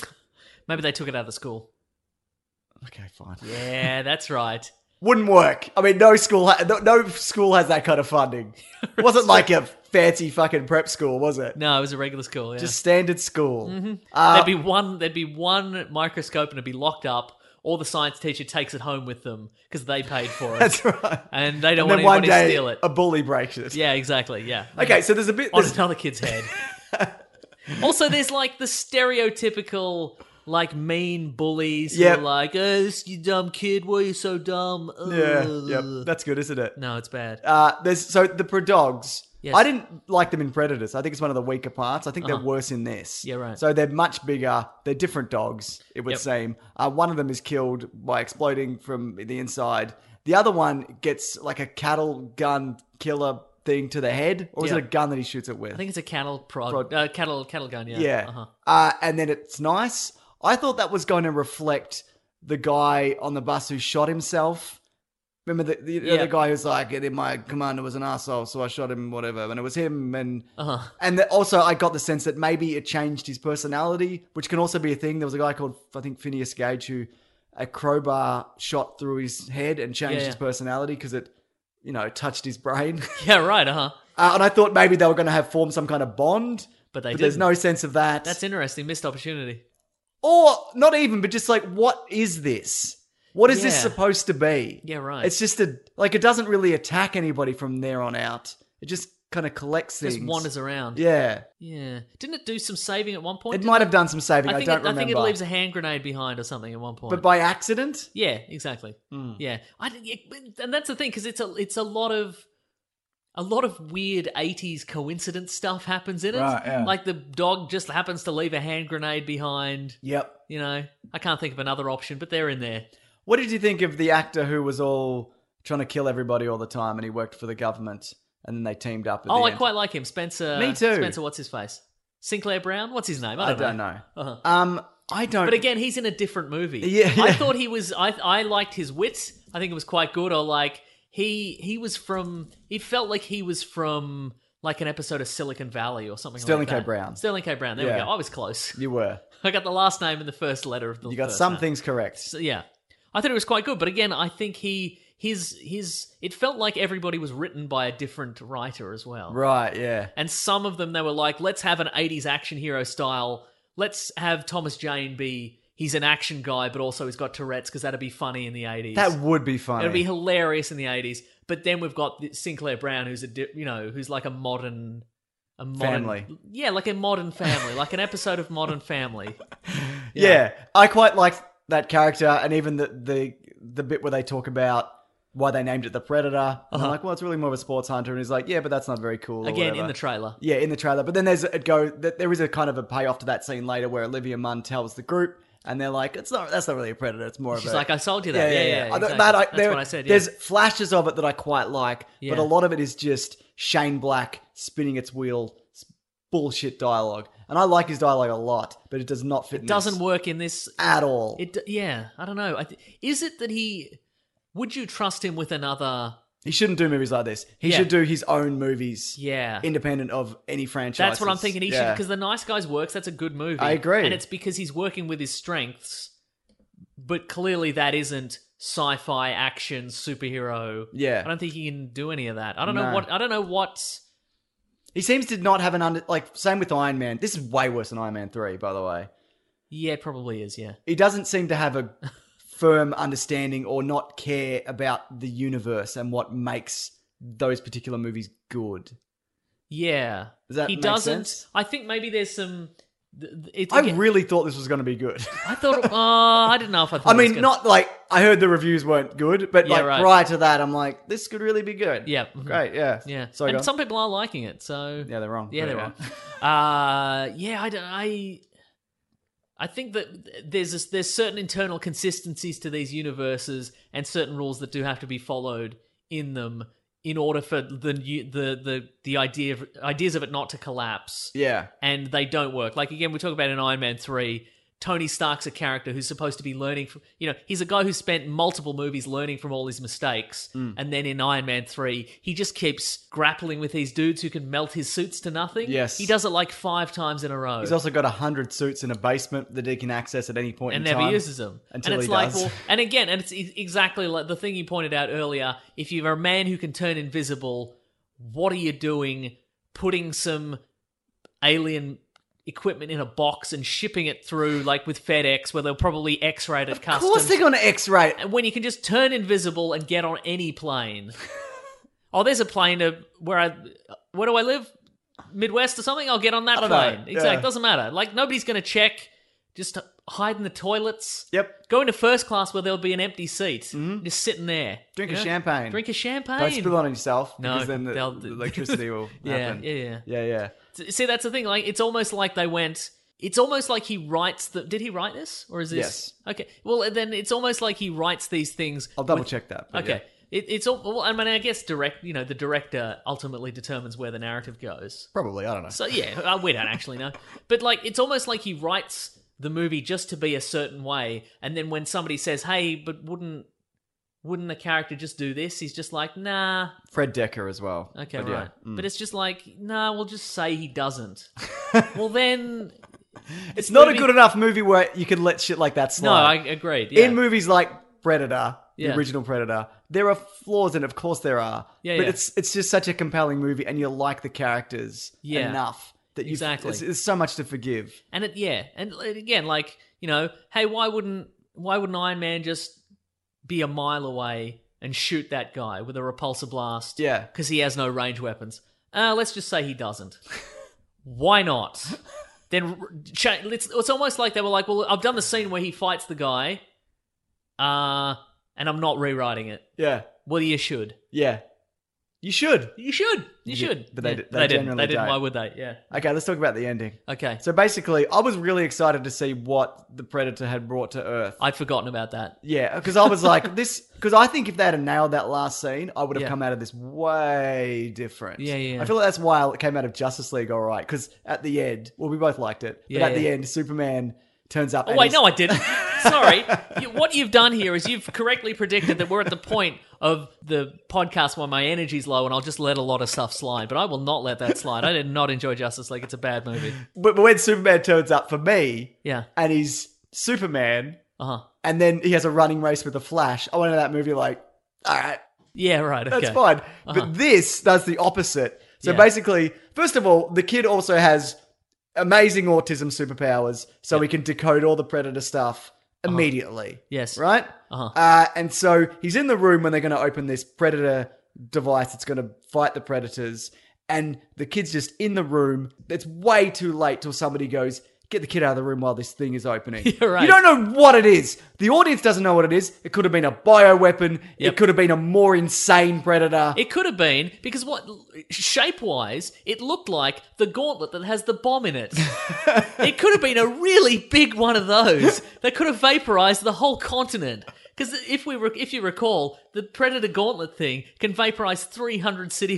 [SPEAKER 3] Maybe they took it out of the school.
[SPEAKER 2] Okay, fine.
[SPEAKER 3] Yeah, that's right.
[SPEAKER 2] wouldn't work. I mean, no school, ha- no, no school has that kind of funding. It wasn't like a fancy fucking prep school, was it?
[SPEAKER 3] No, it was a regular school. Yeah.
[SPEAKER 2] Just standard school.
[SPEAKER 3] Mm-hmm.
[SPEAKER 2] Uh,
[SPEAKER 3] there'd be one. There'd be one microscope, and it'd be locked up. Or the science teacher takes it home with them because they paid for it.
[SPEAKER 2] That's right.
[SPEAKER 3] and they don't
[SPEAKER 2] And then one
[SPEAKER 3] want anybody
[SPEAKER 2] day,
[SPEAKER 3] to steal it.
[SPEAKER 2] a bully breaks it.
[SPEAKER 3] Yeah, exactly. Yeah.
[SPEAKER 2] Okay, so there's a bit.
[SPEAKER 3] on
[SPEAKER 2] There's,
[SPEAKER 3] another kid's head. also, there's like the stereotypical like mean bullies who
[SPEAKER 2] Yep.
[SPEAKER 3] are like, "Oh, this- you dumb kid, why are you so dumb?" Ugh."
[SPEAKER 2] yeah, yeah, that's good, isn't it?
[SPEAKER 3] No, it's bad.
[SPEAKER 2] Uh, there's so the Predogs.
[SPEAKER 3] Yes. Uh-huh.
[SPEAKER 2] I didn't like them in Predators. I think it's one of the weaker parts. I think they're worse in this.
[SPEAKER 3] Yeah, right.
[SPEAKER 2] So they're much bigger. They're different dogs. It would
[SPEAKER 3] Yep.
[SPEAKER 2] seem. Uh, one of them is killed by exploding from the inside. The other one gets like a cattle gun killer thing to the head, or is
[SPEAKER 3] Yeah.
[SPEAKER 2] it a gun that he shoots it with?
[SPEAKER 3] I think it's a cattle prog,
[SPEAKER 2] Prog.
[SPEAKER 3] Uh, cattle cattle gun. Yeah.
[SPEAKER 2] Yeah.
[SPEAKER 3] Uh-huh.
[SPEAKER 2] Uh, and then it's nice. I thought that was going to reflect the guy on the bus who shot himself. Remember the, the, you know,
[SPEAKER 3] Yeah.
[SPEAKER 2] the guy who's like, "And then my commander was an asshole, so I shot him, whatever. And it was him. And
[SPEAKER 3] Uh-huh.
[SPEAKER 2] and the, also, I got the sense that maybe it changed his personality, which can also be a thing. There was a guy called, I think, Phineas Gage, who a crowbar shot through his head and changed
[SPEAKER 3] Yeah,
[SPEAKER 2] his
[SPEAKER 3] yeah.
[SPEAKER 2] personality because it, you know, touched his brain.
[SPEAKER 3] Yeah. Right. Uh huh.
[SPEAKER 2] uh, and I thought maybe they were going to have formed some kind of bond.
[SPEAKER 3] But they
[SPEAKER 2] But there's
[SPEAKER 3] didn't.
[SPEAKER 2] no sense of that.
[SPEAKER 3] That's interesting. Missed opportunity.
[SPEAKER 2] Or not even, but just like, what is this? What is this
[SPEAKER 3] Yeah.
[SPEAKER 2] supposed to be?
[SPEAKER 3] Yeah, right.
[SPEAKER 2] It's just a like it doesn't really attack anybody from there on out. It just kind of collects things.
[SPEAKER 3] Just wanders around.
[SPEAKER 2] Yeah.
[SPEAKER 3] Yeah. Didn't it do some saving at one point?
[SPEAKER 2] It
[SPEAKER 3] Didn't
[SPEAKER 2] might have done some saving. I,
[SPEAKER 3] think
[SPEAKER 2] don't
[SPEAKER 3] it,
[SPEAKER 2] remember.
[SPEAKER 3] I think it leaves a hand grenade behind or something at one point.
[SPEAKER 2] but Hmm. by accident?
[SPEAKER 3] Yeah, exactly. Yeah, I, d- yeah, and that's the thing because it's a it's a lot of a lot of weird '80s coincidence stuff happens in it.
[SPEAKER 2] Right, yeah.
[SPEAKER 3] Like the dog just happens to leave a hand grenade behind.
[SPEAKER 2] Yep.
[SPEAKER 3] You know, I can't think of another option, but they're in there.
[SPEAKER 2] What did you think of the actor who was all trying to kill everybody all the time and he worked for the government and then they teamed up at
[SPEAKER 3] oh,
[SPEAKER 2] the
[SPEAKER 3] I
[SPEAKER 2] end?
[SPEAKER 3] quite like him, Spencer.
[SPEAKER 2] Me too.
[SPEAKER 3] Spencer, what's his face? Sinclair Brown. What's his name?
[SPEAKER 2] I
[SPEAKER 3] I don't,
[SPEAKER 2] don't
[SPEAKER 3] know.
[SPEAKER 2] know.
[SPEAKER 3] Uh-huh.
[SPEAKER 2] Um I don't
[SPEAKER 3] But again, he's in a different movie.
[SPEAKER 2] Yeah,
[SPEAKER 3] I
[SPEAKER 2] yeah.
[SPEAKER 3] thought he was. I I liked his wit. I think it was quite good. Or like he he was from. It felt like he was from like an episode of Silicon Valley or something.
[SPEAKER 2] Sterling K.
[SPEAKER 3] like that.
[SPEAKER 2] Brown.
[SPEAKER 3] Sterling K. Brown. There we
[SPEAKER 2] Yeah.
[SPEAKER 3] go. I was close.
[SPEAKER 2] You were.
[SPEAKER 3] I got the last name and the first letter of the.
[SPEAKER 2] You got
[SPEAKER 3] first
[SPEAKER 2] some
[SPEAKER 3] name.
[SPEAKER 2] things correct.
[SPEAKER 3] So, yeah, I thought it was quite good. But again, I think he his his it felt like everybody was written by a different writer as well.
[SPEAKER 2] Right, yeah.
[SPEAKER 3] And some of them they were like, let's have an 80s action hero style. Let's have Thomas Jane be he's an action guy, but also he's got Tourette's because that'd be funny in the 80s.
[SPEAKER 2] That would be funny.
[SPEAKER 3] It'd be hilarious in the 80s. But then we've got the- Sinclair Brown, who's a di- you know who's like a modern. A modern,
[SPEAKER 2] Family.
[SPEAKER 3] yeah, like a modern family, like an episode of Modern Family.
[SPEAKER 2] Yeah. I quite liked that character and even the the the bit where they talk about why they named it the Predator. And I'm
[SPEAKER 3] Uh-huh.
[SPEAKER 2] like, well, it's really more of a sports hunter. And he's like, yeah, but that's not very cool. or
[SPEAKER 3] Again, in
[SPEAKER 2] whatever.
[SPEAKER 3] the trailer.
[SPEAKER 2] Yeah, in the trailer. But then there's it go that there is a kind of a payoff to that scene later where Olivia Munn tells the group, and they're like, it's not that's not really a predator. It's more
[SPEAKER 3] She's
[SPEAKER 2] of a,
[SPEAKER 3] like, "I sold you that." Yeah, yeah,
[SPEAKER 2] I don't-
[SPEAKER 3] exactly.
[SPEAKER 2] that I-
[SPEAKER 3] That's
[SPEAKER 2] there-
[SPEAKER 3] what I said, yeah.
[SPEAKER 2] There's flashes of it that I quite like, but
[SPEAKER 3] Yeah.
[SPEAKER 2] a lot of it is just Shane Black spinning its wheel, s- bullshit dialogue. And I like his dialogue a lot, but it does not fit.
[SPEAKER 3] It doesn't work in this
[SPEAKER 2] at all.
[SPEAKER 3] It d- yeah, I don't know. I th- is it that he would you trust him with another?
[SPEAKER 2] He shouldn't do movies like this. He
[SPEAKER 3] Yeah.
[SPEAKER 2] should do his own movies.
[SPEAKER 3] Yeah.
[SPEAKER 2] Independent of any franchise.
[SPEAKER 3] That's what I'm thinking. He should because the nice guys works. That's a good movie.
[SPEAKER 2] I agree.
[SPEAKER 3] and it's because he's working with his strengths. But clearly, that isn't sci-fi action superhero.
[SPEAKER 2] Yeah.
[SPEAKER 3] I don't think he can do any of that. I don't
[SPEAKER 2] No.
[SPEAKER 3] know what. I don't know what.
[SPEAKER 2] He seems to not have an under like same with Iron Man. This is way worse than Iron Man 3, by the way.
[SPEAKER 3] Yeah, it probably is. Yeah,
[SPEAKER 2] He doesn't seem to have a firm understanding or not care about the universe and what makes those particular movies good.
[SPEAKER 3] yeah.
[SPEAKER 2] Does that
[SPEAKER 3] he
[SPEAKER 2] make
[SPEAKER 3] doesn't.
[SPEAKER 2] sense?
[SPEAKER 3] I think maybe there's some. th- th- It's,
[SPEAKER 2] I
[SPEAKER 3] again-
[SPEAKER 2] really thought this was going to be good.
[SPEAKER 3] I thought. Uh, I didn't know if I. Thought
[SPEAKER 2] I
[SPEAKER 3] it was
[SPEAKER 2] mean,
[SPEAKER 3] gonna-
[SPEAKER 2] not like I heard the reviews weren't good, but
[SPEAKER 3] Yeah,
[SPEAKER 2] like
[SPEAKER 3] right.
[SPEAKER 2] prior to that, I'm like, this could really be good.
[SPEAKER 3] Yeah. mhm.
[SPEAKER 2] Great. Yeah.
[SPEAKER 3] Yeah.
[SPEAKER 2] Sorry,
[SPEAKER 3] and
[SPEAKER 2] go on.
[SPEAKER 3] some people are liking it. So
[SPEAKER 2] yeah, they're wrong.
[SPEAKER 3] Yeah,
[SPEAKER 2] Right,
[SPEAKER 3] they're wrong. uh, yeah, I don't. I I think that there's this, there's certain internal consistencies to these universes and certain rules that do have to be followed in them in order for the new- the the the idea of, ideas of it not to collapse
[SPEAKER 2] Yeah.
[SPEAKER 3] and they don't work. Like again, we talk about in Iron Man three. Tony Stark's a character who's supposed to be learning from, you know, he's a guy who spent multiple movies learning from all his mistakes.
[SPEAKER 2] Mm.
[SPEAKER 3] And then in Iron Man 3, he just keeps grappling with these dudes who can melt his suits to nothing.
[SPEAKER 2] Yes.
[SPEAKER 3] He does it like five times in a row.
[SPEAKER 2] He's also got a hundred suits in a basement that he can access at any point
[SPEAKER 3] and
[SPEAKER 2] in time.
[SPEAKER 3] never uses them.
[SPEAKER 2] until
[SPEAKER 3] and it's
[SPEAKER 2] he
[SPEAKER 3] like,
[SPEAKER 2] does.
[SPEAKER 3] well, and again, and it's e- exactly like the thing you pointed out earlier. If you're a man who can turn invisible, what are you doing? Putting some alien equipment in a box and shipping it through, like with FedEx, where they'll probably X-ray it at
[SPEAKER 2] Of
[SPEAKER 3] customs.
[SPEAKER 2] course, they're going to X-ray. it.
[SPEAKER 3] And when you can just turn invisible and get on any plane. oh, there's a plane to where I, where do I live? Midwest or something? I'll get on that
[SPEAKER 2] I don't know.
[SPEAKER 3] plane. Exactly.
[SPEAKER 2] Yeah.
[SPEAKER 3] Doesn't matter. Like nobody's going to check. Just hide in the toilets.
[SPEAKER 2] Yep. Mm-hmm.
[SPEAKER 3] Go into first class where there'll be an empty seat. Just sitting there.
[SPEAKER 2] Drink
[SPEAKER 3] you
[SPEAKER 2] a
[SPEAKER 3] know?
[SPEAKER 2] champagne.
[SPEAKER 3] Drink a champagne.
[SPEAKER 2] Don't spill it on yourself
[SPEAKER 3] No,
[SPEAKER 2] because then the,
[SPEAKER 3] they'll-
[SPEAKER 2] the electricity will
[SPEAKER 3] Yeah,
[SPEAKER 2] happen.
[SPEAKER 3] yeah, yeah.
[SPEAKER 2] yeah, yeah.
[SPEAKER 3] See, that's the thing. Like, it's almost like they went. It's almost like he writes the. Did he write this, or is this?
[SPEAKER 2] Yes.
[SPEAKER 3] Okay. Well, then it's almost like he writes these things.
[SPEAKER 2] I'll double check that. but
[SPEAKER 3] Okay. It, it's all. Well, I mean, I guess direct. You know, the director ultimately determines where the narrative goes.
[SPEAKER 2] Probably, I don't know.
[SPEAKER 3] So yeah, uh, we don't actually know. But like, it's almost like he writes the movie just to be a certain way, and then when somebody says, "Hey, but wouldn't wouldn't the character just do this?" He's just like, "Nah,
[SPEAKER 2] Fred Decker as well.
[SPEAKER 3] okay,
[SPEAKER 2] But yeah,
[SPEAKER 3] right."
[SPEAKER 2] mm.
[SPEAKER 3] But it's just like, "Nah, we'll just say he doesn't." well, then
[SPEAKER 2] it's not
[SPEAKER 3] movie-
[SPEAKER 2] a good enough movie where you can let shit like that
[SPEAKER 3] no, I
[SPEAKER 2] slide.
[SPEAKER 3] agreed. Yeah.
[SPEAKER 2] In movies like Predator,
[SPEAKER 3] Yeah.
[SPEAKER 2] the original Predator, there are flaws, and of course there are.
[SPEAKER 3] Yeah,
[SPEAKER 2] but
[SPEAKER 3] yeah.
[SPEAKER 2] it's it's just such a compelling movie, and you like the characters
[SPEAKER 3] Yeah.
[SPEAKER 2] enough that you
[SPEAKER 3] Exactly.
[SPEAKER 2] It's, it's so much to forgive.
[SPEAKER 3] And it yeah, and again, like you know, hey, why wouldn't why wouldn't Iron Man just be a mile away and shoot that guy with a repulsor blast.
[SPEAKER 2] Yeah.
[SPEAKER 3] Because he has no range weapons. Uh, let's just say he doesn't. Why not? Then r- cha- it's, it's almost like they were like, well, I've done the scene where he fights the guy, uh, and I'm not rewriting it.
[SPEAKER 2] Yeah.
[SPEAKER 3] Well, you should.
[SPEAKER 2] Yeah. You should.
[SPEAKER 3] You should.
[SPEAKER 2] Yeah,
[SPEAKER 3] You should.
[SPEAKER 2] but they-
[SPEAKER 3] Yeah,
[SPEAKER 2] they
[SPEAKER 3] didn't.
[SPEAKER 2] generally
[SPEAKER 3] They didn't.
[SPEAKER 2] don't.
[SPEAKER 3] Why would they? Yeah.
[SPEAKER 2] Okay, let's talk about the ending.
[SPEAKER 3] Okay.
[SPEAKER 2] So basically, I was really excited to see what the Predator had brought to Earth.
[SPEAKER 3] I'd forgotten about that.
[SPEAKER 2] Yeah, because I was like, this. Because I think if they had nailed that last scene, I would have
[SPEAKER 3] Yeah.
[SPEAKER 2] come out of this way different.
[SPEAKER 3] Yeah, yeah, yeah.
[SPEAKER 2] I feel like that's why it came out of Justice League, all right. Because at the end, well, we both liked it.
[SPEAKER 3] Yeah,
[SPEAKER 2] but at the
[SPEAKER 3] yeah.
[SPEAKER 2] end, Superman turns up.
[SPEAKER 3] Oh,
[SPEAKER 2] and
[SPEAKER 3] wait,
[SPEAKER 2] he's-
[SPEAKER 3] no, I didn't. Sorry. You, what you've done here is you've correctly predicted that we're at the point of the podcast where my energy's low and I'll just let a lot of stuff slide. But I will not let that slide. I did not enjoy Justice League. It's a bad movie.
[SPEAKER 2] But but when Superman turns up for me,
[SPEAKER 3] Yeah.
[SPEAKER 2] and he's Superman,
[SPEAKER 3] Uh huh.
[SPEAKER 2] and then he has a running race with the Flash. I went into that movie like, all right,
[SPEAKER 3] Yeah, right. Okay.
[SPEAKER 2] That's fine.
[SPEAKER 3] Uh-huh.
[SPEAKER 2] But this does the opposite. So
[SPEAKER 3] Yeah.
[SPEAKER 2] basically, first of all, the kid also has amazing autism superpowers, so he can decode all the predator stuff immediately.
[SPEAKER 3] Uh-huh. Yes.
[SPEAKER 2] Right?
[SPEAKER 3] Uh-huh.
[SPEAKER 2] Uh, and so he's in the room when they're going to open this predator device that's going to fight the predators. And the kid's just in the room. It's way too late till somebody goes, Get the kid out of the room while this thing is opening.
[SPEAKER 3] You're right.
[SPEAKER 2] You don't know what it is. The audience doesn't know what it is. It could have been a bioweapon. It
[SPEAKER 3] Yep.
[SPEAKER 2] could have been a more insane predator.
[SPEAKER 3] It could have been because what shape wise, it looked like the gauntlet that has the bomb in it. it could have been a really big one of those that could have vaporized the whole continent. Because if we rec- if you recall, the predator gauntlet thing can vaporize three hundred city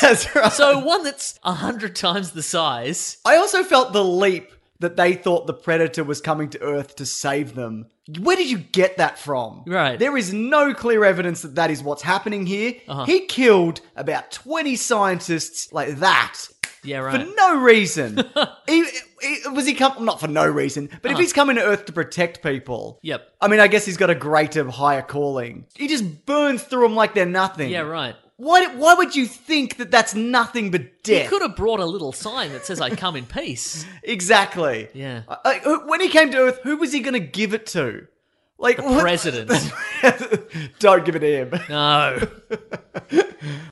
[SPEAKER 2] That's right.
[SPEAKER 3] So one that's hundred times the size.
[SPEAKER 2] I also felt the leap that they thought the predator was coming to Earth to save them. Where did you get that from?
[SPEAKER 3] Right.
[SPEAKER 2] There is no clear evidence that that is what's happening here.
[SPEAKER 3] Uh-huh.
[SPEAKER 2] He killed about 20 scientists like that.
[SPEAKER 3] Yeah,
[SPEAKER 2] For
[SPEAKER 3] right.
[SPEAKER 2] no reason. he, he- was he come not for no reason, but if he's coming to Earth to protect people.
[SPEAKER 3] Uh-huh. Yep.
[SPEAKER 2] I mean, I guess he's got a greater, higher calling. He just burns through them like they're nothing.
[SPEAKER 3] Yeah, right.
[SPEAKER 2] Why, why would you think that that's nothing but
[SPEAKER 3] He
[SPEAKER 2] death?
[SPEAKER 3] could have brought a little sign that says "I come in peace."
[SPEAKER 2] Exactly.
[SPEAKER 3] Yeah.
[SPEAKER 2] Uh, Like, who- when he came to Earth, who was he going to give it to? Like
[SPEAKER 3] The
[SPEAKER 2] what-
[SPEAKER 3] president.
[SPEAKER 2] Don't give it to him.
[SPEAKER 3] No.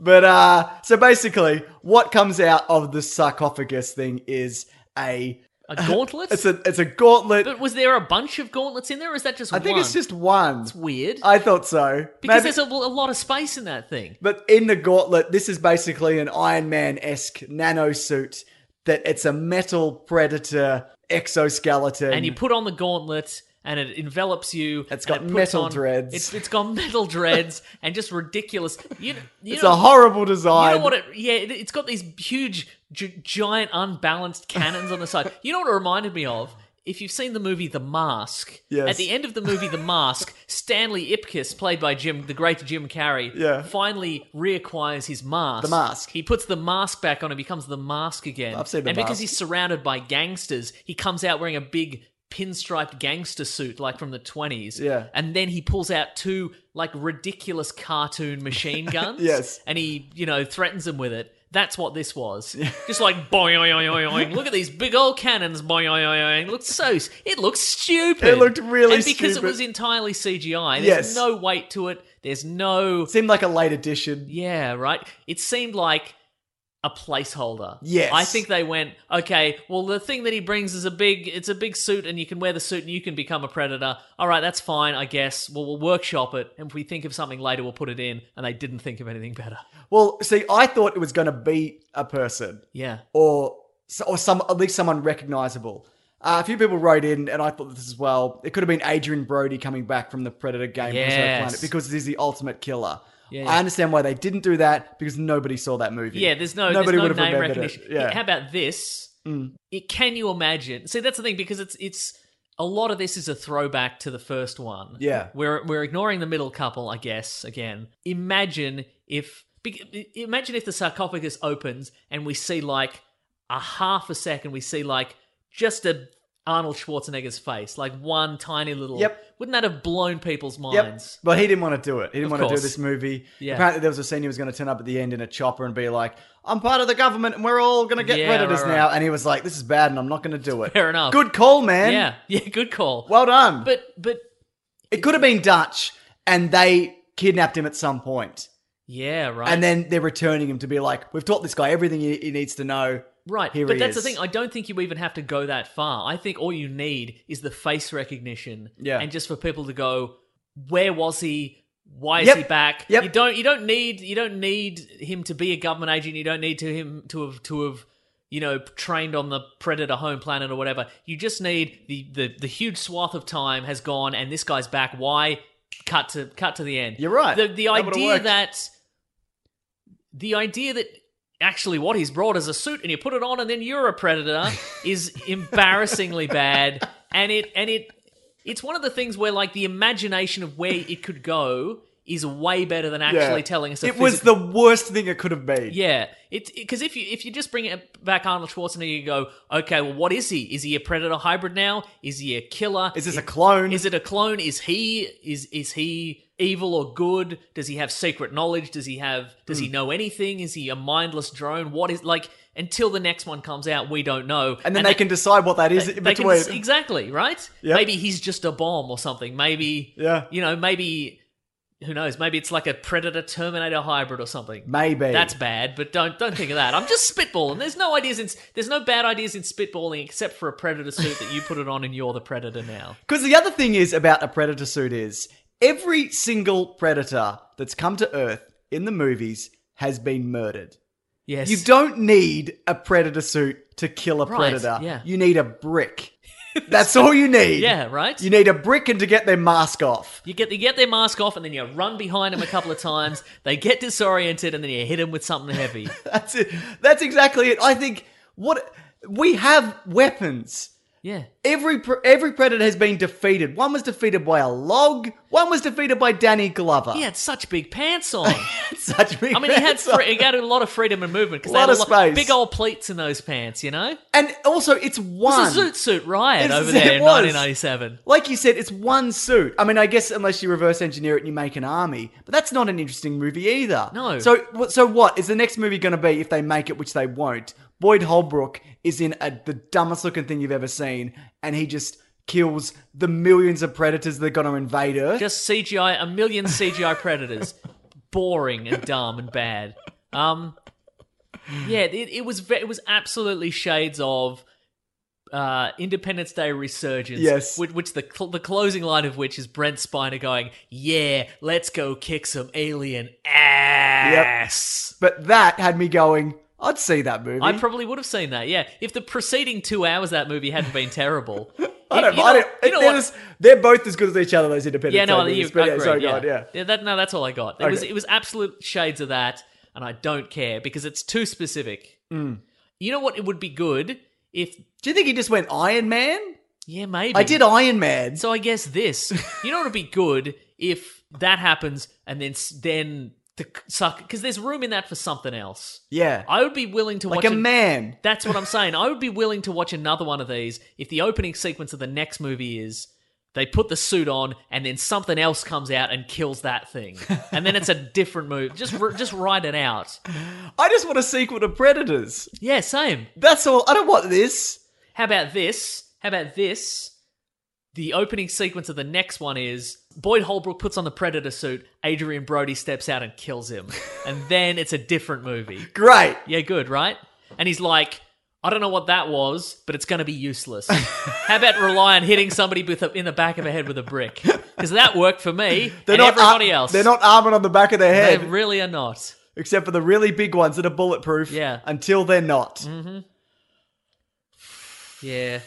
[SPEAKER 2] But uh, so basically, what comes out of the sarcophagus thing is a
[SPEAKER 3] A gauntlet?
[SPEAKER 2] it's a it's a gauntlet.
[SPEAKER 3] but was there a bunch of gauntlets in there, or is that just
[SPEAKER 2] I
[SPEAKER 3] one?
[SPEAKER 2] think it's just one.
[SPEAKER 3] weird.
[SPEAKER 2] I thought so.
[SPEAKER 3] Because
[SPEAKER 2] Maybe-
[SPEAKER 3] there's a, a lot of space in that thing.
[SPEAKER 2] But in the gauntlet, this is basically an Iron Man esque nano suit that it's a metal predator exoskeleton.
[SPEAKER 3] And you put on the gauntlet and it envelops you.
[SPEAKER 2] It's
[SPEAKER 3] and
[SPEAKER 2] got
[SPEAKER 3] it puts
[SPEAKER 2] metal
[SPEAKER 3] on-
[SPEAKER 2] dreads.
[SPEAKER 3] It's, it's got metal dreads and just ridiculous. You, you
[SPEAKER 2] it's
[SPEAKER 3] know,
[SPEAKER 2] a horrible
[SPEAKER 3] You
[SPEAKER 2] design.
[SPEAKER 3] know what it? Yeah, it, it's got these huge, gi- giant, unbalanced cannons on the side. You know what it reminded me of? If you've seen the movie The Mask,
[SPEAKER 2] Yes.
[SPEAKER 3] at the end of the movie The Mask, Stanley Ipkiss, played by Jim, the great Jim Carrey,
[SPEAKER 2] Yeah.
[SPEAKER 3] finally reacquires his mask.
[SPEAKER 2] The mask.
[SPEAKER 3] He puts the mask back on and becomes the mask again.
[SPEAKER 2] I've seen The
[SPEAKER 3] and because
[SPEAKER 2] Mask.
[SPEAKER 3] he's surrounded by gangsters, he comes out wearing a big pinstriped gangster suit like from the 20s
[SPEAKER 2] Yeah.
[SPEAKER 3] and then he pulls out two like ridiculous cartoon machine guns
[SPEAKER 2] Yes.
[SPEAKER 3] and he, you know, threatens him with it. That's what this was. Just like boing, oing, oing, oing. Look at these big old cannons. Boing, oing, oing, oing. Looks so. It looks stupid.
[SPEAKER 2] It looked really
[SPEAKER 3] And because
[SPEAKER 2] stupid.
[SPEAKER 3] it was entirely CGI, there's
[SPEAKER 2] Yes.
[SPEAKER 3] no weight to it. There's no.
[SPEAKER 2] Seemed like a late addition.
[SPEAKER 3] Yeah, right. It seemed like a placeholder.
[SPEAKER 2] Yes.
[SPEAKER 3] I think they went, okay, well the thing that he brings is a big it's a big suit and you can wear the suit and you can become a predator. All right, that's fine, I guess. Well, we'll workshop it and if we think of something later we'll put it in and they didn't think of anything better.
[SPEAKER 2] Well, see, I thought it was going to be a person
[SPEAKER 3] Yeah.
[SPEAKER 2] or or some at least someone recognizable. Uh, a few people wrote in, and I thought this as well. It could have been Adrian Brody coming back from the Predator game from Zero
[SPEAKER 3] Yes.
[SPEAKER 2] Planet because he's the ultimate killer.
[SPEAKER 3] Yeah,
[SPEAKER 2] I
[SPEAKER 3] yeah.
[SPEAKER 2] understand why they didn't do that because nobody saw that movie.
[SPEAKER 3] Yeah, there's no
[SPEAKER 2] nobody
[SPEAKER 3] there's
[SPEAKER 2] would
[SPEAKER 3] no
[SPEAKER 2] have
[SPEAKER 3] name
[SPEAKER 2] remembered
[SPEAKER 3] recognition.
[SPEAKER 2] it. Yeah, Mm.
[SPEAKER 3] How about this? It, can you imagine? See, that's the thing because it's it's a lot of this is a throwback to the first one.
[SPEAKER 2] Yeah.
[SPEAKER 3] we're we're ignoring the middle couple, I guess. Again, imagine if bec- imagine if the sarcophagus opens and we see like a half a second, we see like just a Arnold Schwarzenegger's face, like one tiny little.
[SPEAKER 2] Yep.
[SPEAKER 3] Wouldn't that have blown people's
[SPEAKER 2] Yep.
[SPEAKER 3] minds?
[SPEAKER 2] But he didn't want to do it. He didn't
[SPEAKER 3] Of
[SPEAKER 2] want to do
[SPEAKER 3] course.
[SPEAKER 2] this movie.
[SPEAKER 3] Yeah.
[SPEAKER 2] Apparently, there was a scene he was going to turn up at the end in a chopper and be like, I'm part of the government and we're all going to get
[SPEAKER 3] Yeah,
[SPEAKER 2] predators
[SPEAKER 3] right, right.
[SPEAKER 2] now. And he was like, this is bad and I'm not going to do it.
[SPEAKER 3] Fair enough.
[SPEAKER 2] Good call, man.
[SPEAKER 3] Yeah, yeah, good call.
[SPEAKER 2] Well done.
[SPEAKER 3] but but
[SPEAKER 2] it could have been Dutch. and they kidnapped him at some point.
[SPEAKER 3] Yeah, right.
[SPEAKER 2] And then they're returning him to be like, we've taught this guy everything he, he needs to know.
[SPEAKER 3] Right,
[SPEAKER 2] Here
[SPEAKER 3] but
[SPEAKER 2] he
[SPEAKER 3] that's the
[SPEAKER 2] is."
[SPEAKER 3] thing. I don't think you even have to go that far. I think all you need is the face recognition,
[SPEAKER 2] Yeah.
[SPEAKER 3] and just for people to go, "Where was he? Why is
[SPEAKER 2] Yep.
[SPEAKER 3] he back?"
[SPEAKER 2] Yep.
[SPEAKER 3] You don't. You don't need. You don't need him to be a government agent. You don't need to him to have to have you know trained on the predator home planet or whatever. You just need the the the huge swath of time has gone, and this guy's back. Why? Cut to cut to the end.
[SPEAKER 2] You're right.
[SPEAKER 3] The the
[SPEAKER 2] That would've
[SPEAKER 3] idea
[SPEAKER 2] worked.
[SPEAKER 3] that the idea that actually what he's brought is a suit and you put it on and then you're a predator is embarrassingly bad and it and it it's one of the things where like the imagination of where it could go is way better than actually telling us a
[SPEAKER 2] it was
[SPEAKER 3] physical-
[SPEAKER 2] the worst thing it could have been.
[SPEAKER 3] yeah it because if you if you just bring it back Arnold Schwarzenegger you go okay well what is he is he a predator hybrid now is he a killer
[SPEAKER 2] Is this a clone?
[SPEAKER 3] is it a clone? Is he is is he evil or good? Does he have secret knowledge? Does he have does
[SPEAKER 2] Hmm.
[SPEAKER 3] he know anything? Is he a mindless drone? What is like until the next one comes out, we don't know.
[SPEAKER 2] and then they, can decide what that is in
[SPEAKER 3] they can-
[SPEAKER 2] between.
[SPEAKER 3] exactly right.
[SPEAKER 2] Yep.
[SPEAKER 3] Maybe he's just a bomb or something. Maybe
[SPEAKER 2] Yeah.
[SPEAKER 3] you know maybe who knows? Maybe it's like a predator terminator hybrid or something.
[SPEAKER 2] Maybe.
[SPEAKER 3] That's bad, but don't don't think of that. I'm just spitballing. There's no ideas in there's no bad ideas in spitballing except for a predator suit that you put it on and you're the predator now.
[SPEAKER 2] Because the other thing is about a predator suit is every single predator that's come to Earth in the movies has been murdered.
[SPEAKER 3] Yes.
[SPEAKER 2] You don't need a predator suit to kill a
[SPEAKER 3] Right,
[SPEAKER 2] predator.
[SPEAKER 3] yeah.
[SPEAKER 2] You need a brick. That's all you need.
[SPEAKER 3] Yeah, right?
[SPEAKER 2] You need a brick and to get their mask off.
[SPEAKER 3] You get you get their mask off, and then you run behind them a couple of times. They get disoriented, and then you hit them with something heavy.
[SPEAKER 2] That's it. That's exactly it. I think what we have weapons.
[SPEAKER 3] Yeah,
[SPEAKER 2] Every pre- every predator has been defeated. One was defeated by a log. One was defeated by Danny Glover.
[SPEAKER 3] he had such big pants on.
[SPEAKER 2] Such big
[SPEAKER 3] I mean, he had
[SPEAKER 2] pants on.
[SPEAKER 3] free, he had a lot of freedom and movement because they
[SPEAKER 2] Lot
[SPEAKER 3] had a
[SPEAKER 2] of
[SPEAKER 3] lo-
[SPEAKER 2] space.
[SPEAKER 3] big old pleats in those pants. You know,
[SPEAKER 2] And also, it's
[SPEAKER 3] it
[SPEAKER 2] one.
[SPEAKER 3] was a zoot suit riot
[SPEAKER 2] It's-
[SPEAKER 3] over there
[SPEAKER 2] it
[SPEAKER 3] in
[SPEAKER 2] was.
[SPEAKER 3] 1997.
[SPEAKER 2] Like you said, it's one suit. I mean, I guess unless you reverse engineer it and you make an army, but that's not an interesting movie either.
[SPEAKER 3] No.
[SPEAKER 2] So, wh- so what is the next movie going to be if they make it, which they won't? Boyd Holbrook is in a, the dumbest looking thing you've ever seen, and he just kills the millions of predators that are going to invade Earth.
[SPEAKER 3] Just CGI, a million CGI predators, boring and dumb and bad. Um, yeah, it, it was ve- it was absolutely shades of uh, Independence Day Resurgence.
[SPEAKER 2] Yes.
[SPEAKER 3] which, which the cl- the closing line of which is Brent Spiner going, "Yeah, let's go kick some alien ass."
[SPEAKER 2] but that had me going. I'd see that movie.
[SPEAKER 3] I probably would have seen that. Yeah, if the preceding two hours of that movie hadn't been terrible.
[SPEAKER 2] I don't.
[SPEAKER 3] You
[SPEAKER 2] I
[SPEAKER 3] know-
[SPEAKER 2] don't.
[SPEAKER 3] you know
[SPEAKER 2] they're,
[SPEAKER 3] what?
[SPEAKER 2] just- they're both as good as each other. Those independent.
[SPEAKER 3] yeah, no,
[SPEAKER 2] Day
[SPEAKER 3] you,
[SPEAKER 2] movies, but
[SPEAKER 3] I
[SPEAKER 2] yeah,
[SPEAKER 3] agree,
[SPEAKER 2] sorry,
[SPEAKER 3] yeah.
[SPEAKER 2] God, yeah.
[SPEAKER 3] Yeah, that, no, that's all I got. It was
[SPEAKER 2] Okay.
[SPEAKER 3] it was absolute shades of that, and I don't care because it's too specific.
[SPEAKER 2] Mm.
[SPEAKER 3] You know what? It would be good if
[SPEAKER 2] Do you think he just went Iron Man?
[SPEAKER 3] yeah, maybe
[SPEAKER 2] I did Iron Man.
[SPEAKER 3] So I guess this. You know, it'd be good if that happens, and then s- then the c- suck because there's room in that for something else.
[SPEAKER 2] yeah,
[SPEAKER 3] I would be willing to
[SPEAKER 2] like
[SPEAKER 3] watch
[SPEAKER 2] a
[SPEAKER 3] an-
[SPEAKER 2] man.
[SPEAKER 3] That's what I'm saying. I would be willing to watch another one of these if the opening sequence of the next movie is they put the suit on and then something else comes out and kills that thing, and then it's a different move. Just r- just write it out.
[SPEAKER 2] I just want a sequel to Predators.
[SPEAKER 3] Yeah, same.
[SPEAKER 2] That's all. I don't want this.
[SPEAKER 3] How about this? How about this? The opening sequence of the next one is Boyd Holbrook puts on the predator suit, Adrian Brody steps out and kills him, and then it's a different movie.
[SPEAKER 2] Great.
[SPEAKER 3] Yeah, good, right? And he's like, I don't know what that was, but it's going to be useless. How about rely on hitting somebody with a, in the back of a head with a brick? Because that worked for me and
[SPEAKER 2] not ar-
[SPEAKER 3] everybody else.
[SPEAKER 2] They're not armored on the back of their
[SPEAKER 3] They
[SPEAKER 2] head,
[SPEAKER 3] really are not.
[SPEAKER 2] except for the really big ones that are bulletproof.
[SPEAKER 3] Yeah. Mm-hmm.
[SPEAKER 2] Until they're not.
[SPEAKER 3] Yeah.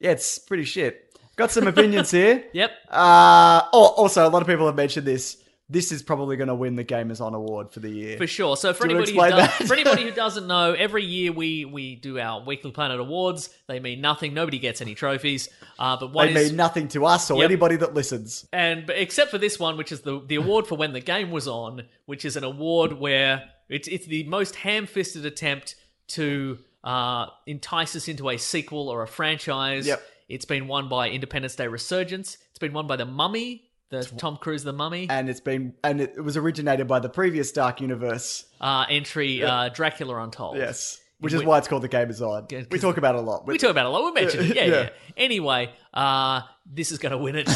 [SPEAKER 2] Yeah, it's pretty shit. Got some opinions here.
[SPEAKER 3] Yep.
[SPEAKER 2] Uh, oh, also, a lot of people have mentioned this. This is probably going to win the Gamers On Award for the year.
[SPEAKER 3] For sure. So for
[SPEAKER 2] Do you wanna
[SPEAKER 3] anybody, who
[SPEAKER 2] explain
[SPEAKER 3] does,
[SPEAKER 2] that?
[SPEAKER 3] for anybody who doesn't know, every year we we do our weekly Planet Awards. They mean nothing. Nobody gets any trophies. Uh, but one
[SPEAKER 2] They
[SPEAKER 3] is
[SPEAKER 2] mean nothing to us or
[SPEAKER 3] Yep.
[SPEAKER 2] anybody that listens.
[SPEAKER 3] and but except for this one, which is the the award for when the game was on, which is an award where it's it's the most ham-fisted attempt to uh, entice us into a sequel or a franchise.
[SPEAKER 2] Yep.
[SPEAKER 3] It's been won by Independence Day Resurgence. It's been won by The Mummy, the Tom Cruise The Mummy
[SPEAKER 2] And it's been and it was originated by the previous Dark Universe.
[SPEAKER 3] uh, entry, uh, Dracula Untold.
[SPEAKER 2] Yes.
[SPEAKER 3] In
[SPEAKER 2] Which is
[SPEAKER 3] whi-
[SPEAKER 2] why it's called the Gamers On. We
[SPEAKER 3] 'cause-
[SPEAKER 2] talk about it a lot.
[SPEAKER 3] We talk about it a lot. We mentioned it. Yeah, yeah.
[SPEAKER 2] Yeah.
[SPEAKER 3] Anyway, uh, this is going to win it.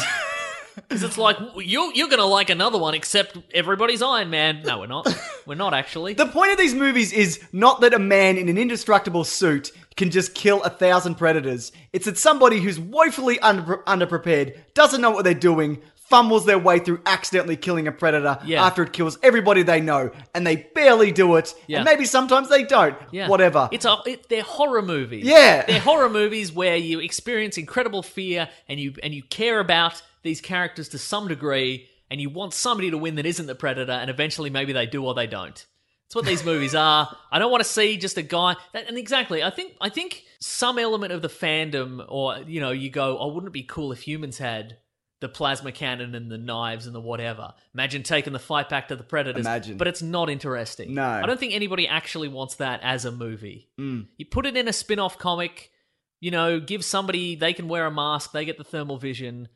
[SPEAKER 3] Because it's like you you're gonna like another one, except everybody's Iron Man. No, we're not. We're not actually.
[SPEAKER 2] The point of these movies is not that a man in an indestructible suit can just kill a thousand predators. It's that somebody who's woefully under- underprepared, doesn't know what they're doing, fumbles their way through accidentally killing a predator
[SPEAKER 3] Yeah.
[SPEAKER 2] after it kills everybody they know, and they barely do it,
[SPEAKER 3] Yeah.
[SPEAKER 2] and maybe sometimes they don't.
[SPEAKER 3] Yeah.
[SPEAKER 2] Whatever.
[SPEAKER 3] It's a, it, they're horror movies.
[SPEAKER 2] Yeah.
[SPEAKER 3] they're horror movies where you experience incredible fear and you and you care about these characters to some degree, and you want somebody to win that isn't the predator, and eventually maybe they do or they don't. That's what these movies are. I don't want to see just a guy. That, and exactly, I think I think some element of the fandom, or you know, you go, oh, wouldn't it be cool if humans had the plasma cannon and the knives and the whatever? Imagine taking the fight back to the predators.
[SPEAKER 2] Imagine.
[SPEAKER 3] but it's not interesting.
[SPEAKER 2] No. Mm.
[SPEAKER 3] I don't think anybody actually wants that as a movie. You put it in a spin off comic, you know, give somebody, they can wear a mask, they get the thermal vision,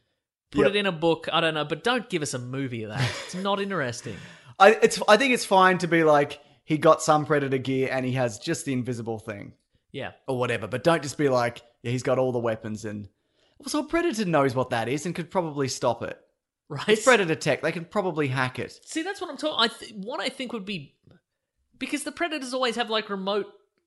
[SPEAKER 3] put
[SPEAKER 2] Yep.
[SPEAKER 3] it in a book, I don't know, but don't give us a movie of that. It's not interesting.
[SPEAKER 2] I, it's, I think it's fine to be like, he got some predator gear and he has just the invisible thing.
[SPEAKER 3] Yeah.
[SPEAKER 2] or whatever. But don't just be like, yeah, he's got all the weapons and also a predator knows what that is and could probably stop it.
[SPEAKER 3] Right.
[SPEAKER 2] It's predator tech; they can probably hack it.
[SPEAKER 3] See, that's what I'm talking. I th- what I think would be because the predators always have like remote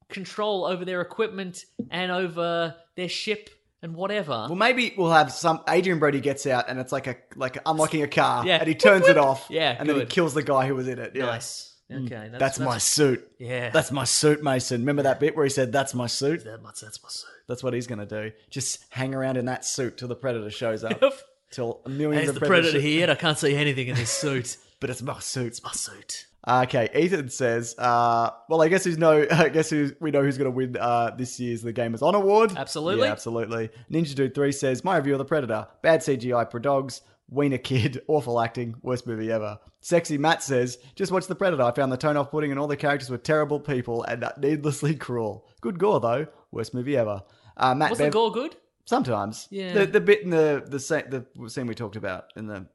[SPEAKER 3] control over their equipment and over their ship and whatever.
[SPEAKER 2] Well, maybe we'll have some. Adrian Brody gets out and it's like a like unlocking a car,
[SPEAKER 3] Yeah.
[SPEAKER 2] and he turns it off,
[SPEAKER 3] Yeah,
[SPEAKER 2] and then he
[SPEAKER 3] good.
[SPEAKER 2] kills the guy who was in it. Yeah. Mm.
[SPEAKER 3] Nice. Okay, that's,
[SPEAKER 2] That's, my suit.
[SPEAKER 3] Yeah.
[SPEAKER 2] That's my suit, Mason. Remember that bit where he said, "That's my suit."
[SPEAKER 3] That much- that's my suit.
[SPEAKER 2] That's what he's gonna do. Just hang around in that suit till the predator shows up.
[SPEAKER 3] Yep.
[SPEAKER 2] Till millions
[SPEAKER 3] There's
[SPEAKER 2] of
[SPEAKER 3] the
[SPEAKER 2] predators.
[SPEAKER 3] predator here. I can't see anything in this suit.
[SPEAKER 2] But it's my suit.
[SPEAKER 3] My suit.
[SPEAKER 2] Okay, Ethan says, uh, "Well, I guess who's know. I guess who's, we know who's going to win uh, this year's the Gamers On Award."
[SPEAKER 3] Absolutely.
[SPEAKER 2] yeah, absolutely. Ninja Dude Three says, "My review of the Predator: bad CGI pro dogs, wiener kid, awful acting, worst movie ever." Sexy Matt says, "Just watch the Predator. I found the tone off-putting, and all the characters were terrible people and uh, needlessly cruel. Good gore though. Worst movie ever." Uh, Matt
[SPEAKER 3] Was the
[SPEAKER 2] Bev-
[SPEAKER 3] gore good?
[SPEAKER 2] Sometimes,
[SPEAKER 3] Yeah.
[SPEAKER 2] The, the bit in the the, sa- the scene we talked about in the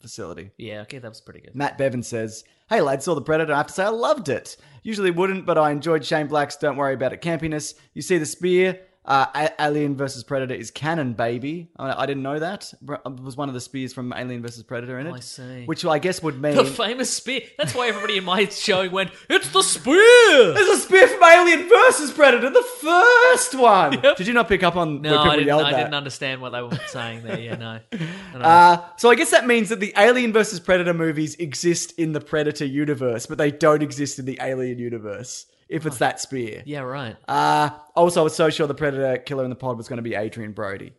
[SPEAKER 2] facility.
[SPEAKER 3] Yeah, okay, that was pretty good.
[SPEAKER 2] Matt Bevan says, Hey lads, saw The Predator. I have to say I loved it. Usually wouldn't, but I enjoyed Shane Black's Don't Worry About It campiness. You see the spear. Uh, A- Alien versus Predator is canon, baby. I, I didn't know that. Br- It was one of the spears from Alien versus Predator in it.
[SPEAKER 3] I see.
[SPEAKER 2] Which I guess would mean.
[SPEAKER 3] The famous spear. That's why everybody in my show went, It's the spear!
[SPEAKER 2] There's a spear from Alien versus Predator, the first one. Did you not pick up on where
[SPEAKER 3] No,
[SPEAKER 2] people
[SPEAKER 3] I, didn't,
[SPEAKER 2] yelled
[SPEAKER 3] I
[SPEAKER 2] that?
[SPEAKER 3] didn't understand what they were saying there. Yeah, no. I don't know.
[SPEAKER 2] Uh, so I guess that means that the Alien versus Predator movies exist in the Predator universe, but they don't exist in the Alien universe. If
[SPEAKER 3] Oh,
[SPEAKER 2] it's that spear,
[SPEAKER 3] yeah, right.
[SPEAKER 2] Uh, also, I was so sure the Predator killer in the pod was going to be Adrian Brody.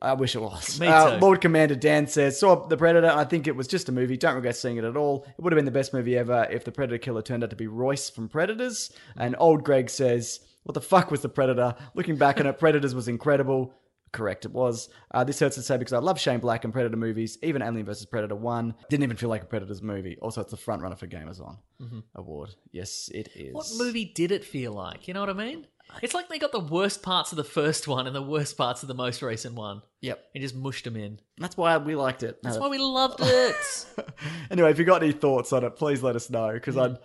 [SPEAKER 2] I wish it was.
[SPEAKER 3] Me
[SPEAKER 2] Uh,
[SPEAKER 3] too.
[SPEAKER 2] Lord Commander Dan says, saw The Predator. I think it was just a movie. Don't regret seeing it at all. It would have been the best movie ever if the Predator killer turned out to be Royce from Predators. And old Greg says, what the fuck was the Predator? Looking back on it, Predators was incredible. Correct, it was. Uh, this hurts to say because I love Shane Black and Predator movies. Even Alien vs. Predator 1 didn't even feel like a Predators movie. Also, it's the front runner for Gamers On award. Yes, it is.
[SPEAKER 3] Mm-hmm. What movie did it feel like? You know what I mean? It's like they got the worst parts of the first one and the worst parts of the most recent one
[SPEAKER 2] Yep.
[SPEAKER 3] and just mushed them in.
[SPEAKER 2] That's why we liked it.
[SPEAKER 3] That's why we loved it.
[SPEAKER 2] anyway, if you got any thoughts on it, please let us know because I'd.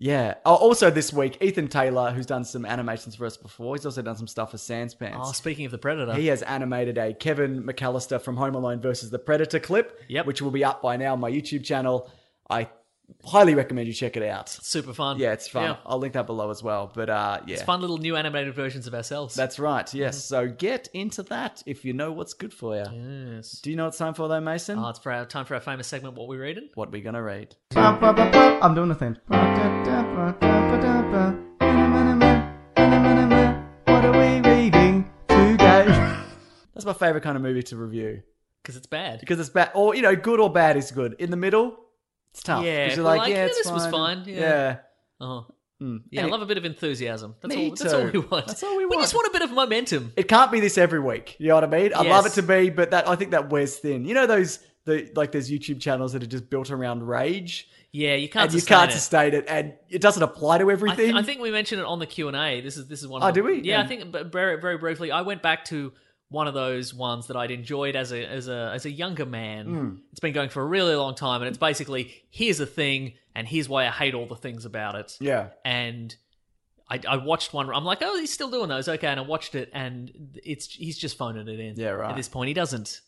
[SPEAKER 2] Yeah. Oh, also this week, Ethan Taylor, who's done some animations for us before, he's also done some stuff for
[SPEAKER 3] oh,
[SPEAKER 2] Sanspants.
[SPEAKER 3] speaking of the Predator.
[SPEAKER 2] he has animated a Kevin McAllister from Home Alone versus the Predator clip,
[SPEAKER 3] Yep.
[SPEAKER 2] which will be up by now on my YouTube channel. I highly recommend you check it out.
[SPEAKER 3] Super fun.
[SPEAKER 2] Yeah, it's fun.
[SPEAKER 3] Yeah.
[SPEAKER 2] I'll link that below as well. But uh, yeah,
[SPEAKER 3] It's fun Mm-hmm. little new animated versions of ourselves.
[SPEAKER 2] that's right. Yes. So get into that if you know what's good for you.
[SPEAKER 3] yes.
[SPEAKER 2] Do you know what it's time for though, Mason?
[SPEAKER 3] Oh, it's for our, time for our famous segment, What We Reading?
[SPEAKER 2] what we gonna read. I'm doing the thing. What are we reading today? That's my favorite kind of movie to review
[SPEAKER 3] Because it's bad.
[SPEAKER 2] because it's bad, or you know, good or bad is good. In the middle, it's tough.
[SPEAKER 3] Yeah,
[SPEAKER 2] 'Cause
[SPEAKER 3] if we're like, "Yeah, this was fine," yeah. Oh.
[SPEAKER 2] Mm.
[SPEAKER 3] Yeah,
[SPEAKER 2] Any-
[SPEAKER 3] I love a bit of enthusiasm. That's
[SPEAKER 2] Me
[SPEAKER 3] all. That's all
[SPEAKER 2] too.
[SPEAKER 3] we want.
[SPEAKER 2] That's all we
[SPEAKER 3] We just
[SPEAKER 2] want.
[SPEAKER 3] want a bit of momentum.
[SPEAKER 2] It can't be this every week. You know what I mean? I love it
[SPEAKER 3] Yes.
[SPEAKER 2] to be, but that I think that wears thin. You know those the like there's YouTube channels that are just built around rage,
[SPEAKER 3] Yeah, you can't.
[SPEAKER 2] and you
[SPEAKER 3] sustain
[SPEAKER 2] can't
[SPEAKER 3] it.
[SPEAKER 2] sustain it, and it doesn't apply to
[SPEAKER 3] I, th-
[SPEAKER 2] everything.
[SPEAKER 3] I think we mentioned it on the Q and A. This is this is one.
[SPEAKER 2] Oh,
[SPEAKER 3] of the,
[SPEAKER 2] did we?
[SPEAKER 3] Yeah,
[SPEAKER 2] Yeah.
[SPEAKER 3] I think b- very very briefly. I went back to one of those ones that I'd enjoyed as a as a as a younger man.
[SPEAKER 2] Hmm.
[SPEAKER 3] It's been going for a really long time, and it's basically here's a thing, and here's why I hate all the things about it.
[SPEAKER 2] yeah.
[SPEAKER 3] And I, I watched one. I'm like, oh, he's still doing those. Okay, and I watched it, and it's he's just phoning it in.
[SPEAKER 2] Yeah, right.
[SPEAKER 3] At this point, he doesn't.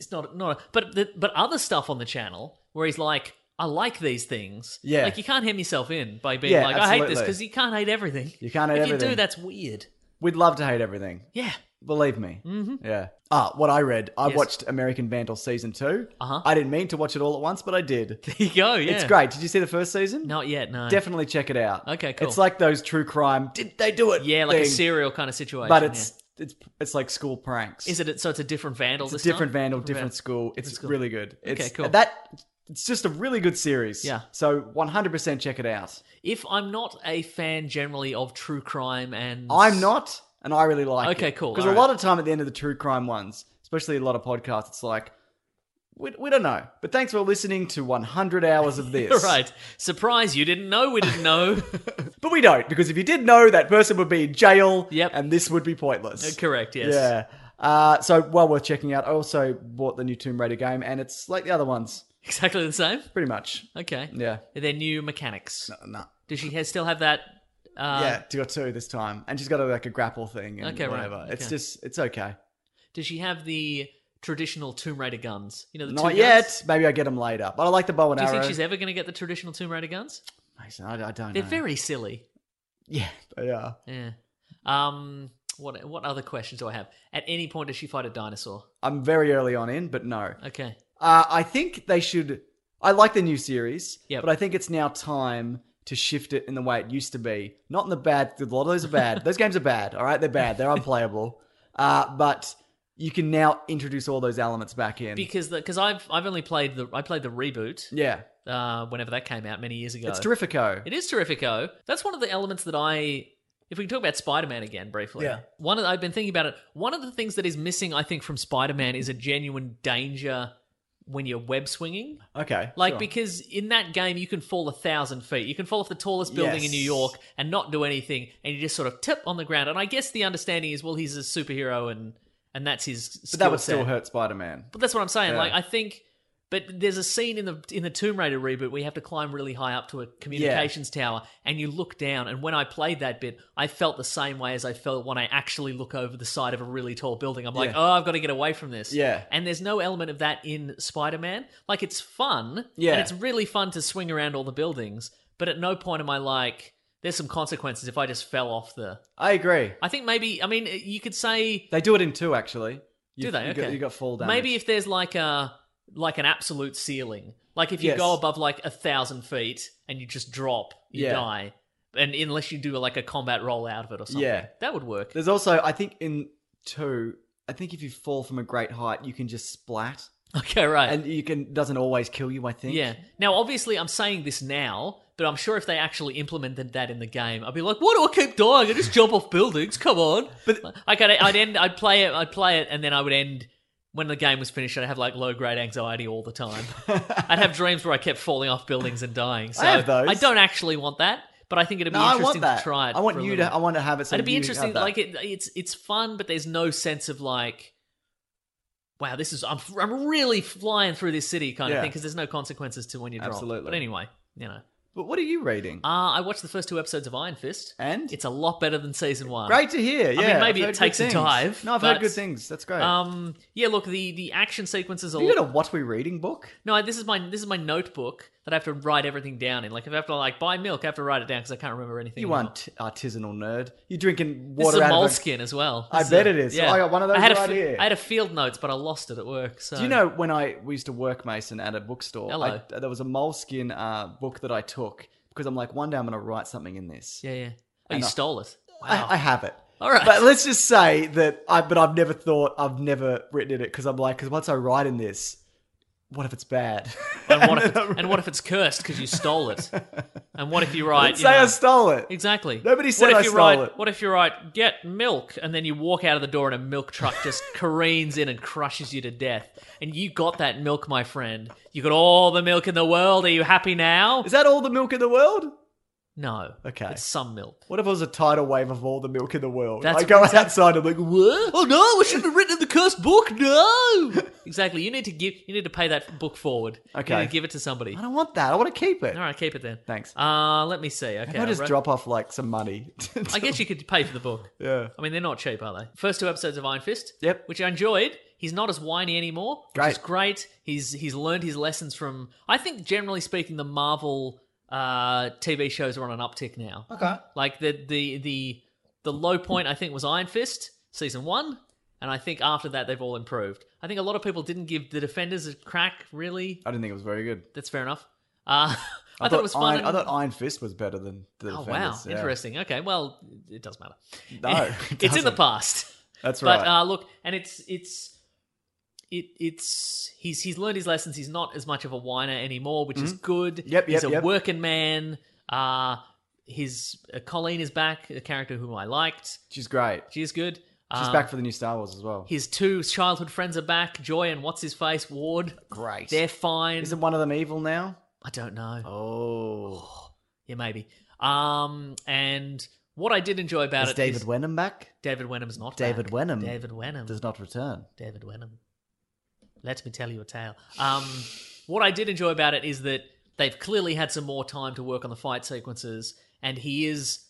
[SPEAKER 3] it's not not. A, but the, but other stuff on the channel where he's like, I like these things.
[SPEAKER 2] Yeah.
[SPEAKER 3] like you can't hem yourself in by being
[SPEAKER 2] Yeah,
[SPEAKER 3] like, I hate this
[SPEAKER 2] absolutely.
[SPEAKER 3] because you can't hate everything.
[SPEAKER 2] You can't hate
[SPEAKER 3] if
[SPEAKER 2] everything.
[SPEAKER 3] you do, that's weird.
[SPEAKER 2] We'd love to hate everything.
[SPEAKER 3] Yeah.
[SPEAKER 2] Believe me.
[SPEAKER 3] Mm-hmm.
[SPEAKER 2] Yeah. Ah, what I read. I
[SPEAKER 3] Yes.
[SPEAKER 2] watched American Vandal season two.
[SPEAKER 3] Uh-huh.
[SPEAKER 2] I didn't mean to watch it all at once, but I did.
[SPEAKER 3] There you go. Yeah,
[SPEAKER 2] It's great. Did you see the first season?
[SPEAKER 3] Not yet. No.
[SPEAKER 2] Definitely check it out.
[SPEAKER 3] Okay, cool.
[SPEAKER 2] It's like those true crime. Did they do it?
[SPEAKER 3] Yeah, like a
[SPEAKER 2] thing,
[SPEAKER 3] serial kind of situation.
[SPEAKER 2] But it's it's it's like school pranks.
[SPEAKER 3] yeah. is it so it's a different vandal.
[SPEAKER 2] It's a
[SPEAKER 3] this
[SPEAKER 2] different
[SPEAKER 3] time?
[SPEAKER 2] vandal, different school. It's
[SPEAKER 3] school.
[SPEAKER 2] really good.
[SPEAKER 3] Okay,
[SPEAKER 2] It's,
[SPEAKER 3] cool.
[SPEAKER 2] That it's just a really good series.
[SPEAKER 3] Yeah.
[SPEAKER 2] So 100% check it out.
[SPEAKER 3] If I'm not a fan generally of true crime and
[SPEAKER 2] I'm not, and I really like it.
[SPEAKER 3] Okay, cool,
[SPEAKER 2] Because a
[SPEAKER 3] alright.
[SPEAKER 2] lot of time at the end of the true crime ones, especially a lot of podcasts, it's like, we, we don't know. But thanks for listening to 100 hours of this.
[SPEAKER 3] right, surprise! You didn't know we didn't know.
[SPEAKER 2] But we don't, because if you did know, that person would be in jail,
[SPEAKER 3] Yep.
[SPEAKER 2] and this would be pointless.
[SPEAKER 3] Correct. Yes.
[SPEAKER 2] Yeah. Uh, so well worth checking out. I also bought the new Tomb Raider game, and it's like the other ones,
[SPEAKER 3] Exactly the same.
[SPEAKER 2] pretty much.
[SPEAKER 3] Okay.
[SPEAKER 2] Yeah.
[SPEAKER 3] Their new mechanics.
[SPEAKER 2] No.
[SPEAKER 3] Does she ha- still have that? Uh,
[SPEAKER 2] yeah, two or two this time, and she's got a, like a grapple thing and
[SPEAKER 3] Okay, right,
[SPEAKER 2] whatever. It's
[SPEAKER 3] okay.
[SPEAKER 2] just, it's okay.
[SPEAKER 3] Does she have the traditional Tomb Raider guns? You know, the
[SPEAKER 2] Not
[SPEAKER 3] two
[SPEAKER 2] yet.
[SPEAKER 3] guns?
[SPEAKER 2] Maybe I get them later. But I like the bow and
[SPEAKER 3] Do you
[SPEAKER 2] arrow.
[SPEAKER 3] think she's ever going to get the traditional Tomb Raider guns?
[SPEAKER 2] Mason, I, I don't
[SPEAKER 3] They're
[SPEAKER 2] know.
[SPEAKER 3] very silly.
[SPEAKER 2] Yeah, they are.
[SPEAKER 3] Yeah. Um. What What other questions do I have? At any point, does she fight a dinosaur?
[SPEAKER 2] I'm very early on in, but no.
[SPEAKER 3] Okay.
[SPEAKER 2] Uh, I think they should. I like the new series,
[SPEAKER 3] Yep.
[SPEAKER 2] but I think it's now time to shift it in the way it used to be. Not in the bad. A lot of those are bad. those games are bad. All right, they're bad. They're unplayable. Uh, but you can now introduce all those elements back in.
[SPEAKER 3] Because the because I've I've only played the I played the reboot
[SPEAKER 2] yeah,
[SPEAKER 3] uh whenever that came out many years ago.
[SPEAKER 2] it's terrifico.
[SPEAKER 3] It is terrifico. That's one of the elements that I. If we can talk about Spider Man again briefly,
[SPEAKER 2] Yeah.
[SPEAKER 3] One of, I've been thinking about it. One of the things that is missing, I think, from Spider Man is a genuine danger when you're web swinging.
[SPEAKER 2] okay,
[SPEAKER 3] Like
[SPEAKER 2] sure.
[SPEAKER 3] because in that game you can fall a thousand feet, you can fall off the tallest building in New
[SPEAKER 2] Yes.
[SPEAKER 3] York and not do anything, and you just sort of tip on the ground. And I guess the understanding is, well, he's a superhero, and and that's his.
[SPEAKER 2] but that
[SPEAKER 3] skill
[SPEAKER 2] would still
[SPEAKER 3] set.
[SPEAKER 2] hurt Spider-Man.
[SPEAKER 3] But that's what I'm saying.
[SPEAKER 2] Yeah.
[SPEAKER 3] Like I think, but there's a scene in the in the Tomb Raider reboot where you have to climb really high up to a communications tower, and you look down. And when I played that bit, I felt the same way as I felt when I actually look over the side of a really tall building. I'm like,
[SPEAKER 2] Yeah.
[SPEAKER 3] oh, I've got to get away from this.
[SPEAKER 2] Yeah.
[SPEAKER 3] And there's no element of that in Spider Man. Like it's fun.
[SPEAKER 2] Yeah.
[SPEAKER 3] And it's really fun to swing around all the buildings, but at no point am I like. There's some consequences if I just fell off the.
[SPEAKER 2] I agree.
[SPEAKER 3] I think maybe I mean you could say
[SPEAKER 2] They do it in two actually. You,
[SPEAKER 3] do they?
[SPEAKER 2] You
[SPEAKER 3] okay.
[SPEAKER 2] got, you got fall damage.
[SPEAKER 3] Maybe if there's like a like an absolute ceiling, like if you
[SPEAKER 2] Yes.
[SPEAKER 3] go above like a thousand feet and you just drop, you
[SPEAKER 2] Yeah.
[SPEAKER 3] die. And unless you do like a combat roll out of it or something,
[SPEAKER 2] Yeah.
[SPEAKER 3] that would work.
[SPEAKER 2] There's also, I think, in two, I think if you fall from a great height, you can just splat,
[SPEAKER 3] Okay, right.
[SPEAKER 2] and you can doesn't always kill you. I think.
[SPEAKER 3] yeah. Now, obviously, I'm saying this now, but I'm sure if they actually implemented that in the game, I'd be like, "Why do I keep dying? I just jump off buildings. Come on!" But like, I'd, I'd end, I'd play it, I'd play it, and then I would end when the game was finished. I'd have like low grade anxiety all the time. I'd have dreams where I kept falling off buildings and dying. So
[SPEAKER 2] have those.
[SPEAKER 3] I don't actually want that, but I think it'd be
[SPEAKER 2] No, I want
[SPEAKER 3] interesting
[SPEAKER 2] that.
[SPEAKER 3] to try it.
[SPEAKER 2] I want
[SPEAKER 3] for a
[SPEAKER 2] you
[SPEAKER 3] little
[SPEAKER 2] to. I want to have it. So
[SPEAKER 3] It'd be
[SPEAKER 2] you
[SPEAKER 3] interesting.
[SPEAKER 2] have that.
[SPEAKER 3] Like it, it's it's fun, but there's no sense of like, wow, this is I'm I'm really flying through this city kind
[SPEAKER 2] Yeah.
[SPEAKER 3] of thing because there's no consequences to when you drop.
[SPEAKER 2] Absolutely.
[SPEAKER 3] But anyway, you know,
[SPEAKER 2] But what are you reading?
[SPEAKER 3] uh, I watched the first two episodes of Iron Fist.
[SPEAKER 2] and
[SPEAKER 3] It's a lot better than season one.
[SPEAKER 2] great to hear. Yeah.
[SPEAKER 3] mean, maybe
[SPEAKER 2] I've
[SPEAKER 3] it
[SPEAKER 2] heard good
[SPEAKER 3] takes a
[SPEAKER 2] things.
[SPEAKER 3] dive,
[SPEAKER 2] No, I've heard
[SPEAKER 3] but-
[SPEAKER 2] good things. That's great. Um,
[SPEAKER 3] Um. Yeah. Look, the the action sequences are.
[SPEAKER 2] you got a what we reading book?
[SPEAKER 3] No, this is my this is my notebook that I have to write everything down in. Like, if I have to like buy milk, I have to write it down because I can't remember anything.
[SPEAKER 2] You
[SPEAKER 3] anymore.
[SPEAKER 2] aren't artisanal nerd. You drinking
[SPEAKER 3] This is
[SPEAKER 2] water
[SPEAKER 3] a
[SPEAKER 2] out of
[SPEAKER 3] moleskin as well.
[SPEAKER 2] I
[SPEAKER 3] This
[SPEAKER 2] bet
[SPEAKER 3] a-
[SPEAKER 2] it is. I got one of those
[SPEAKER 3] I had a
[SPEAKER 2] right
[SPEAKER 3] fi-
[SPEAKER 2] here.
[SPEAKER 3] I had a field notes, but I lost it at work. So
[SPEAKER 2] Do you know when I we used to work Mason at a bookstore?
[SPEAKER 3] Hello.
[SPEAKER 2] I, there was a moleskin uh, book that I took because I'm like one day I'm going to write something in this.
[SPEAKER 3] Yeah, yeah. Oh, you stole it. Wow.
[SPEAKER 2] I, I have it.
[SPEAKER 3] Oh. All right.
[SPEAKER 2] But let's just say that I, but I've never thought, I've never written in it because I'm like, because once I write in this, what if it's bad?
[SPEAKER 3] and, what if
[SPEAKER 2] then
[SPEAKER 3] it's,
[SPEAKER 2] I'm-
[SPEAKER 3] and what if it's cursed because you stole it? And what if you write?
[SPEAKER 2] say
[SPEAKER 3] you know-
[SPEAKER 2] I stole it.
[SPEAKER 3] exactly.
[SPEAKER 2] Nobody said
[SPEAKER 3] what if
[SPEAKER 2] I
[SPEAKER 3] you
[SPEAKER 2] stole
[SPEAKER 3] write,
[SPEAKER 2] it.
[SPEAKER 3] What if you write get milk and then you walk out of the door and a milk truck just careens in and crushes you to death? And you got that milk, my friend. You got all the milk in the world. Are you happy now?
[SPEAKER 2] Is that all the milk in the world?
[SPEAKER 3] No.
[SPEAKER 2] Okay.
[SPEAKER 3] It's some milk.
[SPEAKER 2] What if it was a tidal wave of all the milk in the world?
[SPEAKER 3] That's
[SPEAKER 2] I go
[SPEAKER 3] exact-
[SPEAKER 2] outside and I'm like, what?
[SPEAKER 3] Oh no! I shouldn't have written in the cursed book. No. exactly. You need to give. You need to pay that book forward. You
[SPEAKER 2] Okay.
[SPEAKER 3] need to give it to somebody.
[SPEAKER 2] I don't want that. I want to keep it.
[SPEAKER 3] All right, keep it then.
[SPEAKER 2] Thanks.
[SPEAKER 3] Uh, let me see. Okay,
[SPEAKER 2] Can I just
[SPEAKER 3] right.
[SPEAKER 2] drop off like some money?
[SPEAKER 3] I guess you could pay for the book.
[SPEAKER 2] yeah.
[SPEAKER 3] I mean, they're not cheap, are they? First two episodes of Iron Fist.
[SPEAKER 2] Yep.
[SPEAKER 3] Which I enjoyed. He's not as whiny anymore. Which is great. He's he's learned his lessons from. I think generally speaking, the Marvel uh, TV shows are on an uptick now.
[SPEAKER 10] Okay.
[SPEAKER 3] Like the the the the low point I think was Iron Fist season one, and I think after that they've all improved. I think a lot of people didn't give the Defenders a crack. Really,
[SPEAKER 2] I didn't think it was very good.
[SPEAKER 3] that's fair enough. Uh, I, thought, it was fun.
[SPEAKER 2] Iron,
[SPEAKER 3] and-
[SPEAKER 2] I thought Iron Fist was better than the
[SPEAKER 3] oh wow,
[SPEAKER 2] Defenders, yeah.
[SPEAKER 3] interesting. Okay, well it does matter.
[SPEAKER 2] No, it
[SPEAKER 3] it's in the
[SPEAKER 2] doesn't.
[SPEAKER 3] past.
[SPEAKER 2] That's
[SPEAKER 3] But
[SPEAKER 2] right.
[SPEAKER 3] uh, look, and it's it's it it's he's he's learned his lessons. He's not as much of a whiner anymore, which is
[SPEAKER 2] Mhm.
[SPEAKER 3] good.
[SPEAKER 2] Yep,
[SPEAKER 3] he's
[SPEAKER 2] yep,
[SPEAKER 3] a
[SPEAKER 2] yep.
[SPEAKER 3] working man. Uh his uh, Colleen is back, a character whom I liked.
[SPEAKER 2] She's great.
[SPEAKER 3] She's good.
[SPEAKER 2] She's
[SPEAKER 3] Uh,
[SPEAKER 2] back for the new Star Wars as well.
[SPEAKER 3] his two childhood friends are back, Joy and what's his face Ward.
[SPEAKER 2] Great.
[SPEAKER 3] They're fine.
[SPEAKER 2] Isn't one of them evil now?
[SPEAKER 3] I don't know.
[SPEAKER 2] Oh.
[SPEAKER 3] Yeah, maybe. Um, and what I did enjoy about
[SPEAKER 2] Is
[SPEAKER 3] it
[SPEAKER 2] David
[SPEAKER 3] is-
[SPEAKER 2] Wenham back?
[SPEAKER 3] David Wenham's not
[SPEAKER 2] David
[SPEAKER 3] back.
[SPEAKER 2] Wenham
[SPEAKER 3] David Wenham
[SPEAKER 2] does not return.
[SPEAKER 3] David Wenham. Let me tell you a tale. Um, what I did enjoy about it is that they've clearly had some more time to work on the fight sequences, and he is.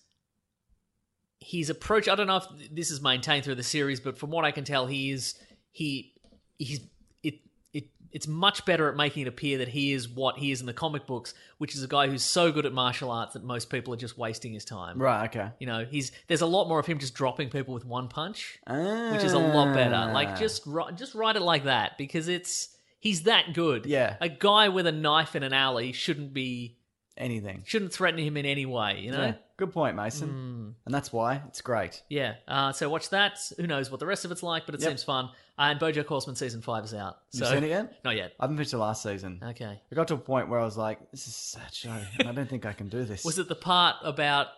[SPEAKER 3] His approach, I don't know if this is maintained through the series, but from what I can tell, he is. He. He's. It. It. It's much better at making it appear that he is what he is in the comic books, which is a guy who's so good at martial arts that most people are just wasting his time.
[SPEAKER 2] Right, okay.
[SPEAKER 3] You know, he's there's a lot more of him just dropping people with one punch, which is a lot better. Like
[SPEAKER 2] Ah.
[SPEAKER 3] just ri- just write it like that because it's he's that good.
[SPEAKER 2] Yeah.
[SPEAKER 3] a guy with a knife in an alley shouldn't be
[SPEAKER 2] Anything.
[SPEAKER 3] shouldn't threaten him in any way. You know.
[SPEAKER 2] Yeah. Good point, Mason. And that's why it's great.
[SPEAKER 3] Yeah. Uh, so watch that. Who knows what the rest of it's like, but it
[SPEAKER 2] Yep.
[SPEAKER 3] seems fun. Uh, and BoJack Horseman season five is out.
[SPEAKER 2] You've
[SPEAKER 3] So
[SPEAKER 2] seen it yet?
[SPEAKER 3] Not yet.
[SPEAKER 2] I haven't finished the last season.
[SPEAKER 3] Okay.
[SPEAKER 2] I got to a point where I was like, this is a sad show, and I don't think I can do this.
[SPEAKER 3] Was it the part about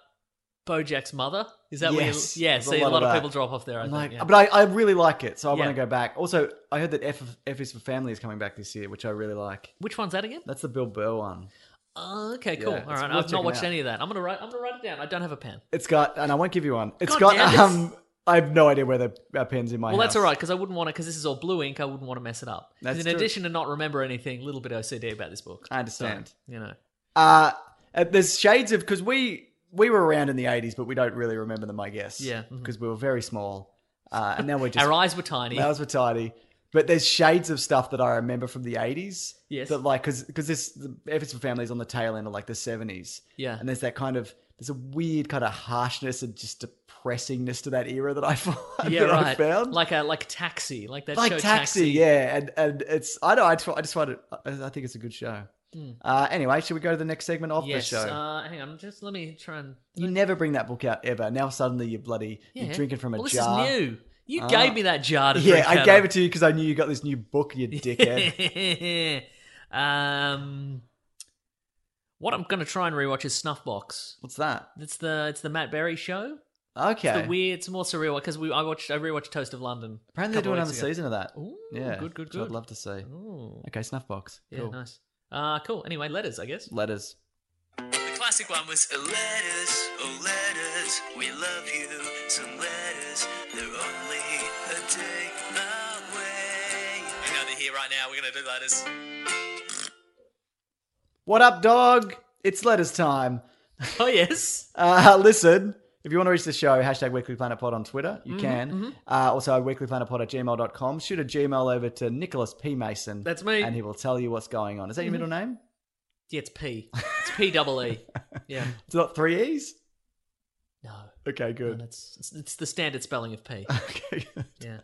[SPEAKER 3] BoJack's mother? Is that
[SPEAKER 2] yes.
[SPEAKER 3] where? You, yeah.
[SPEAKER 2] There's
[SPEAKER 3] See, a lot, of,
[SPEAKER 2] that.
[SPEAKER 3] people drop off there. I
[SPEAKER 2] I'm
[SPEAKER 3] think.
[SPEAKER 2] like-
[SPEAKER 3] yeah.
[SPEAKER 2] But I, I really like it, so I
[SPEAKER 3] Yeah.
[SPEAKER 2] want to go back. Also, I heard that F, F is for Family is coming back this year, which I really like.
[SPEAKER 3] Which one's that again?
[SPEAKER 2] That's the Bill Burr one.
[SPEAKER 3] Oh, okay, cool.
[SPEAKER 2] Yeah, it's
[SPEAKER 3] All right,
[SPEAKER 2] worth
[SPEAKER 3] I've not
[SPEAKER 2] checking
[SPEAKER 3] watched
[SPEAKER 2] out.
[SPEAKER 3] any of that. I'm gonna write. I'm gonna write it down. I don't have a pen.
[SPEAKER 2] It's got, and I won't give you one. It's
[SPEAKER 3] God
[SPEAKER 2] got.
[SPEAKER 3] damn it.
[SPEAKER 2] Um, I have no idea where the uh, pen's in my.
[SPEAKER 3] well, that's all
[SPEAKER 2] house.
[SPEAKER 3] right because I wouldn't want to because this is all blue ink. I wouldn't want to mess it up. 'Cause
[SPEAKER 2] That's
[SPEAKER 3] in
[SPEAKER 2] true.
[SPEAKER 3] addition to not remember anything, a little bit OCD about this book.
[SPEAKER 2] I understand.
[SPEAKER 3] So, you know,
[SPEAKER 2] Uh, uh, there's shades of because we we were around in the 80s, but we don't really remember them, I guess.
[SPEAKER 3] Yeah, mhm.
[SPEAKER 2] because we were very small, uh, and now we're just
[SPEAKER 3] our eyes were tiny.
[SPEAKER 2] Ours were tiny. But there's shades of stuff that I remember from the 80s.
[SPEAKER 3] Yes.
[SPEAKER 2] That like, because this, the Efforts for Families on the tail end of like the 70s.
[SPEAKER 3] Yeah.
[SPEAKER 2] And there's that kind of, there's a weird kind of harshness and just depressingness to that era that I, find,
[SPEAKER 3] yeah,
[SPEAKER 2] that I
[SPEAKER 3] right.
[SPEAKER 2] found.
[SPEAKER 3] Like a like taxi, like that
[SPEAKER 2] Like
[SPEAKER 3] show
[SPEAKER 2] taxi, yeah, and and it's I know I just, I just find it I I think it's a good show.
[SPEAKER 3] Hmm.
[SPEAKER 2] Uh, anyway, should we go to the next segment of
[SPEAKER 3] Yes.
[SPEAKER 2] the show?
[SPEAKER 3] Uh, hang on, just let me try and.
[SPEAKER 2] you never bring that book out ever. Now suddenly you're bloody
[SPEAKER 3] Yeah.
[SPEAKER 2] you're drinking from a
[SPEAKER 3] well,
[SPEAKER 2] jar.
[SPEAKER 3] This is new. You
[SPEAKER 2] Ah.
[SPEAKER 3] gave me that jar to
[SPEAKER 2] Yeah,
[SPEAKER 3] drink
[SPEAKER 2] I
[SPEAKER 3] out
[SPEAKER 2] gave
[SPEAKER 3] of.
[SPEAKER 2] it to you because I knew you got this new book, you dickhead.
[SPEAKER 3] um, what I'm going to try and rewatch is Snuffbox.
[SPEAKER 2] What's that?
[SPEAKER 3] It's the it's the Matt Berry show.
[SPEAKER 2] Okay.
[SPEAKER 3] It's the weird. It's more surreal because we I watched I rewatched Toast of London. a
[SPEAKER 2] Apparently they're
[SPEAKER 3] couple
[SPEAKER 2] doing
[SPEAKER 3] of
[SPEAKER 2] another
[SPEAKER 3] weeks ago.
[SPEAKER 2] season of that.
[SPEAKER 3] Ooh,
[SPEAKER 2] yeah,
[SPEAKER 3] good, good,
[SPEAKER 2] which I'd
[SPEAKER 3] good.
[SPEAKER 2] love to see.
[SPEAKER 3] Ooh.
[SPEAKER 2] Okay, Snuffbox.
[SPEAKER 3] Yeah,
[SPEAKER 2] Cool.
[SPEAKER 3] nice. Uh, cool. Anyway, letters, I guess.
[SPEAKER 2] Letters.
[SPEAKER 10] The classic one was oh, letters, oh letters, we love you. Some letters, they're only a day away. Hang on, they're here right now. We're gonna do letters.
[SPEAKER 2] What up, dog? It's letters time.
[SPEAKER 3] Oh yes.
[SPEAKER 2] Uh, listen, if you want to reach the show, hashtag Weekly Planet Pod on Twitter, you
[SPEAKER 3] Mhm,
[SPEAKER 2] can.
[SPEAKER 3] mhm.
[SPEAKER 2] Uh, also, weeklyplanetpod at gmail.com. Shoot a Gmail over to Nicholas P. Mason.
[SPEAKER 3] That's me.
[SPEAKER 2] And he will tell you what's going on. Is that your
[SPEAKER 3] Mhm.
[SPEAKER 2] middle name?
[SPEAKER 3] Yeah, it's P. It's P double E. Yeah.
[SPEAKER 2] It's not three E's?
[SPEAKER 3] No.
[SPEAKER 2] Okay,
[SPEAKER 3] No,
[SPEAKER 2] good.
[SPEAKER 3] that's it's, it's the standard spelling of P.
[SPEAKER 2] Okay.
[SPEAKER 3] Yeah.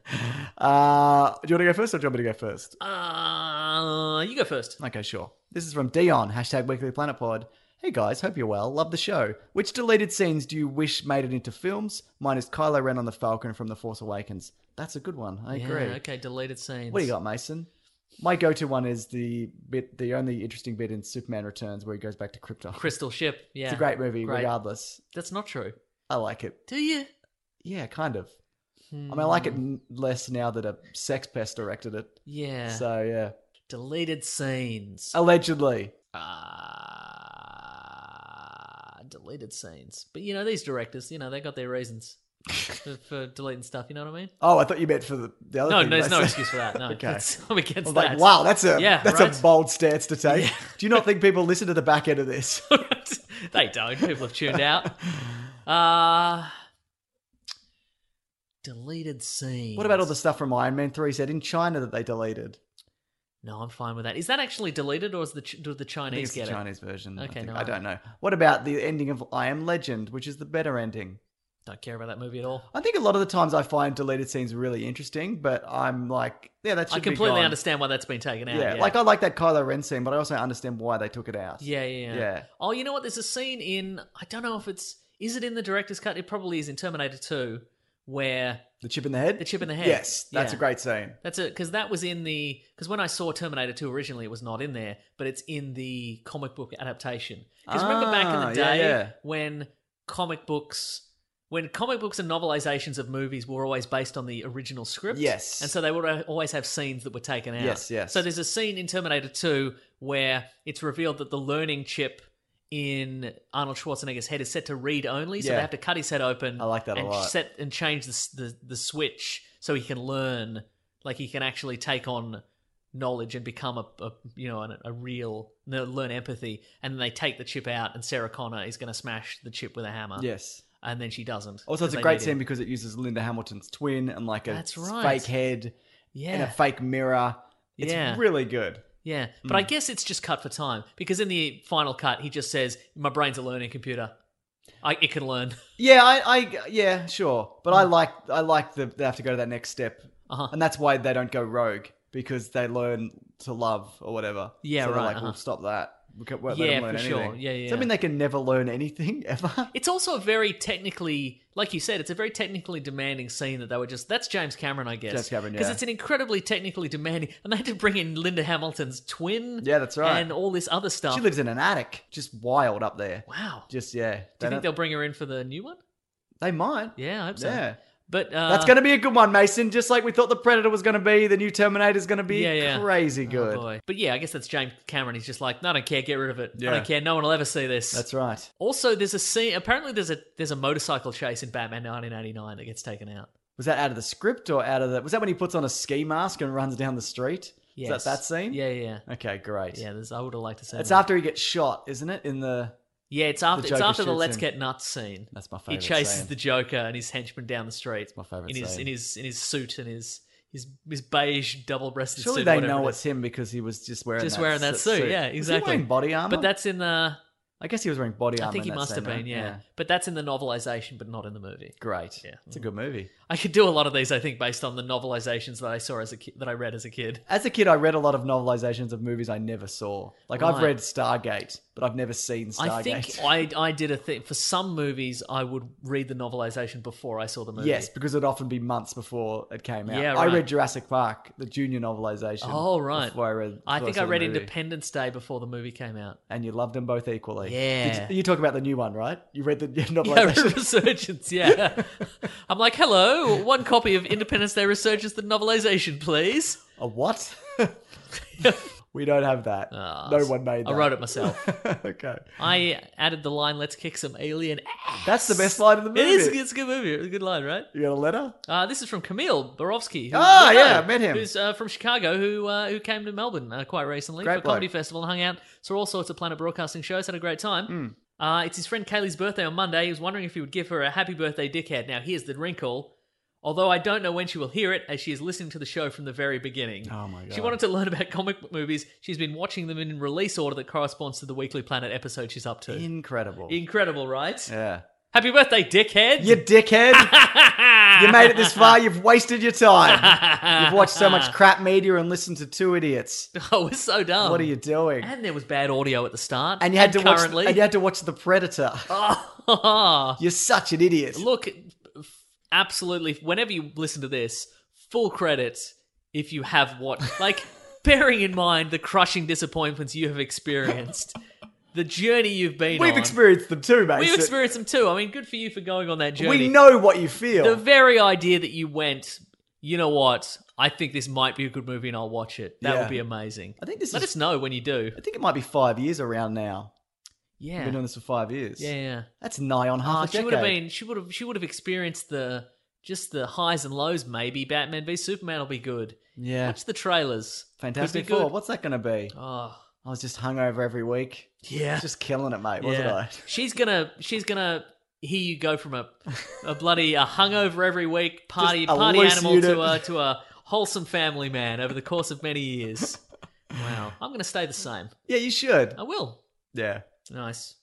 [SPEAKER 2] Uh, do you want to go first or do you want me to go first?
[SPEAKER 3] Uh, you go first.
[SPEAKER 2] Okay, sure. This is from Dion, hashtag Weekly Planet Pod. Hey guys, hope you're well. Love the show. Which deleted scenes do you wish made it into films? Mine is Kylo Ren on the Falcon from The Force Awakens. That's a good one. I
[SPEAKER 3] Yeah,
[SPEAKER 2] agree.
[SPEAKER 3] okay, deleted scenes.
[SPEAKER 2] What do you got, Mason? My go-to one is the bit, the only interesting bit in Superman Returns where he goes back to Krypton.
[SPEAKER 3] Crystal ship. Yeah.
[SPEAKER 2] It's a great movie,
[SPEAKER 3] Great.
[SPEAKER 2] regardless.
[SPEAKER 3] That's not true.
[SPEAKER 2] I like it.
[SPEAKER 3] Do you? Hmm.
[SPEAKER 2] Yeah, kind of. I mean, I
[SPEAKER 3] Mm.
[SPEAKER 2] like it n- less now that a sex pest directed it.
[SPEAKER 3] Yeah.
[SPEAKER 2] So Oh, yeah,
[SPEAKER 3] deleted scenes.
[SPEAKER 2] allegedly.
[SPEAKER 3] Ah, deleted scenes. But you know these directors, you know they got their reasons for, for deleting stuff. You know what I mean?
[SPEAKER 2] Oh, I thought you meant for the, the other.
[SPEAKER 3] No,
[SPEAKER 2] thing
[SPEAKER 3] no, there's no
[SPEAKER 2] Mason.
[SPEAKER 3] excuse for that. No,
[SPEAKER 2] okay.
[SPEAKER 3] That's- I'm
[SPEAKER 2] I
[SPEAKER 3] against
[SPEAKER 2] was
[SPEAKER 3] that.
[SPEAKER 2] like, wow, that's a
[SPEAKER 3] yeah,
[SPEAKER 2] that's
[SPEAKER 3] right?
[SPEAKER 2] a bold stance to take. Do you not think people listen to the back end of this?
[SPEAKER 3] they don't. People have tuned out. Uh Deleted scene.
[SPEAKER 2] What about all the stuff from Iron Man 3 said in China that they deleted?
[SPEAKER 3] No, I'm fine with that. Is that actually deleted, or is the Ch- do
[SPEAKER 2] I
[SPEAKER 3] the
[SPEAKER 2] think
[SPEAKER 3] Chinese
[SPEAKER 2] it's the
[SPEAKER 3] get it?
[SPEAKER 2] Chinese version. I,
[SPEAKER 3] Okay,
[SPEAKER 2] think.
[SPEAKER 3] no,
[SPEAKER 2] I don't know. What about the ending of I Am Legend, which is the better ending?
[SPEAKER 3] Don't care about that movie at all.
[SPEAKER 2] I think a lot of the times I find deleted scenes really interesting, but I'm like, yeah, that should
[SPEAKER 3] I
[SPEAKER 2] be
[SPEAKER 3] completely
[SPEAKER 2] gone.
[SPEAKER 3] understand why that's been taken out.
[SPEAKER 2] Yeah, like I like that Kylo Ren scene, but I also understand why they took it out.
[SPEAKER 3] Yeah, yeah, yeah.
[SPEAKER 2] yeah.
[SPEAKER 3] Oh, you know what? There's a scene in I don't know if it's is it in the director's cut. It probably is in Terminator 2, where
[SPEAKER 2] The chip in the head.
[SPEAKER 3] the chip in the head.
[SPEAKER 2] Yes, that's
[SPEAKER 3] Yeah.
[SPEAKER 2] a great scene.
[SPEAKER 3] That's it, because that was in the because when I saw Terminator 2 originally, it was not in there, but it's in the comic book adaptation. Because remember back in
[SPEAKER 2] Ah,
[SPEAKER 3] the
[SPEAKER 2] yeah,
[SPEAKER 3] day
[SPEAKER 2] yeah.
[SPEAKER 3] when comic books. When comic books and novelizations of movies were always based on the original script,
[SPEAKER 2] Yes.
[SPEAKER 3] and so they would always have scenes that were taken out.
[SPEAKER 2] Yes, yes.
[SPEAKER 3] So there's a scene in Terminator 2 where it's revealed that the learning chip in Arnold Schwarzenegger's head is set to read only, so
[SPEAKER 2] Yeah.
[SPEAKER 3] they have to cut his head open.
[SPEAKER 2] I like that a
[SPEAKER 3] and
[SPEAKER 2] lot.
[SPEAKER 3] Set and change the, s- the the switch so he can learn, like he can actually take on knowledge and become a, a you know an, a real no, learn empathy. And then they take the chip out, and Sarah Connor is going to smash the chip with a hammer.
[SPEAKER 2] Yes.
[SPEAKER 3] and then she doesn't.
[SPEAKER 2] Also,
[SPEAKER 3] because
[SPEAKER 2] Oh, it's a
[SPEAKER 3] they
[SPEAKER 2] great
[SPEAKER 3] need
[SPEAKER 2] scene
[SPEAKER 3] him.
[SPEAKER 2] because it uses Linda Hamilton's twin and like a s-
[SPEAKER 3] That's right.
[SPEAKER 2] fake head and
[SPEAKER 3] Yeah.
[SPEAKER 2] a fake mirror. It's Mm.
[SPEAKER 3] Yeah.
[SPEAKER 2] really good.
[SPEAKER 3] Yeah, but I guess it's just cut for time because in the final cut, he just says, "My brain's a learning computer. I, it can learn."
[SPEAKER 2] Yeah, I, I yeah, sure. But I like I like the they have to go to that next step,
[SPEAKER 3] Hmm. Uh-huh.
[SPEAKER 2] and that's why they don't go rogue because they learn to love or whatever.
[SPEAKER 3] Yeah,
[SPEAKER 2] so they're
[SPEAKER 3] right,
[SPEAKER 2] Like,
[SPEAKER 3] uh-huh.
[SPEAKER 2] we'll stop that. We can't, won't
[SPEAKER 3] Yeah,
[SPEAKER 2] let them learn
[SPEAKER 3] for sure.
[SPEAKER 2] anything.
[SPEAKER 3] Yeah,
[SPEAKER 2] Does
[SPEAKER 3] yeah. Uh-huh.
[SPEAKER 2] that mean they can never learn anything ever?
[SPEAKER 3] It's also a very technically, like you said, it's a very technically demanding scene that they were just. That's James Cameron, I guess.
[SPEAKER 2] James Cameron,
[SPEAKER 3] Because
[SPEAKER 2] yeah.
[SPEAKER 3] it's an incredibly technically demanding, and they had to bring in Linda Hamilton's twin.
[SPEAKER 2] Yeah, that's right.
[SPEAKER 3] And all this other stuff.
[SPEAKER 2] She lives in an attic, just wild up there.
[SPEAKER 3] Wow.
[SPEAKER 2] Just yeah. They
[SPEAKER 3] Do you think
[SPEAKER 2] don't-
[SPEAKER 3] they'll bring her in for the new one?
[SPEAKER 2] They might.
[SPEAKER 3] Yeah, I hope so.
[SPEAKER 2] Yeah.
[SPEAKER 3] But uh,
[SPEAKER 2] That's going to be a good one, Mason. Just like we thought the Predator was going to be, the new Terminator is going to be
[SPEAKER 3] Yeah, yeah.
[SPEAKER 2] crazy
[SPEAKER 3] Oh,
[SPEAKER 2] good.
[SPEAKER 3] boy. But yeah, I guess that's James Cameron. He's just like, no, I don't care. Get rid of it.
[SPEAKER 2] Yeah.
[SPEAKER 3] I don't care. No one will ever see this.
[SPEAKER 2] That's right.
[SPEAKER 3] Also, there's a scene. Apparently, there's a there's a motorcycle chase in Batman 1989 that gets taken out.
[SPEAKER 2] Was that out of the script or out of the? Was that when he puts on a ski mask and runs down the street?
[SPEAKER 3] Yes.
[SPEAKER 2] Is that that scene?
[SPEAKER 3] Yeah, yeah. yeah.
[SPEAKER 2] Okay, great.
[SPEAKER 3] Yeah, there's, I would have liked to see.
[SPEAKER 2] it's
[SPEAKER 3] that.
[SPEAKER 2] after he gets shot, isn't it? In the
[SPEAKER 3] Yeah, it's after
[SPEAKER 2] The
[SPEAKER 3] it's
[SPEAKER 2] Joker
[SPEAKER 3] after the
[SPEAKER 2] shoots
[SPEAKER 3] Let's
[SPEAKER 2] him.
[SPEAKER 3] Get Nuts scene.
[SPEAKER 2] That's my
[SPEAKER 3] He
[SPEAKER 2] favourite
[SPEAKER 3] chases
[SPEAKER 2] scene.
[SPEAKER 3] the Joker and his henchmen down the street. It's
[SPEAKER 2] my favourite
[SPEAKER 3] In his
[SPEAKER 2] scene.
[SPEAKER 3] in his in his suit and his his his beige double breasted
[SPEAKER 2] surely
[SPEAKER 3] suit.
[SPEAKER 2] they
[SPEAKER 3] whatever
[SPEAKER 2] know
[SPEAKER 3] it
[SPEAKER 2] it's
[SPEAKER 3] is.
[SPEAKER 2] him because he was just wearing
[SPEAKER 3] just
[SPEAKER 2] that
[SPEAKER 3] wearing that
[SPEAKER 2] s-
[SPEAKER 3] suit. Yeah,
[SPEAKER 2] Was he
[SPEAKER 3] exactly.
[SPEAKER 2] wearing body armor,
[SPEAKER 3] But that's in the.
[SPEAKER 2] I guess he was wearing body armor.
[SPEAKER 3] I think
[SPEAKER 2] in
[SPEAKER 3] he
[SPEAKER 2] that
[SPEAKER 3] must have
[SPEAKER 2] scene,
[SPEAKER 3] been.
[SPEAKER 2] right?
[SPEAKER 3] Yeah. but that's in the novelization, but not in the movie.
[SPEAKER 2] great.
[SPEAKER 3] Yeah.
[SPEAKER 2] it's a good movie.
[SPEAKER 3] I could do a lot of these, I think, based on the novelizations that I saw as a ki- that I read as a kid.
[SPEAKER 2] As a kid, I read a lot of novelizations of movies I never saw. Like I've
[SPEAKER 3] Right.
[SPEAKER 2] read Stargate, but I've never seen Stargate.
[SPEAKER 3] I think I I did a thing for some movies. I would read the novelization before I saw the movie.
[SPEAKER 2] Yes, because it'd often be months before it came out.
[SPEAKER 3] Yeah,
[SPEAKER 2] I
[SPEAKER 3] right.
[SPEAKER 2] read Jurassic Park, the junior novelization.
[SPEAKER 3] Oh right.
[SPEAKER 2] Before I read,
[SPEAKER 3] I
[SPEAKER 2] before
[SPEAKER 3] think
[SPEAKER 2] saw
[SPEAKER 3] I
[SPEAKER 2] the
[SPEAKER 3] read
[SPEAKER 2] movie.
[SPEAKER 3] Independence Day before the movie came out.
[SPEAKER 2] And you loved them both equally. Did
[SPEAKER 3] Yeah.
[SPEAKER 2] you, you talk about the new one, right? You read the
[SPEAKER 3] Yeah,
[SPEAKER 2] novelization.
[SPEAKER 3] Resurgence. Yeah, I'm like, hello, one copy of Independence Day Resurgence, the novelization, please.
[SPEAKER 2] A what? we don't have that. no one made that.
[SPEAKER 3] Ah, I wrote it myself.
[SPEAKER 2] okay.
[SPEAKER 3] I added the line, "Let's kick some alien ass."
[SPEAKER 2] That's the best line of the movie.
[SPEAKER 3] It is. It's a good movie. It's a good line, right?
[SPEAKER 2] You got a letter?
[SPEAKER 3] Uh, this is from Camille Borowski. who-
[SPEAKER 2] Ah,
[SPEAKER 3] we know,
[SPEAKER 2] yeah, I met him.
[SPEAKER 3] Who's uh, from Chicago, who uh, who came to Melbourne uh, quite recently
[SPEAKER 2] Great
[SPEAKER 3] for a comedy
[SPEAKER 2] bloke.
[SPEAKER 3] festival and hung out, saw all sorts of Planet Broadcasting shows, had a great time.
[SPEAKER 2] Hmm.
[SPEAKER 3] Uh, it's his friend Kaylee's birthday on Monday. He was wondering if he would give her a happy birthday, dickhead. Now, here's the wrinkle. Although I don't know when she will hear it, as she is listening to the show from the very beginning.
[SPEAKER 2] Oh my god.
[SPEAKER 3] She wanted to learn about comic book movies. She's been watching them in release order that corresponds to the Weekly Planet episode she's up to.
[SPEAKER 2] Incredible.
[SPEAKER 3] Incredible, right?
[SPEAKER 2] yeah.
[SPEAKER 3] Happy birthday, dickhead!
[SPEAKER 2] You dickhead. you made it this far. You've wasted your time. You've watched so much crap media and listened to two idiots.
[SPEAKER 3] Oh, it's so dumb.
[SPEAKER 2] What are you doing?
[SPEAKER 3] And there was bad audio at the start.
[SPEAKER 2] And you had to
[SPEAKER 3] currently- Oh.
[SPEAKER 2] watch. And you had to watch the Predator. You're such an idiot.
[SPEAKER 3] Look, f- absolutely. Whenever you listen to this, full credit if you have what, like, bearing in mind the crushing disappointments you have experienced, the journey you've been
[SPEAKER 2] We've
[SPEAKER 3] on.
[SPEAKER 2] experienced them too, mate.
[SPEAKER 3] We've experienced them too. I mean, good for you for going on that journey.
[SPEAKER 2] We know what you feel.
[SPEAKER 3] the very idea that you went. You know what? I think this might be a good movie, and I'll watch it. That
[SPEAKER 2] Yeah.
[SPEAKER 3] would be amazing.
[SPEAKER 2] I think this
[SPEAKER 3] Let
[SPEAKER 2] is-
[SPEAKER 3] us know when you do.
[SPEAKER 2] I think it might be five years around now.
[SPEAKER 3] Yeah.
[SPEAKER 2] We've been doing this for five years.
[SPEAKER 3] Yeah, yeah.
[SPEAKER 2] That's nigh on half
[SPEAKER 3] Ah,
[SPEAKER 2] a
[SPEAKER 3] she
[SPEAKER 2] decade.
[SPEAKER 3] would have been. She would have. She would have experienced the just the highs and lows. Maybe Batman v Superman will be good.
[SPEAKER 2] Yeah.
[SPEAKER 3] Watch the trailers.
[SPEAKER 2] Fantastic
[SPEAKER 3] Could be
[SPEAKER 2] Four.
[SPEAKER 3] good.
[SPEAKER 2] What's that going to be?
[SPEAKER 3] Oh,
[SPEAKER 2] I was just hungover every week.
[SPEAKER 3] Yeah.
[SPEAKER 2] Just killing it, mate, wasn't
[SPEAKER 3] yeah.
[SPEAKER 2] I?
[SPEAKER 3] She's gonna. She's gonna here you go from a a bloody a hungover every week party
[SPEAKER 2] Just a
[SPEAKER 3] party
[SPEAKER 2] loose
[SPEAKER 3] animal
[SPEAKER 2] unit.
[SPEAKER 3] to a to a wholesome family man over the course of many years. Wow, I'm going to stay the same.
[SPEAKER 2] Yeah, you should.
[SPEAKER 3] I will.
[SPEAKER 2] Yeah.
[SPEAKER 3] Nice.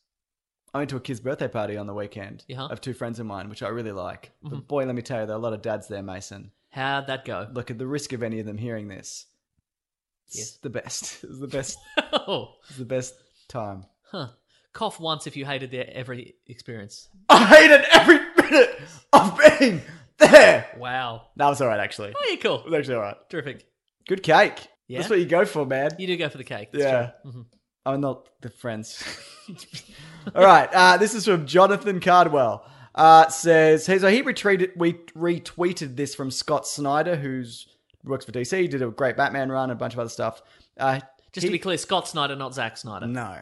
[SPEAKER 2] I went to a kid's birthday party on the weekend
[SPEAKER 3] Yeah.
[SPEAKER 2] of two friends of mine, which I really like.
[SPEAKER 3] Mm-hmm.
[SPEAKER 2] But boy, let me tell you, there are a lot of dads there, Mason.
[SPEAKER 3] How'd that go?
[SPEAKER 2] Look, at the risk of any of them hearing this, it's
[SPEAKER 3] Yes.
[SPEAKER 2] the best. It's the best.
[SPEAKER 3] Oh,
[SPEAKER 2] it's the best time.
[SPEAKER 3] huh. Cough once if you hated their every experience.
[SPEAKER 2] I hated every minute of being there.
[SPEAKER 3] Wow.
[SPEAKER 2] That was all right, actually.
[SPEAKER 3] Oh, yeah, cool.
[SPEAKER 2] It was actually all right.
[SPEAKER 3] Terrific.
[SPEAKER 2] Good cake.
[SPEAKER 3] Yeah?
[SPEAKER 2] That's what you go for, man.
[SPEAKER 3] You do go for the cake. That's
[SPEAKER 2] yeah.
[SPEAKER 3] True. Mhm.
[SPEAKER 2] I'm not the friends. All right. Uh, this is from Jonathan Cardwell. Uh, says hey, so he retweeted we retweeted this from Scott Snyder, who's works for DC. He did a great Batman run, and a bunch of other stuff. Uh,
[SPEAKER 3] Just to be clear, Scott Snyder, not Zack Snyder.
[SPEAKER 2] no,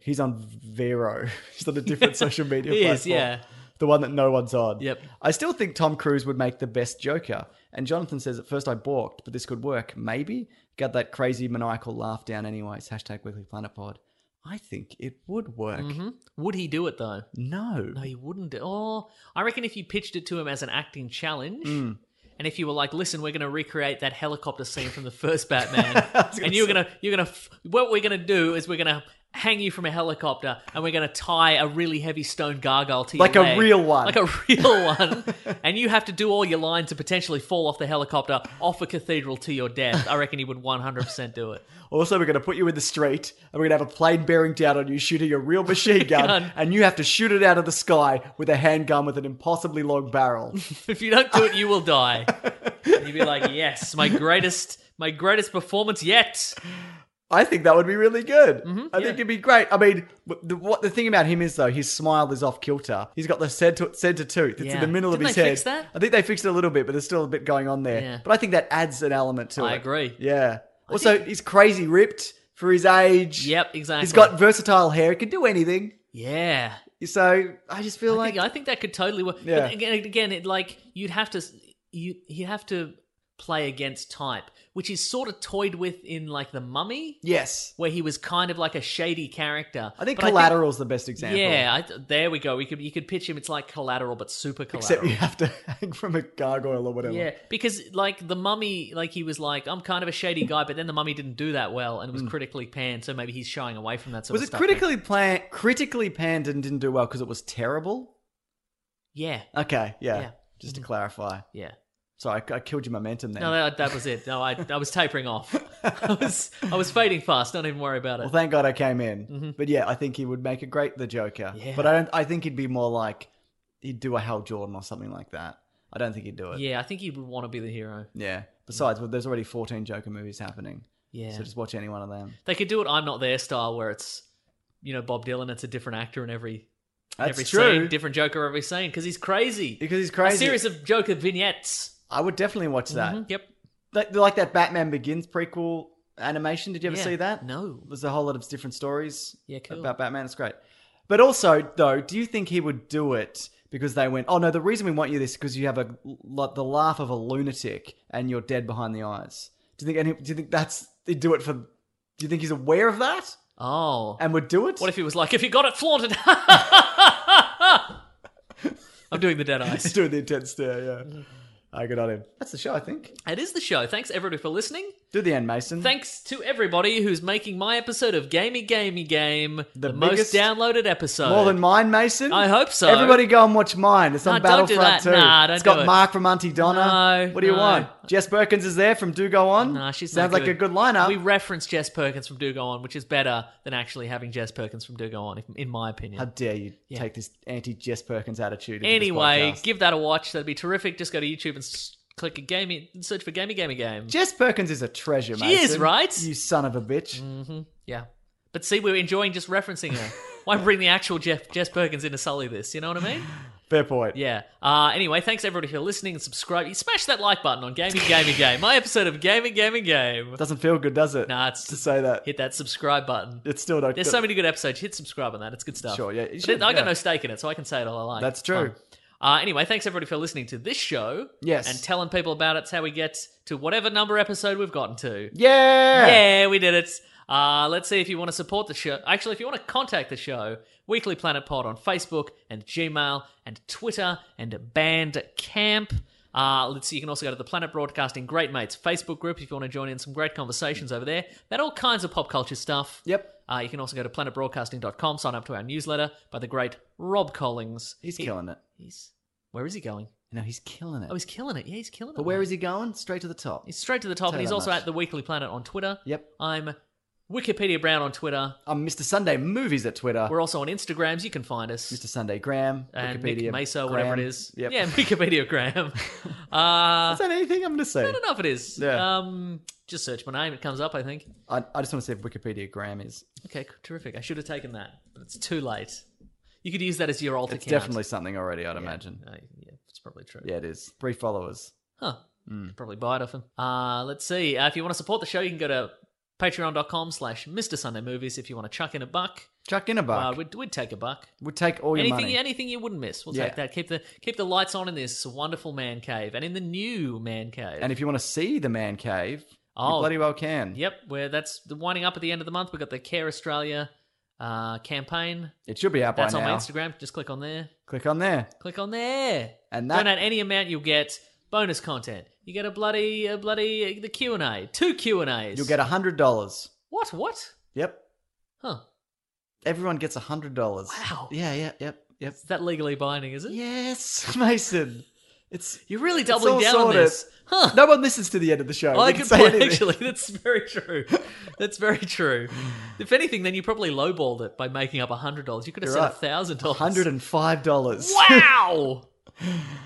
[SPEAKER 2] he's on Vero. He's on a different social media.
[SPEAKER 3] Mm-hmm. He
[SPEAKER 2] platform.
[SPEAKER 3] is, yeah.
[SPEAKER 2] The one that no one's on.
[SPEAKER 3] Yep.
[SPEAKER 2] I still think Tom Cruise would make the best Joker. And Jonathan says, at first I balked, but this could work. Maybe. Got that crazy maniacal laugh down anyways. Hashtag Weekly Planet Pod. I think it would work.
[SPEAKER 3] Mhm. Would he do it though?
[SPEAKER 2] No.
[SPEAKER 3] No, you wouldn't. Oh, I reckon if you pitched it to him as an acting challenge,
[SPEAKER 2] Mm.
[SPEAKER 3] and if you were like, "Listen, we're going to recreate that helicopter scene from the first Batman, and you're going to you're going to what we're going to do is we're going to hang you from a helicopter, and we're going to tie a really heavy stone gargoyle to
[SPEAKER 2] Like a
[SPEAKER 3] your leg.
[SPEAKER 2] real one.
[SPEAKER 3] like a real one, and you have to do all your lines to potentially fall off the helicopter off a cathedral to your death." I reckon he would 100 percent do it.
[SPEAKER 2] Also, we're going to put you in the street and we're going to have a plane bearing down on you shooting a real machine gun,
[SPEAKER 3] Gun.
[SPEAKER 2] and you have to shoot it out of the sky with a handgun with an impossibly long barrel.
[SPEAKER 3] if you don't do it, you will die. And you'd be like, yes, my greatest, my greatest performance yet.
[SPEAKER 2] I think that would be really good. I
[SPEAKER 3] Mm-hmm. yeah.
[SPEAKER 2] think it'd be great. I mean, w- the, what the thing about him is though, his smile is off kilter. He's got the center, center tooth. It's in
[SPEAKER 3] Yeah.
[SPEAKER 2] the middle
[SPEAKER 3] Didn't
[SPEAKER 2] of his
[SPEAKER 3] they
[SPEAKER 2] head.
[SPEAKER 3] fix that?
[SPEAKER 2] I think they fixed it a little bit, but there's still a bit going on there.
[SPEAKER 3] Yeah.
[SPEAKER 2] But I think that adds an element to it.
[SPEAKER 3] I agree.
[SPEAKER 2] Yeah. Also, he's crazy ripped for his age.
[SPEAKER 3] Yep, exactly.
[SPEAKER 2] He's got versatile hair. He can do anything.
[SPEAKER 3] yeah.
[SPEAKER 2] So I just feel
[SPEAKER 3] I
[SPEAKER 2] like
[SPEAKER 3] think, I think that could totally work.
[SPEAKER 2] Yeah.
[SPEAKER 3] But again, again, it like you'd have to you you have to play against type, which is sort of toyed with in like the Mummy,
[SPEAKER 2] yes.
[SPEAKER 3] where he was kind of like a shady character.
[SPEAKER 2] I think
[SPEAKER 3] But
[SPEAKER 2] Collateral's the best example.
[SPEAKER 3] Yeah, I, there we go. We could you could pitch him. It's like Collateral, but super
[SPEAKER 2] Except
[SPEAKER 3] collateral.
[SPEAKER 2] you have to hang from a gargoyle or whatever.
[SPEAKER 3] Yeah, because like the mummy, like he was like, I'm kind of a shady guy, but then the mummy didn't do that well and it was critically panned, so maybe he's shying away from that sort
[SPEAKER 2] Mm. Was
[SPEAKER 3] of
[SPEAKER 2] it
[SPEAKER 3] stuff.
[SPEAKER 2] critically plan- critically panned and didn't do well because it was terrible?
[SPEAKER 3] Yeah,
[SPEAKER 2] Okay, yeah.
[SPEAKER 3] Yeah.
[SPEAKER 2] Just to clarify.
[SPEAKER 3] yeah.
[SPEAKER 2] Sorry, I, I killed your momentum there.
[SPEAKER 3] No, that, that was it. No, I, I was tapering off. I was I was fading fast. Don't even worry about it.
[SPEAKER 2] well, thank God I came in. But yeah, I think he would make a great the Joker.
[SPEAKER 3] Mm-hmm. Yeah.
[SPEAKER 2] But I don't. I think he'd be more like he'd do a Hal Jordan or something like that. I don't think he'd do it.
[SPEAKER 3] yeah, I think he would want to be the hero.
[SPEAKER 2] Yeah. Besides, well, there's already 14 Joker movies happening.
[SPEAKER 3] Yeah.
[SPEAKER 2] So just watch any one of them.
[SPEAKER 3] They could do it. I'm not there style, where it's you know Bob Dylan. It's a different actor in every
[SPEAKER 2] That's
[SPEAKER 3] every
[SPEAKER 2] true.
[SPEAKER 3] scene, different Joker every scene because he's crazy.
[SPEAKER 2] Because he's
[SPEAKER 3] a
[SPEAKER 2] crazy. Uh,
[SPEAKER 3] series of Joker vignettes.
[SPEAKER 2] I would definitely watch that.
[SPEAKER 3] Mhm, Yep.
[SPEAKER 2] Like, like that Batman Begins prequel animation. Did you ever
[SPEAKER 3] Yeah.
[SPEAKER 2] see that?
[SPEAKER 3] No.
[SPEAKER 2] There's a whole lot of different stories
[SPEAKER 3] Yeah, cool.
[SPEAKER 2] about Batman. It's great. But also, though, do you think he would do it because they went, oh, no, the reason we want you this is because you have a, like, the laugh of a lunatic and you're dead behind the eyes? Do you think, any, do you think that's, he'd do it for, do you think he's aware of that
[SPEAKER 3] Oh.
[SPEAKER 2] and would do it?
[SPEAKER 3] What if he was like, if you got it flaunted? I'm doing the dead
[SPEAKER 2] he's
[SPEAKER 3] eyes.
[SPEAKER 2] doing the intense stare, yeah. I good on him. That's the show, I think.
[SPEAKER 3] It is the show. Thanks everybody for listening.
[SPEAKER 2] Do the end, Mason.
[SPEAKER 3] Thanks to everybody who's making my episode of Gamey Gamey Game the,
[SPEAKER 2] biggest-
[SPEAKER 3] most downloaded episode.
[SPEAKER 2] More than mine, Mason.
[SPEAKER 3] I hope so.
[SPEAKER 2] Everybody go and watch mine. It's
[SPEAKER 3] No,
[SPEAKER 2] on
[SPEAKER 3] don't do
[SPEAKER 2] Battlefront too.
[SPEAKER 3] that. Nah, don't
[SPEAKER 2] it's got
[SPEAKER 3] do it.
[SPEAKER 2] Mark from Auntie Donna.
[SPEAKER 3] No,
[SPEAKER 2] what do you
[SPEAKER 3] no.
[SPEAKER 2] want? Jess Perkins is there from Do Go On.
[SPEAKER 3] Nah, Ah, she's
[SPEAKER 2] sounds
[SPEAKER 3] not
[SPEAKER 2] like a good lineup.
[SPEAKER 3] We reference Jess Perkins from Do Go On, which is better than actually having Jess Perkins from Do Go On, if, in my opinion.
[SPEAKER 2] How dare you
[SPEAKER 3] Yeah.
[SPEAKER 2] take this anti Jess Perkins attitude? into this
[SPEAKER 3] anyway,
[SPEAKER 2] podcast.
[SPEAKER 3] give that a watch. That'd be terrific. Just go to YouTube and s- click a gamey, search for Gamey Gamey Game.
[SPEAKER 2] Jess Perkins is a treasure,
[SPEAKER 3] She
[SPEAKER 2] Mason.
[SPEAKER 3] is, right? Mm.
[SPEAKER 2] You son of a bitch.
[SPEAKER 3] Yeah. But see, we're enjoying just referencing her. Why bring the actual Jeff, Jess Perkins in to sully this? You know what I mean?
[SPEAKER 2] Fair point.
[SPEAKER 3] Yeah. Uh, anyway, thanks everybody for listening and subscribing. Smash that like button on Gaming Gaming Game. My episode of Gaming Gaming Game.
[SPEAKER 2] Doesn't feel good, does it?
[SPEAKER 3] Nah, it's
[SPEAKER 2] to say that.
[SPEAKER 3] hit that subscribe button.
[SPEAKER 2] It's still not
[SPEAKER 3] There's so many good episodes. Hit subscribe on that. It's good stuff.
[SPEAKER 2] Sure, yeah, you
[SPEAKER 3] But
[SPEAKER 2] should,
[SPEAKER 3] I got
[SPEAKER 2] yeah.
[SPEAKER 3] no stake in it, so I can say it all I like.
[SPEAKER 2] That's
[SPEAKER 3] It's
[SPEAKER 2] true.
[SPEAKER 3] fun. Uh, anyway, thanks everybody for listening to this show.
[SPEAKER 2] Yes.
[SPEAKER 3] And telling people about it. It's how we get to whatever number episode we've gotten to.
[SPEAKER 2] Yeah.
[SPEAKER 3] Yeah, we did it. Uh, Uh, let's see if you want to support the show. Actually, if you want to contact the show, Weekly Planet Pod on Facebook and Gmail and Twitter and Bandcamp. Uh, let's see, you can also go to the Planet Broadcasting Great Mates Facebook group if you want to join in some great conversations over there about all kinds of pop culture stuff.
[SPEAKER 2] Yep.
[SPEAKER 3] Uh, you can also go to planetbroadcasting.com, sign up to our newsletter by the great Rob Collings.
[SPEAKER 2] He's killing it.
[SPEAKER 3] He's Where is he going?
[SPEAKER 2] No, he's killing it.
[SPEAKER 3] Oh, he's killing it. Yeah, he's killing it.
[SPEAKER 2] But where
[SPEAKER 3] mate.
[SPEAKER 2] is he going? Straight to the top.
[SPEAKER 3] He's straight to the top,
[SPEAKER 2] Tell
[SPEAKER 3] and he's
[SPEAKER 2] that
[SPEAKER 3] also
[SPEAKER 2] much.
[SPEAKER 3] at the Weekly Planet on Twitter.
[SPEAKER 2] Yep.
[SPEAKER 3] I'm Wikipedia Brown on Twitter.
[SPEAKER 2] I'm Mr. Sunday Movies at Twitter.
[SPEAKER 3] We're also on Instagrams. You can find us.
[SPEAKER 2] Mr. Sunday Graham,
[SPEAKER 3] And
[SPEAKER 2] Wikipedia,
[SPEAKER 3] Nick Mesa, whatever it
[SPEAKER 2] Graham.
[SPEAKER 3] is.
[SPEAKER 2] Yep.
[SPEAKER 3] Yeah, Wikipedia Graham. uh,
[SPEAKER 2] Is that anything I'm going to say?
[SPEAKER 3] I don't know if it is.
[SPEAKER 2] Yeah.
[SPEAKER 3] Um, just search my name. It comes up, I think.
[SPEAKER 2] I, I just want to see if Wikipedia Graham is.
[SPEAKER 3] Okay, terrific. I should have taken that, but it's too late. You could use that as your alt
[SPEAKER 2] It's
[SPEAKER 3] account.
[SPEAKER 2] definitely something already, I'd imagine.
[SPEAKER 3] Uh, yeah, it's probably true.
[SPEAKER 2] Yeah, Mm. it is. Three followers.
[SPEAKER 3] Huh. Could probably buy it off him. Uh, let's see. Uh, if you want to support the show, you can go to patreon.com slash Mr. Sunday Movies if you want to chuck in a buck.
[SPEAKER 2] Chuck in a buck.
[SPEAKER 3] Uh, we'd, we'd take a buck.
[SPEAKER 2] We'll take all your
[SPEAKER 3] anything,
[SPEAKER 2] money.
[SPEAKER 3] anything you wouldn't miss, we'll
[SPEAKER 2] Yeah.
[SPEAKER 3] take that. Keep the keep the lights on in this wonderful man cave and in the new man cave.
[SPEAKER 2] And if you want to see the man cave,
[SPEAKER 3] Oh.
[SPEAKER 2] you bloody well can.
[SPEAKER 3] yep, where that's the winding up at the end of the month. We've got the Care Australia uh, campaign.
[SPEAKER 2] It should be up
[SPEAKER 3] That's
[SPEAKER 2] by
[SPEAKER 3] on
[SPEAKER 2] now.
[SPEAKER 3] my Instagram. Just click on there.
[SPEAKER 2] Click on there.
[SPEAKER 3] Click on there.
[SPEAKER 2] And that-
[SPEAKER 3] donate any amount you get. Bonus content. You get a bloody, a bloody the Q and A. Two Q and As.
[SPEAKER 2] You'll get a hundred dollars.
[SPEAKER 3] what? What?
[SPEAKER 2] Yep.
[SPEAKER 3] Huh?
[SPEAKER 2] Everyone gets a hundred dollars.
[SPEAKER 3] Wow.
[SPEAKER 2] Yeah, yeah, yep, yep.
[SPEAKER 3] Is that legally binding? Is it?
[SPEAKER 2] Yes, Mason. It's
[SPEAKER 3] You're really
[SPEAKER 2] it's all
[SPEAKER 3] doubling down on
[SPEAKER 2] sorted.
[SPEAKER 3] this. Huh?
[SPEAKER 2] No one listens to the end of the show.
[SPEAKER 3] Oh,
[SPEAKER 2] We
[SPEAKER 3] good
[SPEAKER 2] can say
[SPEAKER 3] point.
[SPEAKER 2] anything.
[SPEAKER 3] Actually, that's very true. That's very true. If anything, then you probably lowballed it by making up hundred dollars. You could have
[SPEAKER 2] You're
[SPEAKER 3] said
[SPEAKER 2] right.
[SPEAKER 3] thousand dollars.
[SPEAKER 2] hundred and five dollars.
[SPEAKER 3] Wow.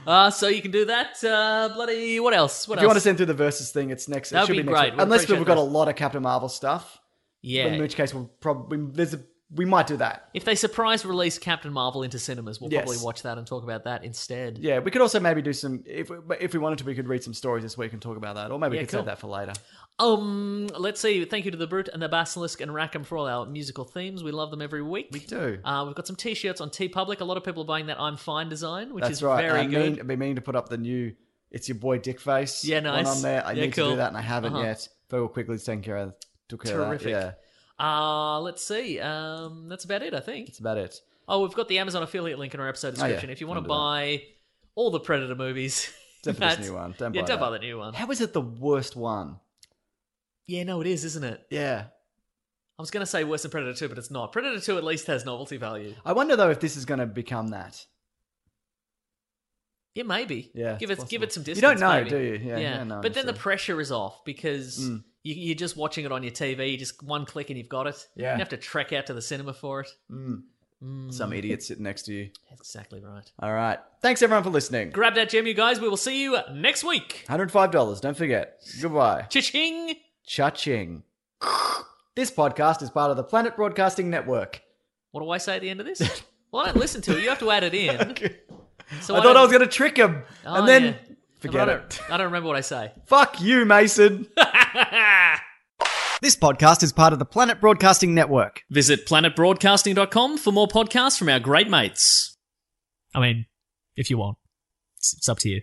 [SPEAKER 3] uh, so you can do that. Uh, bloody. What else? What
[SPEAKER 2] If
[SPEAKER 3] else?
[SPEAKER 2] you want to send through the verses thing, it's next.
[SPEAKER 3] That'd
[SPEAKER 2] it should
[SPEAKER 3] be
[SPEAKER 2] be,
[SPEAKER 3] great.
[SPEAKER 2] next week.
[SPEAKER 3] We'd
[SPEAKER 2] Unless
[SPEAKER 3] appreciate
[SPEAKER 2] we've got a
[SPEAKER 3] that.
[SPEAKER 2] lot of Captain Marvel stuff.
[SPEAKER 3] yeah.
[SPEAKER 2] In which case, we'll probably there's a we might do that.
[SPEAKER 3] If they surprise release Captain Marvel into cinemas, we'll
[SPEAKER 2] Yes.
[SPEAKER 3] probably watch that and talk about that instead.
[SPEAKER 2] Yeah, we could also maybe do some if we, but if we wanted to, we could read some stories this week and talk about that, or maybe
[SPEAKER 3] Yeah,
[SPEAKER 2] we could
[SPEAKER 3] cool.
[SPEAKER 2] save that for later.
[SPEAKER 3] Um, let's see. Thank you to the Brute and the Basilisk and Rackham for all our musical themes. We love them every week. We
[SPEAKER 2] do.
[SPEAKER 3] Uh, we've got some T-shirts on T Public. A lot of people are buying that "I'm Fine" design, which
[SPEAKER 2] That's
[SPEAKER 3] is
[SPEAKER 2] right.
[SPEAKER 3] very
[SPEAKER 2] I
[SPEAKER 3] good.
[SPEAKER 2] Mean, I've been meaning to put up the new "It's Your Boy Dick Face"
[SPEAKER 3] Yeah, nice.
[SPEAKER 2] one on there. I
[SPEAKER 3] Yeah,
[SPEAKER 2] need to
[SPEAKER 3] cool.
[SPEAKER 2] do that, and I haven't
[SPEAKER 3] Uh-huh.
[SPEAKER 2] yet. Very quickly taking care of took care
[SPEAKER 3] Terrific.
[SPEAKER 2] of that. Yeah,
[SPEAKER 3] Uh, let's see. Um, that's about it, I think.
[SPEAKER 2] that's about it.
[SPEAKER 3] Oh, we've got the Amazon affiliate link in our episode
[SPEAKER 2] Oh, yeah.
[SPEAKER 3] description. If you want to
[SPEAKER 2] Under that.
[SPEAKER 3] buy all the Predator movies,
[SPEAKER 2] Except for this
[SPEAKER 3] that's-
[SPEAKER 2] new one. Don't
[SPEAKER 3] yeah,
[SPEAKER 2] buy
[SPEAKER 3] don't buy
[SPEAKER 2] that.
[SPEAKER 3] the new one.
[SPEAKER 2] How is it the worst one?
[SPEAKER 3] Yeah, no, it is, isn't it?
[SPEAKER 2] Yeah,
[SPEAKER 3] I was going to say worse than Predator Two, but it's not. Predator Two at least has novelty value.
[SPEAKER 2] I wonder though if this is going to become that.
[SPEAKER 3] Yeah, maybe.
[SPEAKER 2] Yeah,
[SPEAKER 3] give it
[SPEAKER 2] it's
[SPEAKER 3] give it some
[SPEAKER 2] possible.
[SPEAKER 3] distance.
[SPEAKER 2] You don't know,
[SPEAKER 3] maybe.
[SPEAKER 2] do you? Yeah, yeah, no,
[SPEAKER 3] but then the
[SPEAKER 2] honestly.
[SPEAKER 3] pressure is off because
[SPEAKER 2] Mm.
[SPEAKER 3] you, you're just watching it on your TV. Just one click and you've got it.
[SPEAKER 2] Yeah.
[SPEAKER 3] you don't have to trek out to the cinema for it.
[SPEAKER 2] Mm.
[SPEAKER 3] Mm.
[SPEAKER 2] Some idiot sitting next to you.
[SPEAKER 3] That's exactly right.
[SPEAKER 2] All right. Thanks everyone for listening.
[SPEAKER 3] Grab that gem, you guys. We will see you next week.
[SPEAKER 2] $105, don't forget. Goodbye.
[SPEAKER 3] Cha-ching!
[SPEAKER 2] Cha-ching. This podcast is part of the Planet Broadcasting Network.
[SPEAKER 3] What do I say at the end of this? well, I don't listen to it. You have to add it in. So
[SPEAKER 2] I thought I
[SPEAKER 3] don't-
[SPEAKER 2] was going to trick him.
[SPEAKER 3] Oh,
[SPEAKER 2] and then,
[SPEAKER 3] yeah. I
[SPEAKER 2] forget
[SPEAKER 3] don't,
[SPEAKER 2] it.
[SPEAKER 3] I don't remember what I say.
[SPEAKER 2] Fuck you, Mason. this podcast is part of the Planet Broadcasting Network.
[SPEAKER 3] Visit planetbroadcasting.com for more podcasts from our great mates. I mean, if you want, it's, it's up to you.